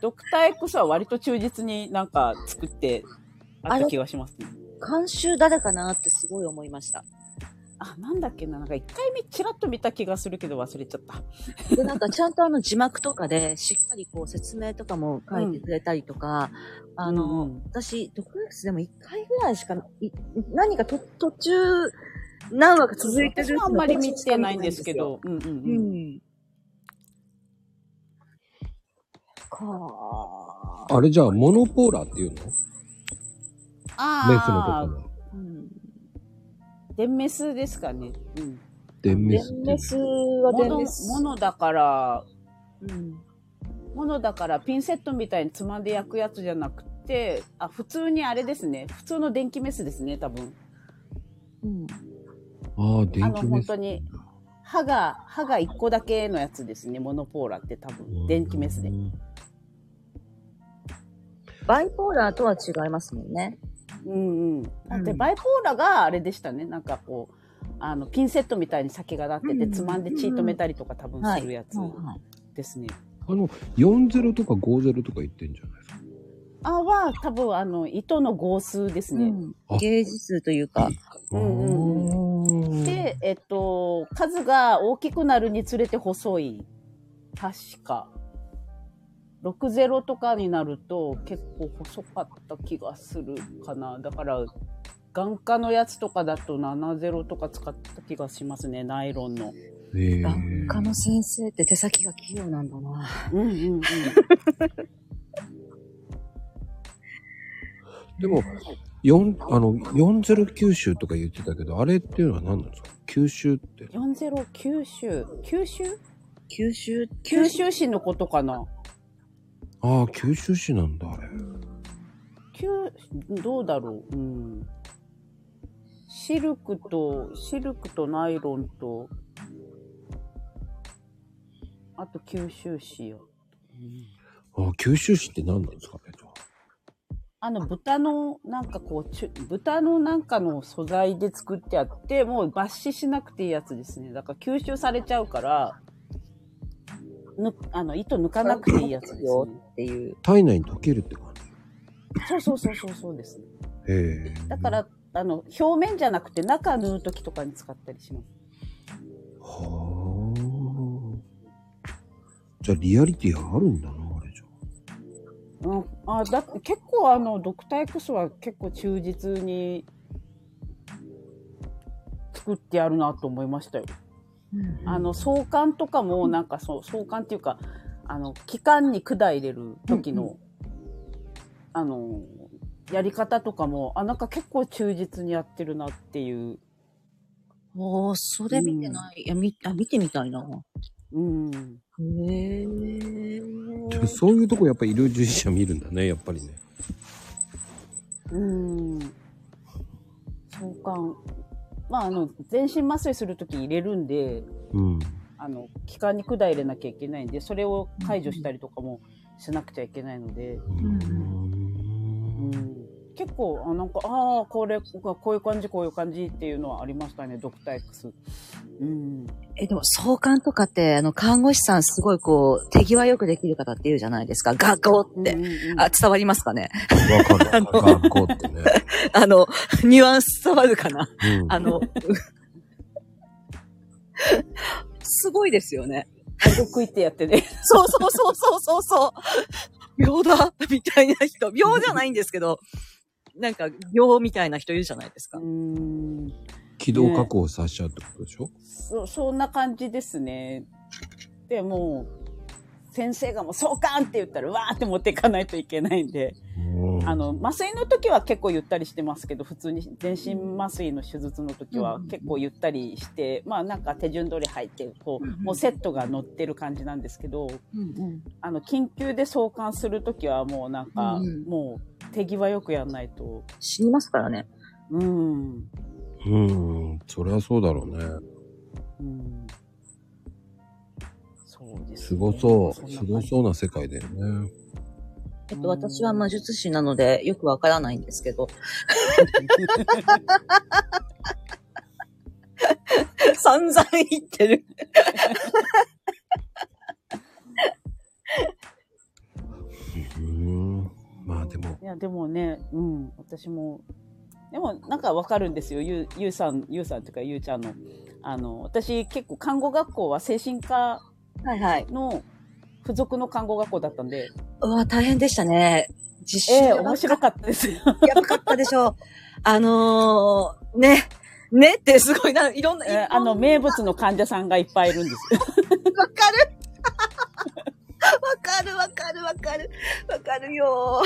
S6: ドクター X は割と忠実になんか作ってあった気がしますね。
S2: 監修誰かなってすごい思いました。
S6: あ、なんだっけな、なんか一回目チラッと見た気がするけど忘れちゃった。
S2: で、なんかちゃんとあの字幕とかで、しっかりこう説明とかも書いてくれたりとか、あの、
S6: うん
S2: 私、ドクエスでも一回ぐらいしかない、何かと途中、何話か続いてる
S6: 私はあんまり見てないんですけ。ど。うんうん
S2: う
S6: うん。
S2: ん。かあ
S1: あれじゃあ、モノポーラっていうのメス
S6: あ
S1: の
S6: あ、
S1: ところ。
S2: うん。
S6: 電メスですかね。うん。
S1: 電メ
S2: デ
S1: スっ
S2: ン
S1: ていう
S2: メ
S1: の。
S2: スは
S6: も
S2: デン
S6: の
S2: メ、ス。
S6: ものだから、
S2: うん。
S6: ものだからピンセットみたいにつまんで焼くやつじゃなくて、あ、普通にあれですね。普通の電気メスですね、多分。
S2: うん。
S1: ああ、
S6: あ
S1: 電
S6: の、
S1: 気メ
S6: 本
S1: ス
S6: 当。に、歯が、歯が一個だけのやつですね、モノポーラって多分。電気メスで。
S2: バイポーラーとは違いますもんね。
S6: うんうん。だって
S2: うん
S6: バイポーラがあれでしたね。なんかこう、あの、ピンセットみたいに先が立ってて、つまんで血止めたりとか多分
S2: はい。
S6: するやつ
S2: はいはい
S6: ですね。
S1: あの、40とか50とか言ってんじゃないですか。
S6: あは、多分あの、糸の合数ですね。
S2: うんゲージ数というか。
S6: うん
S1: うんうん。
S6: で、えっと、数が大きくなるにつれて細い。確か。60とかになると結構細かった気がするかな。だから、眼科のやつとかだと70とか使った気がしますね、ナイロンの。
S1: えー
S2: 眼科の先生って手先が器用なんだな。
S6: うんうん うん。
S1: でも、四あの、40九州とか言ってたけど、あれっていうのは何なんですか九州って。
S6: 40九州九州
S2: 吸収、
S6: 九州市のことかな
S1: ああ、九州市なんだ、あれ。
S6: 九どうだろううんシルクと、シルクとナイロンと、あと吸収紙を。
S1: あ、九州市って何なんですかね
S6: あの、豚の、なんかこう、ちゅ豚のなんかの素材で作ってあって、もう抜歯しなくていいやつですね。だから吸収されちゃうから、ぬ、あの、糸抜かなくていいやつです
S2: よ
S6: ね。
S2: っていう。
S1: 体内に溶けるって感じ。
S6: そうそうそうそうそうですね。
S1: へえ。
S6: だから、あの、表面じゃなくて中縫うときとかに使ったりします。
S1: はあ。じゃあリアリティがあるんだな、あれじゃ。
S6: うん。あ、だって結構あの、ドクター X は結構忠実に作ってやるなと思いましたよ。あの、創刊とかも、なんかそう、創刊っていうか、あの、期間に管入れる時の、あの、やり方とかも、あ、なんか結構忠実にやってるなっていう。
S2: おー、それ見てない。いや、見、あ、見てみたいな。へ
S6: うん。
S2: え。
S1: でもそういうとこやっぱ医療従事者見るんだね、やっぱりね。
S6: うん。創刊。まあ、あの、全身麻酔するとき入れるんで、
S1: うん。
S6: あの、気管に管入れなきゃいけないんで、それを解除したりとかもしなくちゃいけないので、うん、結構、あなんか、ああ、これ、こういう感じ、こういう感じっていうのはありましたね、ドクター X。うん。
S2: え、でも、相関とかって、あの、看護師さんすごいこう、手際よくできる方って言うじゃないですか。学校って。
S6: うんうんうん
S2: あ、伝わりますかね
S1: わかる。学校ってね。
S2: あの、ニュアンス伝わるか な
S1: うん
S2: あの、すごいですよね。
S6: 顎食いってやってね。
S2: そうそうそうそうそうそう。秒だみたいな人。秒じゃないんですけど、なんか、秒みたいな人いるじゃないですか。
S6: うん。
S1: 軌道確保させちゃうってことでしょ、
S6: そ、そんな感じですね。で、もう、先生がもう、そうかんって言ったら、わーって持っていかないといけないんで。
S1: うん
S6: あの、麻酔の時は結構ゆったりしてますけど、普通に全身麻酔の手術の時は結構ゆったりして、まあなんか手順通り入って、こう、もうセットが乗ってる感じなんですけど、あの、緊急で送還する時はもうなんか、もう手際よくやんないと、
S2: 死にますからね。
S6: うん、
S1: うん。そりゃそうだろうね。
S6: うん。そうです、
S1: すごそう。す
S6: んな
S1: ご
S6: 感じ
S1: そうな世界だよね。
S2: えっと、私は魔術師なので、よくわからないんですけ ど。散々言ってる。
S1: うん。まあでも、
S6: いや、でもね、うん、私も、でもなんかわかるんですよ、ゆうゆうさん、ゆうさんっていうか、ゆうちゃんの。あの、私結構看護学校は精神科
S2: はいはい。
S6: の付属の看護学校だったんで、
S2: うわ、大変でしたね。実習
S6: ええ
S2: やば
S6: 面白かったですよ。
S2: やばかったでしょう。 あのー、ね、ねってすごいな、いろんな、いろん
S6: え
S2: な
S6: あの、名物の患者さんがいっぱいいるんです。
S2: わかるわかるわかるわかる。わかるよ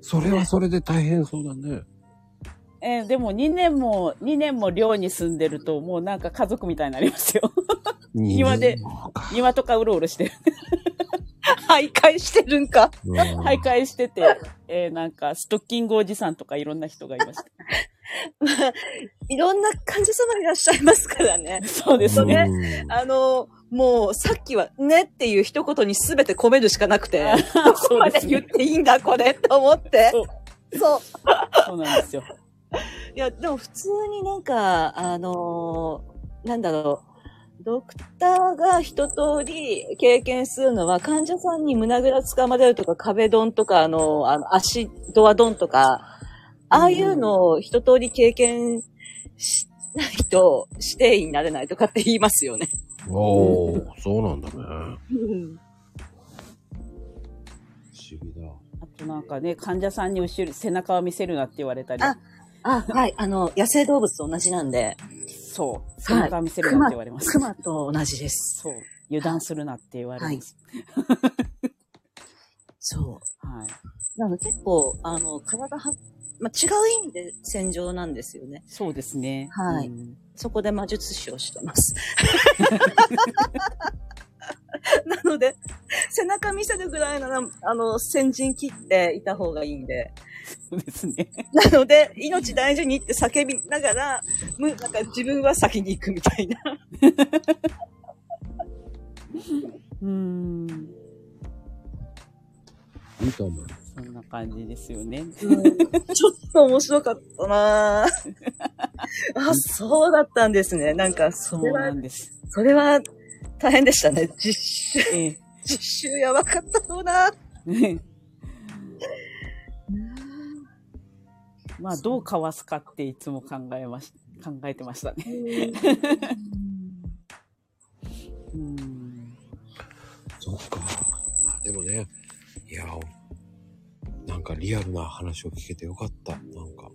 S1: それはそれで大変そうだね。
S6: ええでも2年も、2年も寮に住んでると、もうなんか家族みたいになりますよ。庭で庭とかうろうろして、
S2: 徘徊してるんか。
S1: うん。
S6: 徘徊してて、ええなんかストッキングおじさんとかいろんな人がいました。
S2: いろんな患者様いらっしゃいますからね。
S6: そうですね。
S1: うん
S2: あのー、もう、さっきは、ねっていう一言に全て込めるしかなくて、 どこまで言っていいんだ、これ、と思って。
S6: そう
S2: そう。
S6: そうなんですよ。
S2: いや、でも普通になんか、あのーなんだろう。ドクターが一通り経験するのは、患者さんに胸ぐらつかまれるとか、壁ドンとか、あのーあの、足、ドアドンとか、ああいうのを一通り経験しないと、指定医になれないとかって言いますよね。
S1: おお、そうなんだね。不思議だ。
S6: あとなんかね、患者さんに後ろ、背中を見せるなって言われたり、
S2: ああ、はい。あの、野生動物と同じなんで、
S6: そう、背中を見せるなって言われます。
S2: 熊と同じです。
S6: そう、油断するなって言われます。
S2: そう。
S6: はい。
S2: なので結構、あの、体は、まあ、違う意味で戦場なんですよね。
S6: そうですね。
S2: はい
S6: うん
S2: そこで魔術師をしてます。 なので、背中見せるぐらいのな、あの、先陣切っていた方がいいんで。
S6: そうですね。
S2: なので、命大事にって叫びながら、む、なんか自分は先に行くみたいな。
S6: うん。
S1: いいと思う。
S6: そんな感じですよね。
S2: ちょっと面白かったなぁ あ、そうだったんですね。なんか、そ
S6: そう
S2: れは
S6: な、んです。
S2: それは大変でしたね。実習、
S6: え
S2: 実習やばかったろうな
S6: え。まあ、どうかわすかっていつも考えまし、考えてましたね。 うん。
S1: そっか。まあでもね、いや、なんかリアルな話を聞けてよかった。なんか。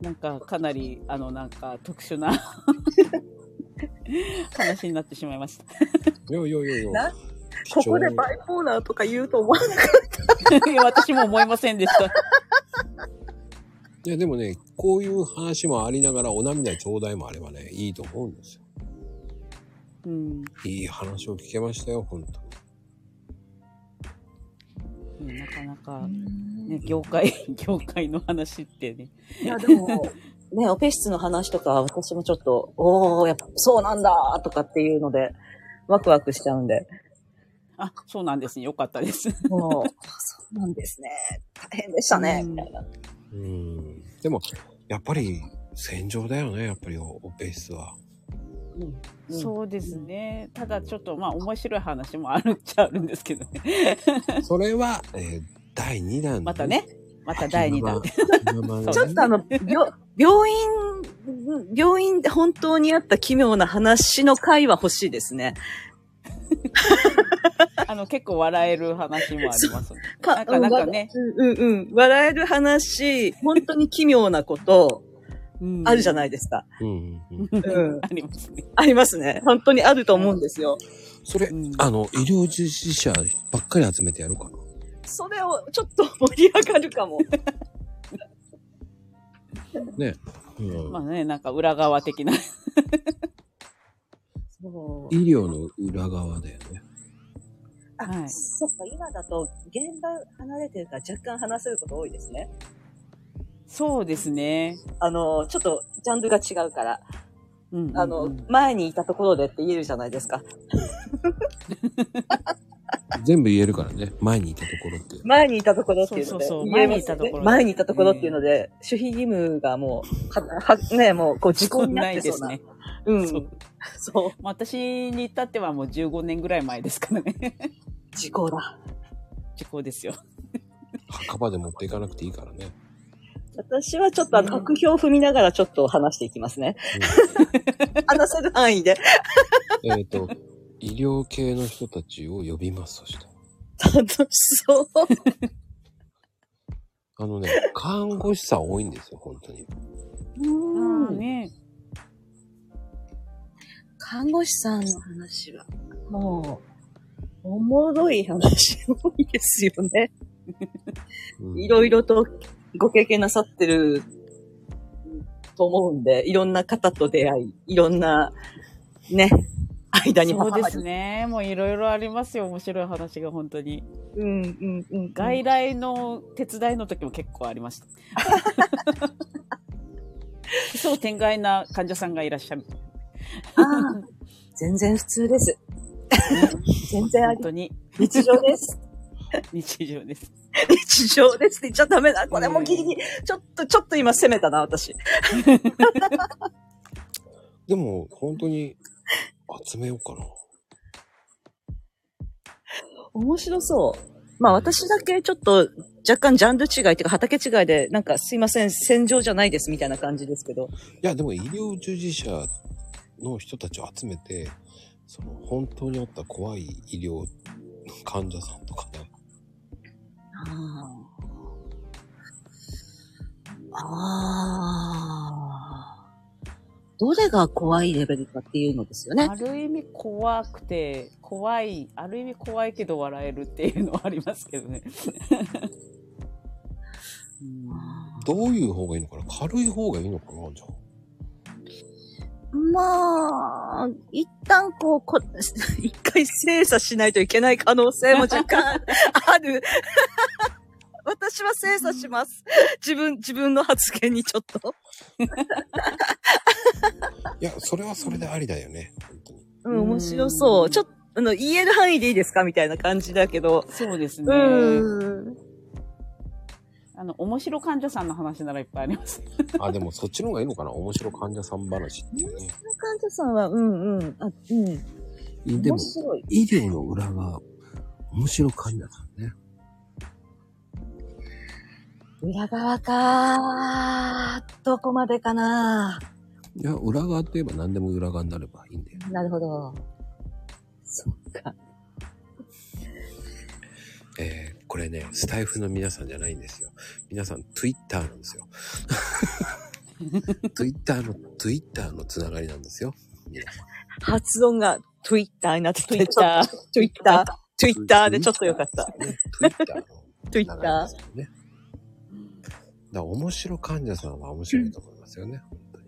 S6: なんか、かなり、あの、なんか、特殊 な話になってしまいました。
S1: よいよいよいよ
S2: な。
S1: 貴重
S2: ここ
S1: な
S2: でバイポーラーとか言うと思わなかっ
S6: いや私も思いませんでした。
S1: いやでもね、こういう話もありながらお涙頂戴もあればね、いいと思うんですよ。
S6: うん。
S1: いい話を聞けましたよ、ほんと。
S6: ねなかなか、ね、業界、 業界の話ってね。
S2: た。いや、でも、ね、オペ室の話とか、私もちょっと、おー、やっぱそうなんだとかっていうので、ワクワクしちゃうんで。
S6: あ、そうなんですね。よかったです。
S2: もう、そうなんですね。大変でしたね。
S6: うん
S2: みたいな。
S1: うん。でも、やっぱり戦場だよね、やっぱりオオペ室は。
S2: うん
S6: そうですね。ただちょっと、まあ、面白い話もあるっちゃあるんですけどね。
S1: それは、えー第2弾、
S6: またね。。また第2弾。
S1: 今までね。
S2: ちょっとあの、病病院、病院で本当にあった奇妙な話の回は欲しいですね。
S6: あの、結構笑える話もあります。
S2: か
S6: なんか、なんかね。。
S2: うんうんうん。笑える話、本当に奇妙なこと、あるじゃないいですか。
S1: うんうんうん。
S2: うん。
S6: ありますね。
S2: ありますね。本当にあると思うんですよ。
S1: それ、
S6: うん
S1: あの、医療従事者ばっかり集めてやるかな。
S2: それをちょっと盛り上がるかも。
S1: うん
S6: まあね、なんか裏側的な。
S1: 医療の裏側だよね。
S2: あ、
S6: はい
S2: そっか、今だと現場離れてるから若干話せること多いですね。
S6: そうですね。
S2: あの、ちょっとジャンルが違うから、
S6: うんうんうん
S2: あの、前にいたところでって言えるじゃないですか。
S1: 全部言えるからね、前にいたところって。
S2: 前にいたところっていう
S6: そ
S2: の
S6: う
S2: で。
S6: そうそう
S2: 言えますよね
S6: 前にいたとこ
S2: 前にいたところ
S6: ろで
S2: っていうので、守秘義務がもう、は、は、ね、もう、こう、時効になってそうな。
S6: ないですね。
S2: うん。
S6: そ
S2: そうう。
S6: まあ私に至ってはもう15年ぐらい前ですからね。
S2: 時効だ。
S6: 時効ですよ。
S1: 墓場で持っていかなくていいからね。
S2: 私はちょっと、あの、白票を踏みながらちょっと話していきますね。話せる範囲で。
S1: うんえっと、医療系の人たちを呼びます、そして。
S2: 楽しそう。
S1: あのね、看護師さん多いんですよ、本当に。
S6: ああね。
S8: 看護師さんの話は。
S2: もう、おもろい話多いですよね。
S1: うん
S2: いろいろとご経験なさってると思うんで、いろんな方と出会い、いろんな、ね、間に
S6: そ
S2: 挟
S6: う
S2: ま
S6: で
S2: れ
S6: すね。もういろいろありますよ。面白い話が本当に。
S2: うんうんうん。
S6: 外来の手伝いの時も結構ありました。 奇想天外な患者さんがいらっしゃる。
S2: ああ全然普通です。全然あ
S6: 本
S2: り、
S6: 当に
S2: 日常です。
S6: 日常です。
S2: 日常ですって言っちゃダメだ。これもギリギリ。ちょっと、ちょっと今攻めたな、私。
S1: でも、本当に集めようかな。
S2: 面白そう。まあ私だけちょっと若干ジャンル違いっていうか畑違いで、なんかすいません、戦場じゃないですみたいな感じですけど。
S1: いや、でも医療従事者の人たちを集めて、その本当にあった怖い医療患者さんとかね。
S2: ああ。どれが怖いレベルかっていうのですよね。
S6: ある意味怖くて、怖い、ある意味怖いけど笑えるっていうのはありますけどね。うん
S1: どういう方がいいのかな軽い方がいいのかなじゃあ。
S2: まあ、一旦こ う、こ一回精査しないといけない可能性も若 干ある。私は精査します。自分、自分の発言にちょっと。
S1: いや、それはそれでありだよね。本当に
S2: うん、面白そう。ちょっと、あの、言える範囲でいいですかみたいな感じだけど。
S6: そうです
S2: う
S6: ね。
S2: ん。
S6: あの、面白患者さんの話ならいっぱいあります。
S1: あ、でもそっちの方がいいのかな面白患者さん話っていうね。
S2: 患者さんは、うんうん。あ、うん。
S1: でも
S2: 面、白い。
S1: 医療の裏側、面白患者さんね。
S2: 裏側かどこまでかない
S1: や、裏側といえば何でも裏側になればいいんだよ。
S2: なるほど。そっか。
S1: えー、これね、スタイフの皆さんじゃないんですよ。皆さん、Twitter なんですよ。Twitter の、Twitter のつながりなんですよ。
S2: 発音が Twitter になってて、
S9: Twitter
S2: ちょっと Twitter、Twitter でちょっとよかった。
S1: ね。Twitter のつながり。
S2: Twitter
S1: ですよね。だから面白患者さんは面白いと思いますよね。本当に。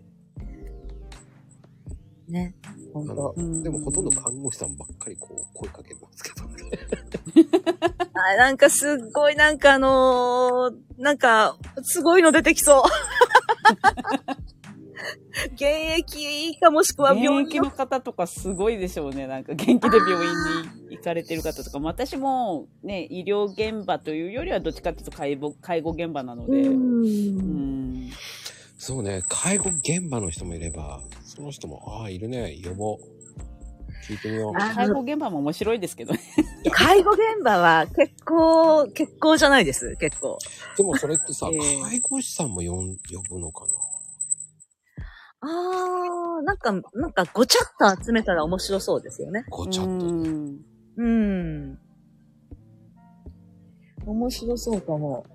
S2: ね。本
S1: あの
S2: 当。
S1: でもほとんど看護師さんばっかりこう声かけますけどね。
S2: あ、なんかすっごいなんかあのーなんか、すごいの出てきそう。 現役かもしくは
S6: 現
S2: 病
S6: 役
S2: 気
S6: の方とかすごいでしょうね。なんか元気で病院に行かれてる方とか、まあ私もね、医療現場というよりはどっちかっていうと介護介護現場なので、うん
S1: そうね、介護現場の人もいれば、その人も、ああ、いるね、呼ぼう。聞いてみよう。
S6: 介護現場も面白いですけどね。
S2: 介護現場は結構、結構じゃないです。結構。
S1: でもそれってさ、
S6: ええ
S1: 介護士さんも呼ん呼ぶのかな
S2: あー、なんか、なんかごちゃっと集めたら面白そうですよね。
S1: ごちゃっと。
S6: うん
S2: うん。面白そうかも。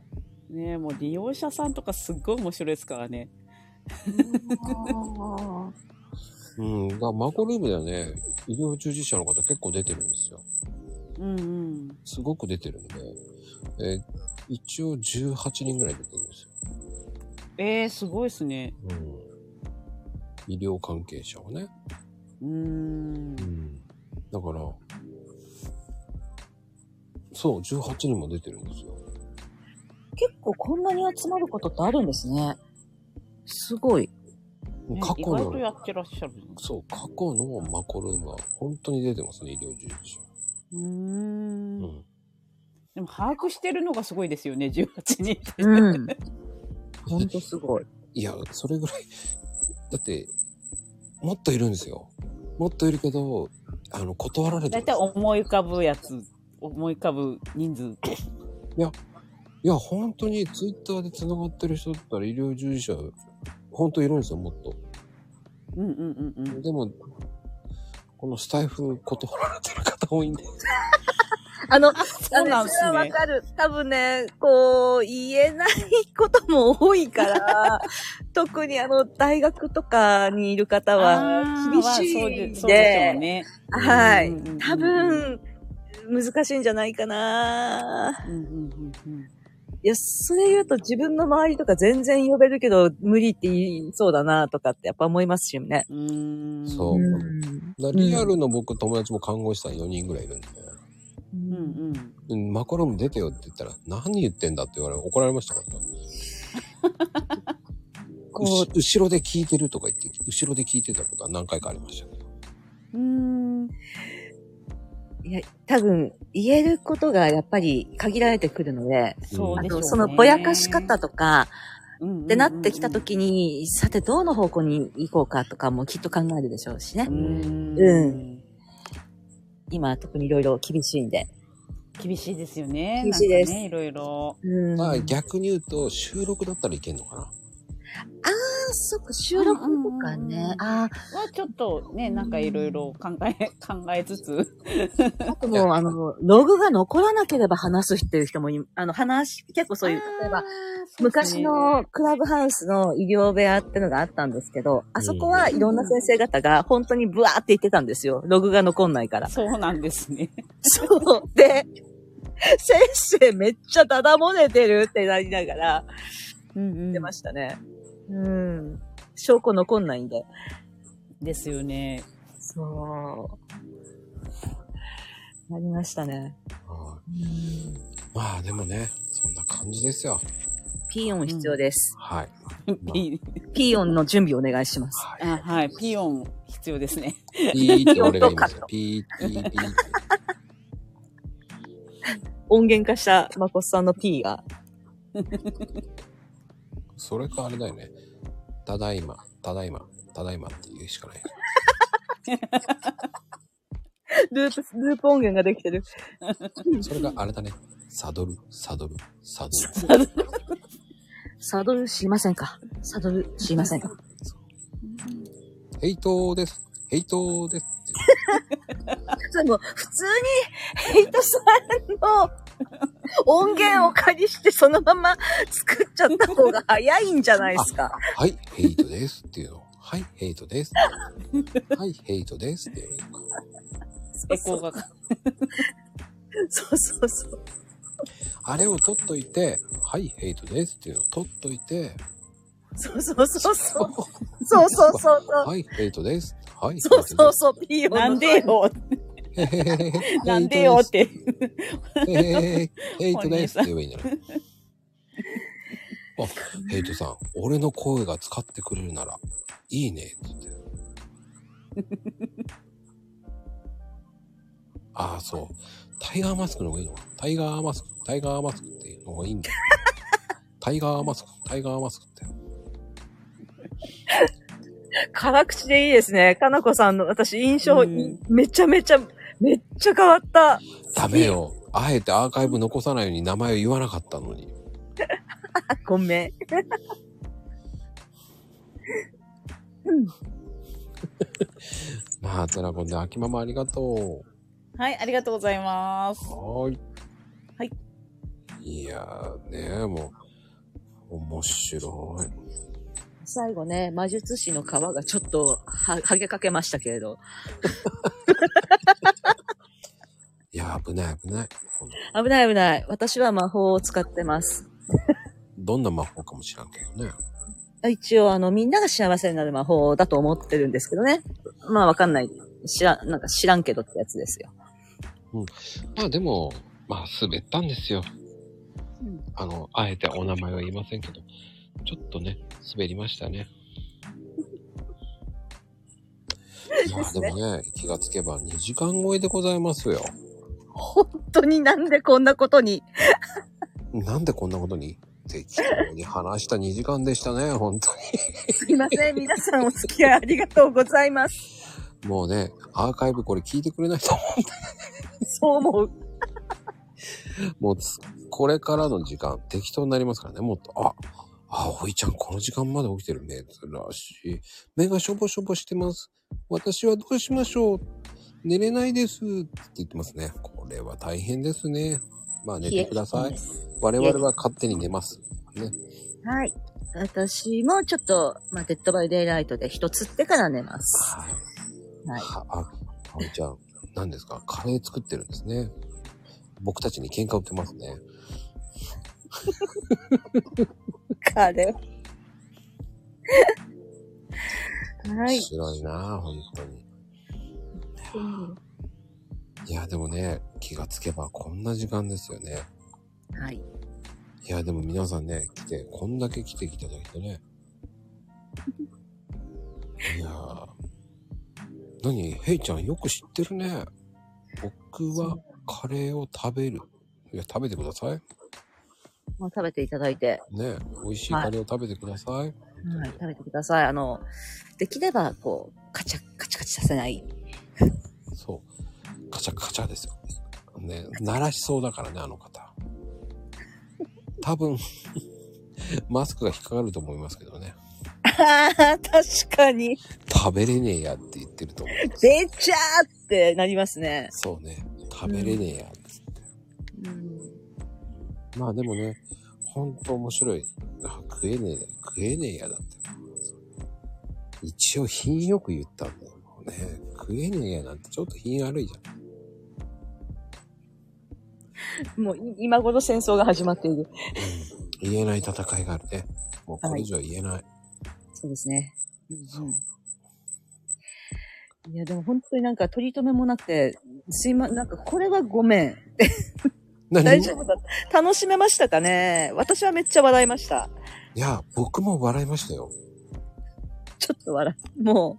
S6: ねもう利用者さんとかすっごい面白いですからね。
S1: うん、だからマコルームではね、医療従事者の方結構出てるんですよ。
S6: うんうん。
S1: すごく出てるんで、えー一応18人ぐらい出てるんですよ。
S6: えー、すごいですね。
S1: うん。医療関係者はね。
S6: うーん
S1: う。ん。だから、そう、18人も出てるんですよ。
S2: 結構こんなに集まることってあるんですね。すごい。
S6: ね
S1: 過
S6: 意
S1: 去
S6: 外とや
S1: の、
S6: ってらっしゃるね。
S1: そう、過去のマコルームは本当に出てますね、医療従事者。
S6: うーん
S1: う。ん。
S6: でも把握してるのがすごいですよね、18人って。
S2: うん。ほんとすごい。
S1: いや、それぐらい。だって、もっといるんですよ。もっといるけど、あの、断られて
S6: だい
S1: る
S6: たい思い浮かぶやつ、思い浮かぶ人数。
S1: いや、本当にツイッターで繋がってる人だったら医療従事者、本当いるんですよ、もっと。
S6: うんうんうんうん。
S1: でも、このスタイフ断られてる方多いんで。
S2: あの、
S6: そうなんですね
S2: あのそれはわかる。多分ね、こう、言えないことも多い から、特にあの、大学とかにいる方は厳し
S6: まあそう
S2: い
S6: で
S2: ん
S6: そうでしょう
S2: で、
S6: ね。
S2: は
S6: うん
S2: い
S6: うんうんうん。
S2: 多分、難しいんじゃないかな。
S6: うんうんうんうん。
S2: いや、それ言うと自分の周りとか全然呼べるけど、無理って言いそうだなとかってやっぱ思いますしね。
S6: うーん
S1: そうだからリアルの僕、友達も看護師さん4人ぐらいいるんで。
S6: うんうん。
S1: うんマコローム出てよって言ったら、何言ってんだって言われ、怒られま したからね。うし後ろで聞いてるとか言って、後ろで聞いてたことは何回かありましたけど。
S2: うーん。いや、多分、言えることがやっぱり限られてくるので、
S6: そう
S2: あ
S6: でしょ
S2: と
S6: うね。
S2: そのぼやかし方とか、
S6: っ
S2: ってなってきたときに、さてどうの方向に行こうかとかもきっと考えるでしょうしね
S6: う。ん
S2: うん今特にいろいろ厳しいんで。
S6: 厳しいですよね。
S2: 厳しいです
S6: なんかね、いろいろ。
S2: うん。
S1: ま
S2: あ
S1: あ、逆に言うと、収録だったらいけんのかな。
S2: あ、そっか、収録とかね。あ
S6: はちょっとね、なんかいろいろ考え、考えつつ。
S2: あ、あともう、あの、ログが残らなければ話すっていう人もい、あの、話、結構そういう、例えば、昔のクラブハウスの医療部屋ってのがあったんですけど、あそこはいろんな先生方が本当にブワーって言ってたんですよ。ログが残んないから。
S6: そうなんですね。
S2: そう。で、先生めっちゃダダ漏れてるってなりながら、
S6: うんう
S2: 出ましたね。うん。証拠残んないんで。ですよね。そう。なりましたね。
S1: まあでもね、そんな感じですよ。
S2: ピーヨン必要です。
S1: はい。
S6: ピ
S2: ピーヨンの準備お願いします。
S6: あはい、ピヨン必要ですね。
S1: ピーって俺が言い ますよ。ピー、ピー、ピー。
S2: 音源化したマコスさんの P が。
S1: それかあれだよね。ただいま、ただいま、ただいまって言うしかない。
S2: ループ、ループ音源ができてる。
S1: それがあれだね。サドル、サドル、サドル。
S2: サドル知りませんかサドル知りませんか
S1: ヘイトーです。ヘイトーです。
S2: それもう普通にヘイトさん の音源を借りしてそのまま作っちゃった方が早いんじゃないですか。
S1: はい、ヘイトですっていうの。はい、ヘイトです。はい、ヘイトですっていうの。
S6: エコーがか。
S2: そうそうそう。
S1: あれを取っといて、はい、ヘイトですっていうのを取っといて、
S2: そうそうそうそう。そうそうそうそう。
S1: はい、ヘイトです。はい、
S2: そうそうそう、ピーヨンの。
S6: なんでよ、
S1: ヘイト です。
S6: なんでよって。
S1: へへへへヘイトですって言えばいいんじゃないあ、ヘイトさん、俺の声が使ってくれるなら、いいね、って言って。 ああ、そう。タイガーマスクの方がいいのかタイガーマスク、タイガーマスクっていうのがいい んだよ。タイガーマスク、タイガーマスクって。
S2: 辛口でいいですね。かなこさんの私印象、めちゃめちゃ、めっちゃ変わった。
S1: ダメよ。あえてアーカイブ残さないように名前を言わなかったのに。
S2: あ、ごめん。
S1: まあ、てなこんで、秋ママありがとう。
S6: はい、ありがとうございます。
S1: はーい。
S6: はい。
S1: いやーねー、もう、面白い。
S2: 最後ね、魔術師の皮がちょっとは、はげかけましたけれど。
S1: いやー、危ない危ない。ほんと
S2: 危ない危ない。私は魔法を使ってます。
S1: どんな魔法かも知らんけどね。
S2: 一応、あの、みんなが幸せになる魔法だと思ってるんですけどね。まあ、わかんない。知らん、なんか知らんけどってやつですよ。
S1: まあでも、まあ滑ったんですよ。あの、あえてお名前は言いませんけど、ちょっとね、滑りましたね。いやーでもね、気がつけば2時間超えでございますよ。
S2: 本当になんでこんなことに。
S1: なんでこんなことに適当に話した2時間でしたね、本当
S2: すいません。皆さんお付き合いありがとうございます。
S1: に。もうね、アーカイブこれ聞いてくれないと思
S2: そう思う。
S1: う。もうつ、これからの時間、適当になりますからね、もっと。あ、あ、おいちゃんこの時間まで起きてるね。珍しい。目がしょぼしょぼしてます。私はどうしましょう寝れないですって言ってますね。これは大変ですね。まあ寝てください。我々は勝手に寝ます。ね。
S2: はい。私もちょっと、まあ、デッドバイデイライトで一つってから寝ます。
S1: はい。
S2: はい
S1: はあ、おいちゃん、何ですかカレー作ってるんですね。僕たちに喧嘩売ってますね。
S2: あれ。はい。
S1: 白いなあ本当に。いや、でもね、気がつけばこんな時間ですよね。
S2: はい。
S1: いや、でも皆さんね、来て、こんだけ来ていただいてね。いやー。何ヘイちゃんよく知ってるね。僕はカレーを食べる。いや、食べてください。
S2: もう食べていただいて、
S1: ね美味しいカレーを食べてください。
S2: はい、食べてください。あの、できれば、こう、カチャカチャカチャさせない。
S1: そう。カチャカチャですよ。ね、鳴らしそうだからね、あの方。多分、 マスクが引っかかると思いますけどね。
S2: ああ、確かに。
S1: 食べれねえやって言ってると思う。
S2: 出ちゃーってなりますね。
S1: そうね。食べれねえやっつって。まあでもね、ほんと面白い。あ食えねえ、食えねえやだって。一応品よく言ったんだよ。もうね、食えねえやなんてちょっと品悪いじゃん。
S2: もう、い今頃戦争が始まっている。
S1: 言えない戦いがあるね。もうこれ以上言えない。
S2: そうですね。うんうんいや、でも本当になんか取り留めもなくて、すいま、なんかこれはごめん。
S1: 何
S2: 大丈夫だった。楽しめましたかね私はめっちゃ笑いました。
S1: いや、僕も笑いましたよ。
S2: ちょっと笑っも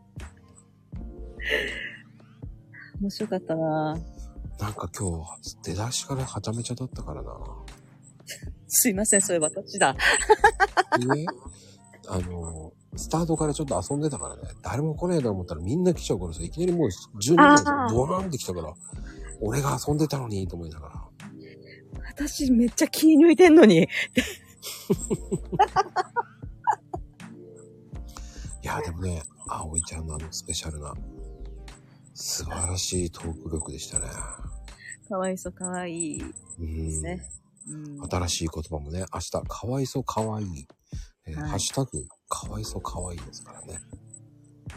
S2: う。面白かったな
S1: なんか今日、出だしからはちゃめちゃだったからな。
S2: すいません、それ私だ。
S1: ね、あの、スタートからちょっと遊んでたからね、誰も来ないと思ったらみんな来ちゃうからさ、いきなりもう10人ぐらいで
S2: あー
S1: ボワーンって来たから、俺が遊んでたのにと思いながら。
S2: 私めっちゃ気抜いてんのに。
S1: いや、でもね、葵ちゃんのあのスペシャルな、素晴らしいトーク力でしたね。
S2: かわいそう、かわいい。
S1: うん
S2: すねうん
S1: 新しい言葉もね、明日、かわいそうかわいい。えー
S2: はい
S1: ハッシュタグ、かわいそうかわいいですからね。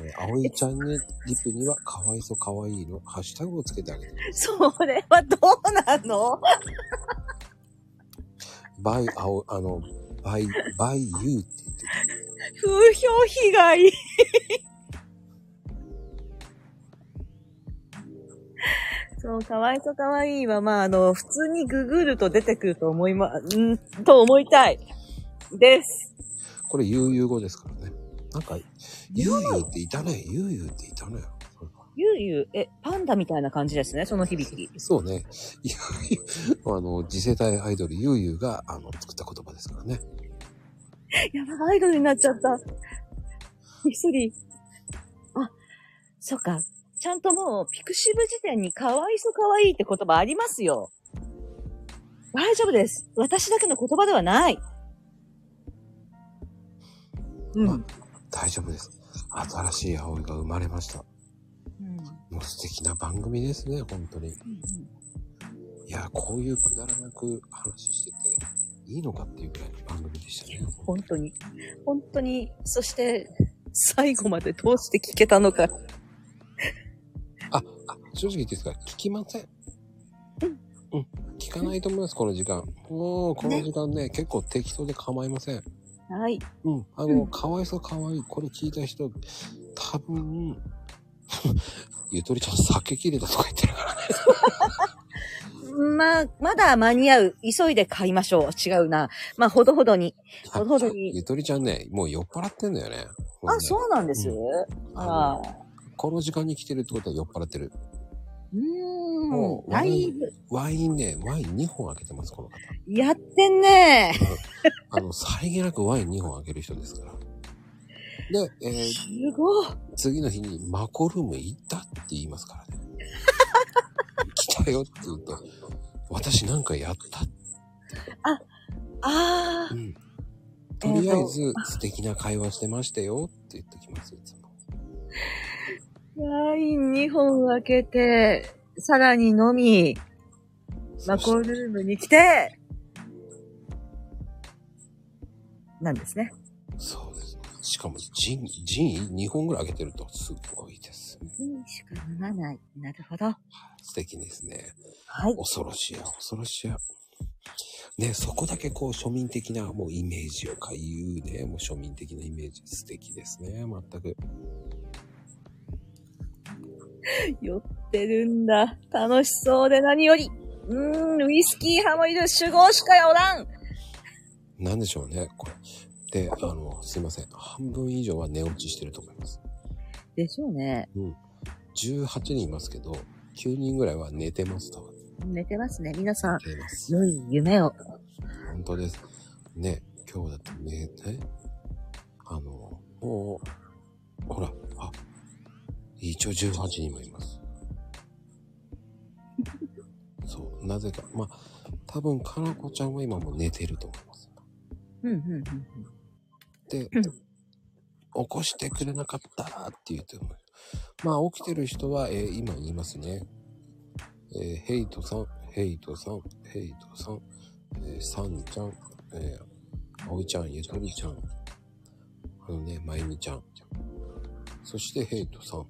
S1: えー、葵ちゃんに、リップには、かわいそうかわいいのハッシュタグをつけてあげてください。
S2: それはどうなの
S1: バイ、あお、あの、バイ、バイユーって言って
S2: 風評被害。そう、かわいそうかわいいは、まあ、あの、普通にググると出てくると思いま、んと思いたい。です。
S1: た。これ、悠々語ですからね。なんか、ゆうゆうっていたね。ゆうゆうっていたね。
S2: ゆうゆう、え、パンダみたいな感じですね、その響き。
S1: そうね。ゆうゆ う、あの、次世代アイドル、ゆうゆうが、あの、作った言葉ですからね。
S2: やばい、アイドルになっちゃった。一人。あ、そっか。ちゃんともう、ピクシブ辞典にかわいそうかわいいって言葉ありますよ。大丈夫です。私だけの言葉ではない。うん。
S1: 大丈夫です。新しい葵が生まれました。もう素敵な番組ですね、本当に。いや、こういうくだらなく話してて、いいのかっていうくらいの番組でしたね。
S2: 本当に。本当に。そして、最後までどうして聞けたのか。
S1: あ、あ、正直言っていいですか聞きません。うん。聞かないと思います、この時間。もう、この時間ね、結構適当で構いません。
S2: はい。
S1: うん。あの、かわいそうかわいい。これ聞いた人、多分、 ゆとりちゃん酒切れたとか言ってるから。
S2: まあ、まだ間に合う。急いで買いましょう。違うな。まあ、ほどほどに。ほどほどに
S1: ゆとりちゃんね、もう酔っ払ってんだよね。
S2: あ、そうなんです。ああ。
S1: この時間に来てるってことは酔っ払ってる。
S2: う
S1: もう
S2: ーん。だいぶ、
S1: ワインね、ワイン2本開けてます、この方。
S2: やってんね
S1: あ の、さりげなくワイン2本開ける人ですから。で、えー
S2: すごい。
S1: 次の日にマコルーム行ったって言いますから ね。来たよって言うと、私なんかやった。
S2: ああ
S1: う。ん。とりあえず素敵な会話してましたよって言ってきます、いつも。
S2: ワイン2本開けて、さらに飲み、マコルームに来て、なんですね。
S1: そうです。しかも、ジン、ジン2本ぐらい開けてるとすごいですね。
S2: うんしか飲まない。なるほど。
S1: 素敵ですね。
S2: はい。
S1: 恐ろしや、恐ろしや。ね、そこだけこう庶民的なもうイメージをかいうね、もう庶民的なイメージ素敵ですね、全く。
S2: 酔ってるんだ。楽しそうで何より。うーん、ウイスキー派もいる。酒豪しかおらん。
S1: なんでしょうね、これ。で、あの、すいません。半分以上は寝落ちしてると思います。
S2: でしょうね。
S1: 18人いますけど、9人ぐらいは寝てますと。
S2: 寝てますね。皆さん、
S1: 寝てます。
S2: 良い夢を。
S1: 本当です。ね、今日だって寝て、あの、もう、ほら、あ、一応18人もいます。そう、なぜか。まあ、多分、かなこちゃんは今もう寝てると思います。
S2: うん、うん、うん。
S1: で、
S2: うん
S1: 起こしてくれなかったって言ってもまあ、起きてる人は、えー今言いますね。えーヘイトさん、ヘイトさん、ヘイトさん、えーサンちゃん、えー、葵ちゃん、ゆとりちゃん、あのね、まゆみちゃん、そしてヘイトさん、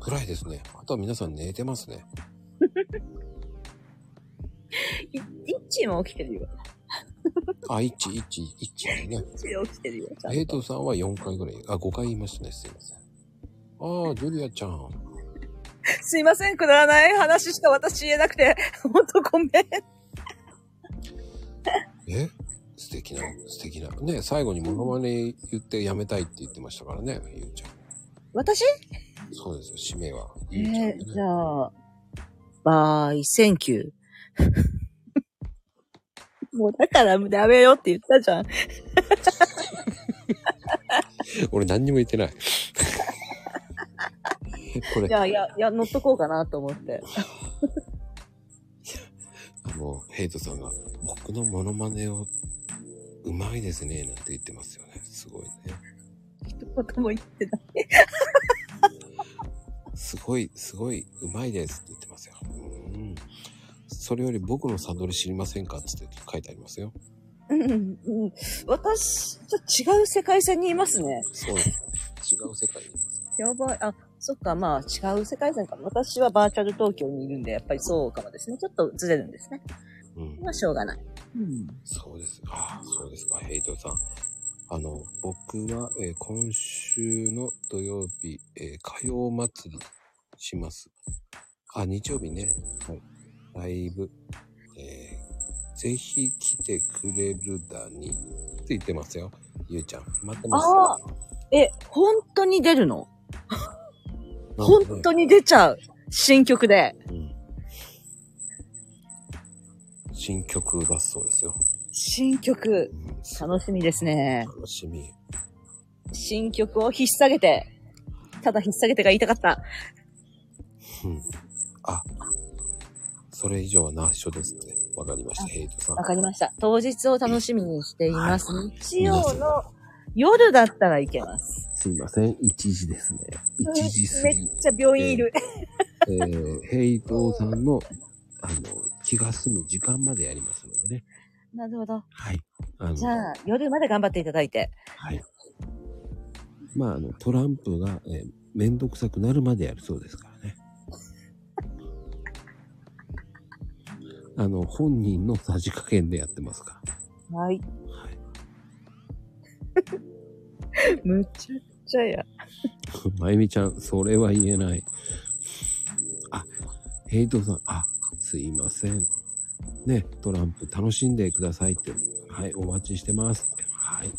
S1: ぐらいですね。あとは皆さん寝てますね。
S2: いいっちーも起きてるよ。
S1: あ、いちいちいちね。
S2: いっちー起きてるよ。ちゃんと
S1: ヘイトさんは4回ぐらい、あ、5回言いましたね。すいません。ああ、ジュリアちゃん。
S2: すいません、くだらない話しか私言えなくて、 ほんとごめん。
S1: え素敵な、素敵な。ね、最後にモノマネ言ってやめたいって言ってましたからね、ゆうちゃん。
S2: 私
S1: そうですよ、使命は。
S2: えーじゃあ、バイ、センキュー。 もうだからダメよって言ったじゃん。
S1: 俺何にも言ってない。これ
S2: い、や、いや、いや、乗っとこうかなと思って。
S1: あの、ヘイトさんが、僕のモノマネを、うまいですね、なんて言ってますよね。すごいね。
S2: 一言も言ってない。
S1: すごい、すごい、うまいですって言ってますよ。うん。それより僕のサドル知りませんかって書いてありますよ。
S2: うん、うん。私と違う世界線にいますね。
S1: そうなんです。違う世界にいますか
S2: やばい。あ、そっか、まあ違う世界線か。私はバーチャル東京にいるんで、やっぱりそうかもですね。ちょっとずれるんですね。
S1: うん。
S2: まあしょうがない。
S10: うん。
S1: そうです。ああ、そうですか、ヘイトさん。あの、僕は、えー今週の土曜日、えー火曜祭りします。あ、日曜日ね。はい。ライブ。えーぜひ来てくれるだに。って言ってますよ。ゆうちゃん。待ってます。
S2: あえ、本当に出るの本当
S1: に。
S2: に出ちゃう。新曲で。
S1: うん新曲だそうですよ。
S2: 新曲。
S1: うん
S2: 楽しみですね。
S1: 楽しみ。
S2: 新曲を引っ提げて。ただ引っ提げてが言いたかった。
S1: うん。あ、それ以上は内緒ですね。わかりました、ヘイトさん
S2: わ。かりました。当日を楽しみにしています。日
S1: 皆
S2: 曜
S1: さん
S2: の夜だったらいけます。
S1: すいません、1時ですね。1時過
S2: め
S1: ぎ。
S2: っちゃ病院いる。
S1: えー、ヘイトさんの、あの、気が済む時間までやりますのでね。
S2: なるほど。
S1: はい。あの、
S2: じゃあ、夜まで頑張っていただいて。
S1: はい。まあ、あの、トランプが、えー、めんどくさくなるまでやるそうですからね。あの、本人のさじ加減でやってますか
S2: はい。
S1: ら。はい。
S2: むちゃくちゃや。
S1: まゆみちゃん、それは言えない。あ、ヘイトさん、あ、すいません。ね、トランプ楽しんでくださいって。はい、お待ちしてますって。はい。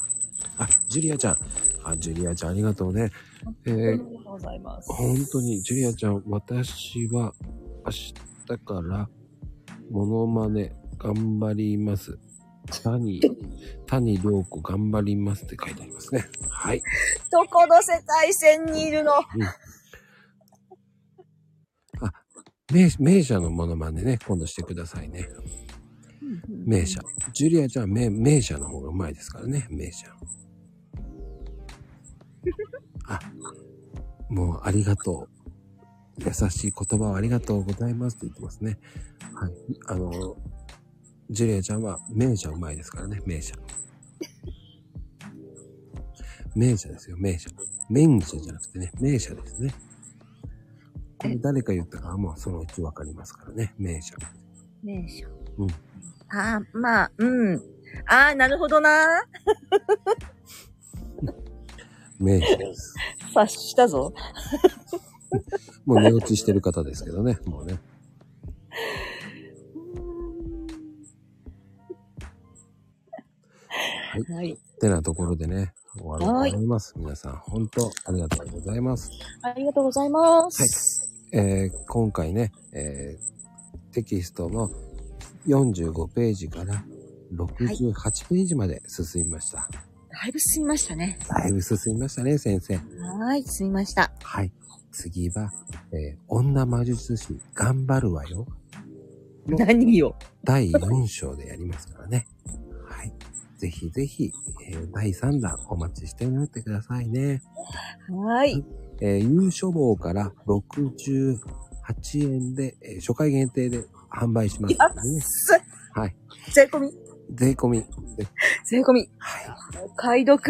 S1: あ、ジュリアちゃん。あ、ジュリアちゃん、ありがとうね。え
S2: ありが
S1: ー
S2: とうございます。
S1: 本当に、ジュリアちゃん、私は明日から、モノマネ、頑張ります。谷、谷良子、頑張りますって書いてありますね。はい。
S2: どこの世界線にいるの
S1: 名名車のモノマネね、今度してくださいね。名車。ジュリアちゃんは名名車の方がうまいですからね、名車。あ、もうありがとう。優しい言葉をありがとうございますって言ってますね。はい。あの、ジュリアちゃんは名車うまいですからね、名車。名車ですよ、名車。免車じゃなくてね、名車ですね。これ誰か言ったかはもうそのうちわかりますからね、名車。
S2: ねえしょ。
S1: うん
S2: ああ、まあ、うん。ああ、なるほどな。
S1: 名車です。
S2: 察したぞ。
S1: もう寝落ちしてる方ですけどね、もうね。
S2: はい。
S1: ってなところでね、終わろうと思います。皆さん、本当ありがとうございます。
S2: ありがとうございます。
S1: えー今回ね、えーテキストの45ページから68ページまで進みました。
S2: だいぶ進みましたね。
S1: だいぶ進みましたね、先生。
S2: はーい、進みました。
S1: はい。次は、えー女魔術師、頑張るわよ。
S2: 何よ。
S1: 第4章でやりますからね。はい。ぜひぜひ、えー第3弾お待ちしておいてくださいね。
S2: はーい。
S1: えー、優勝棒から68円で、えー初回限定で販売しますからね。
S2: す
S1: はい。
S2: 税込み。
S1: 税込み。で
S2: 税込み。
S1: は
S2: お買い
S1: い。
S2: 得。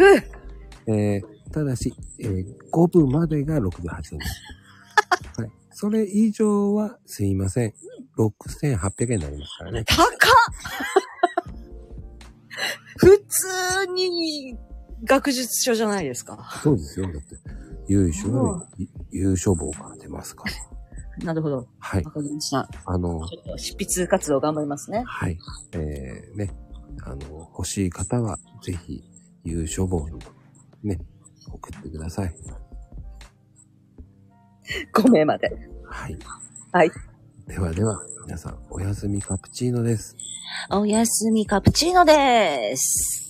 S1: えーただし、え5分までが68円です。はい。それ以上はすいません。6800円になりますからね。
S2: 高っ 普通に学術書じゃないですか。
S1: そうですよ。だって、優勝より優勝棒から出ますから。
S2: なるほど。
S1: はい
S2: わ。かりました。
S1: あの、
S2: ちょっと執筆活動頑張りますね。
S1: はい。えー、ね、あの、欲しい方は、ぜひ、優勝棒に、ね、送ってください。
S2: 5名まで。
S1: はい。
S2: はい。
S1: ではでは、皆さん、おやすみカプチーノです。
S11: おやすみカプチーノでーす。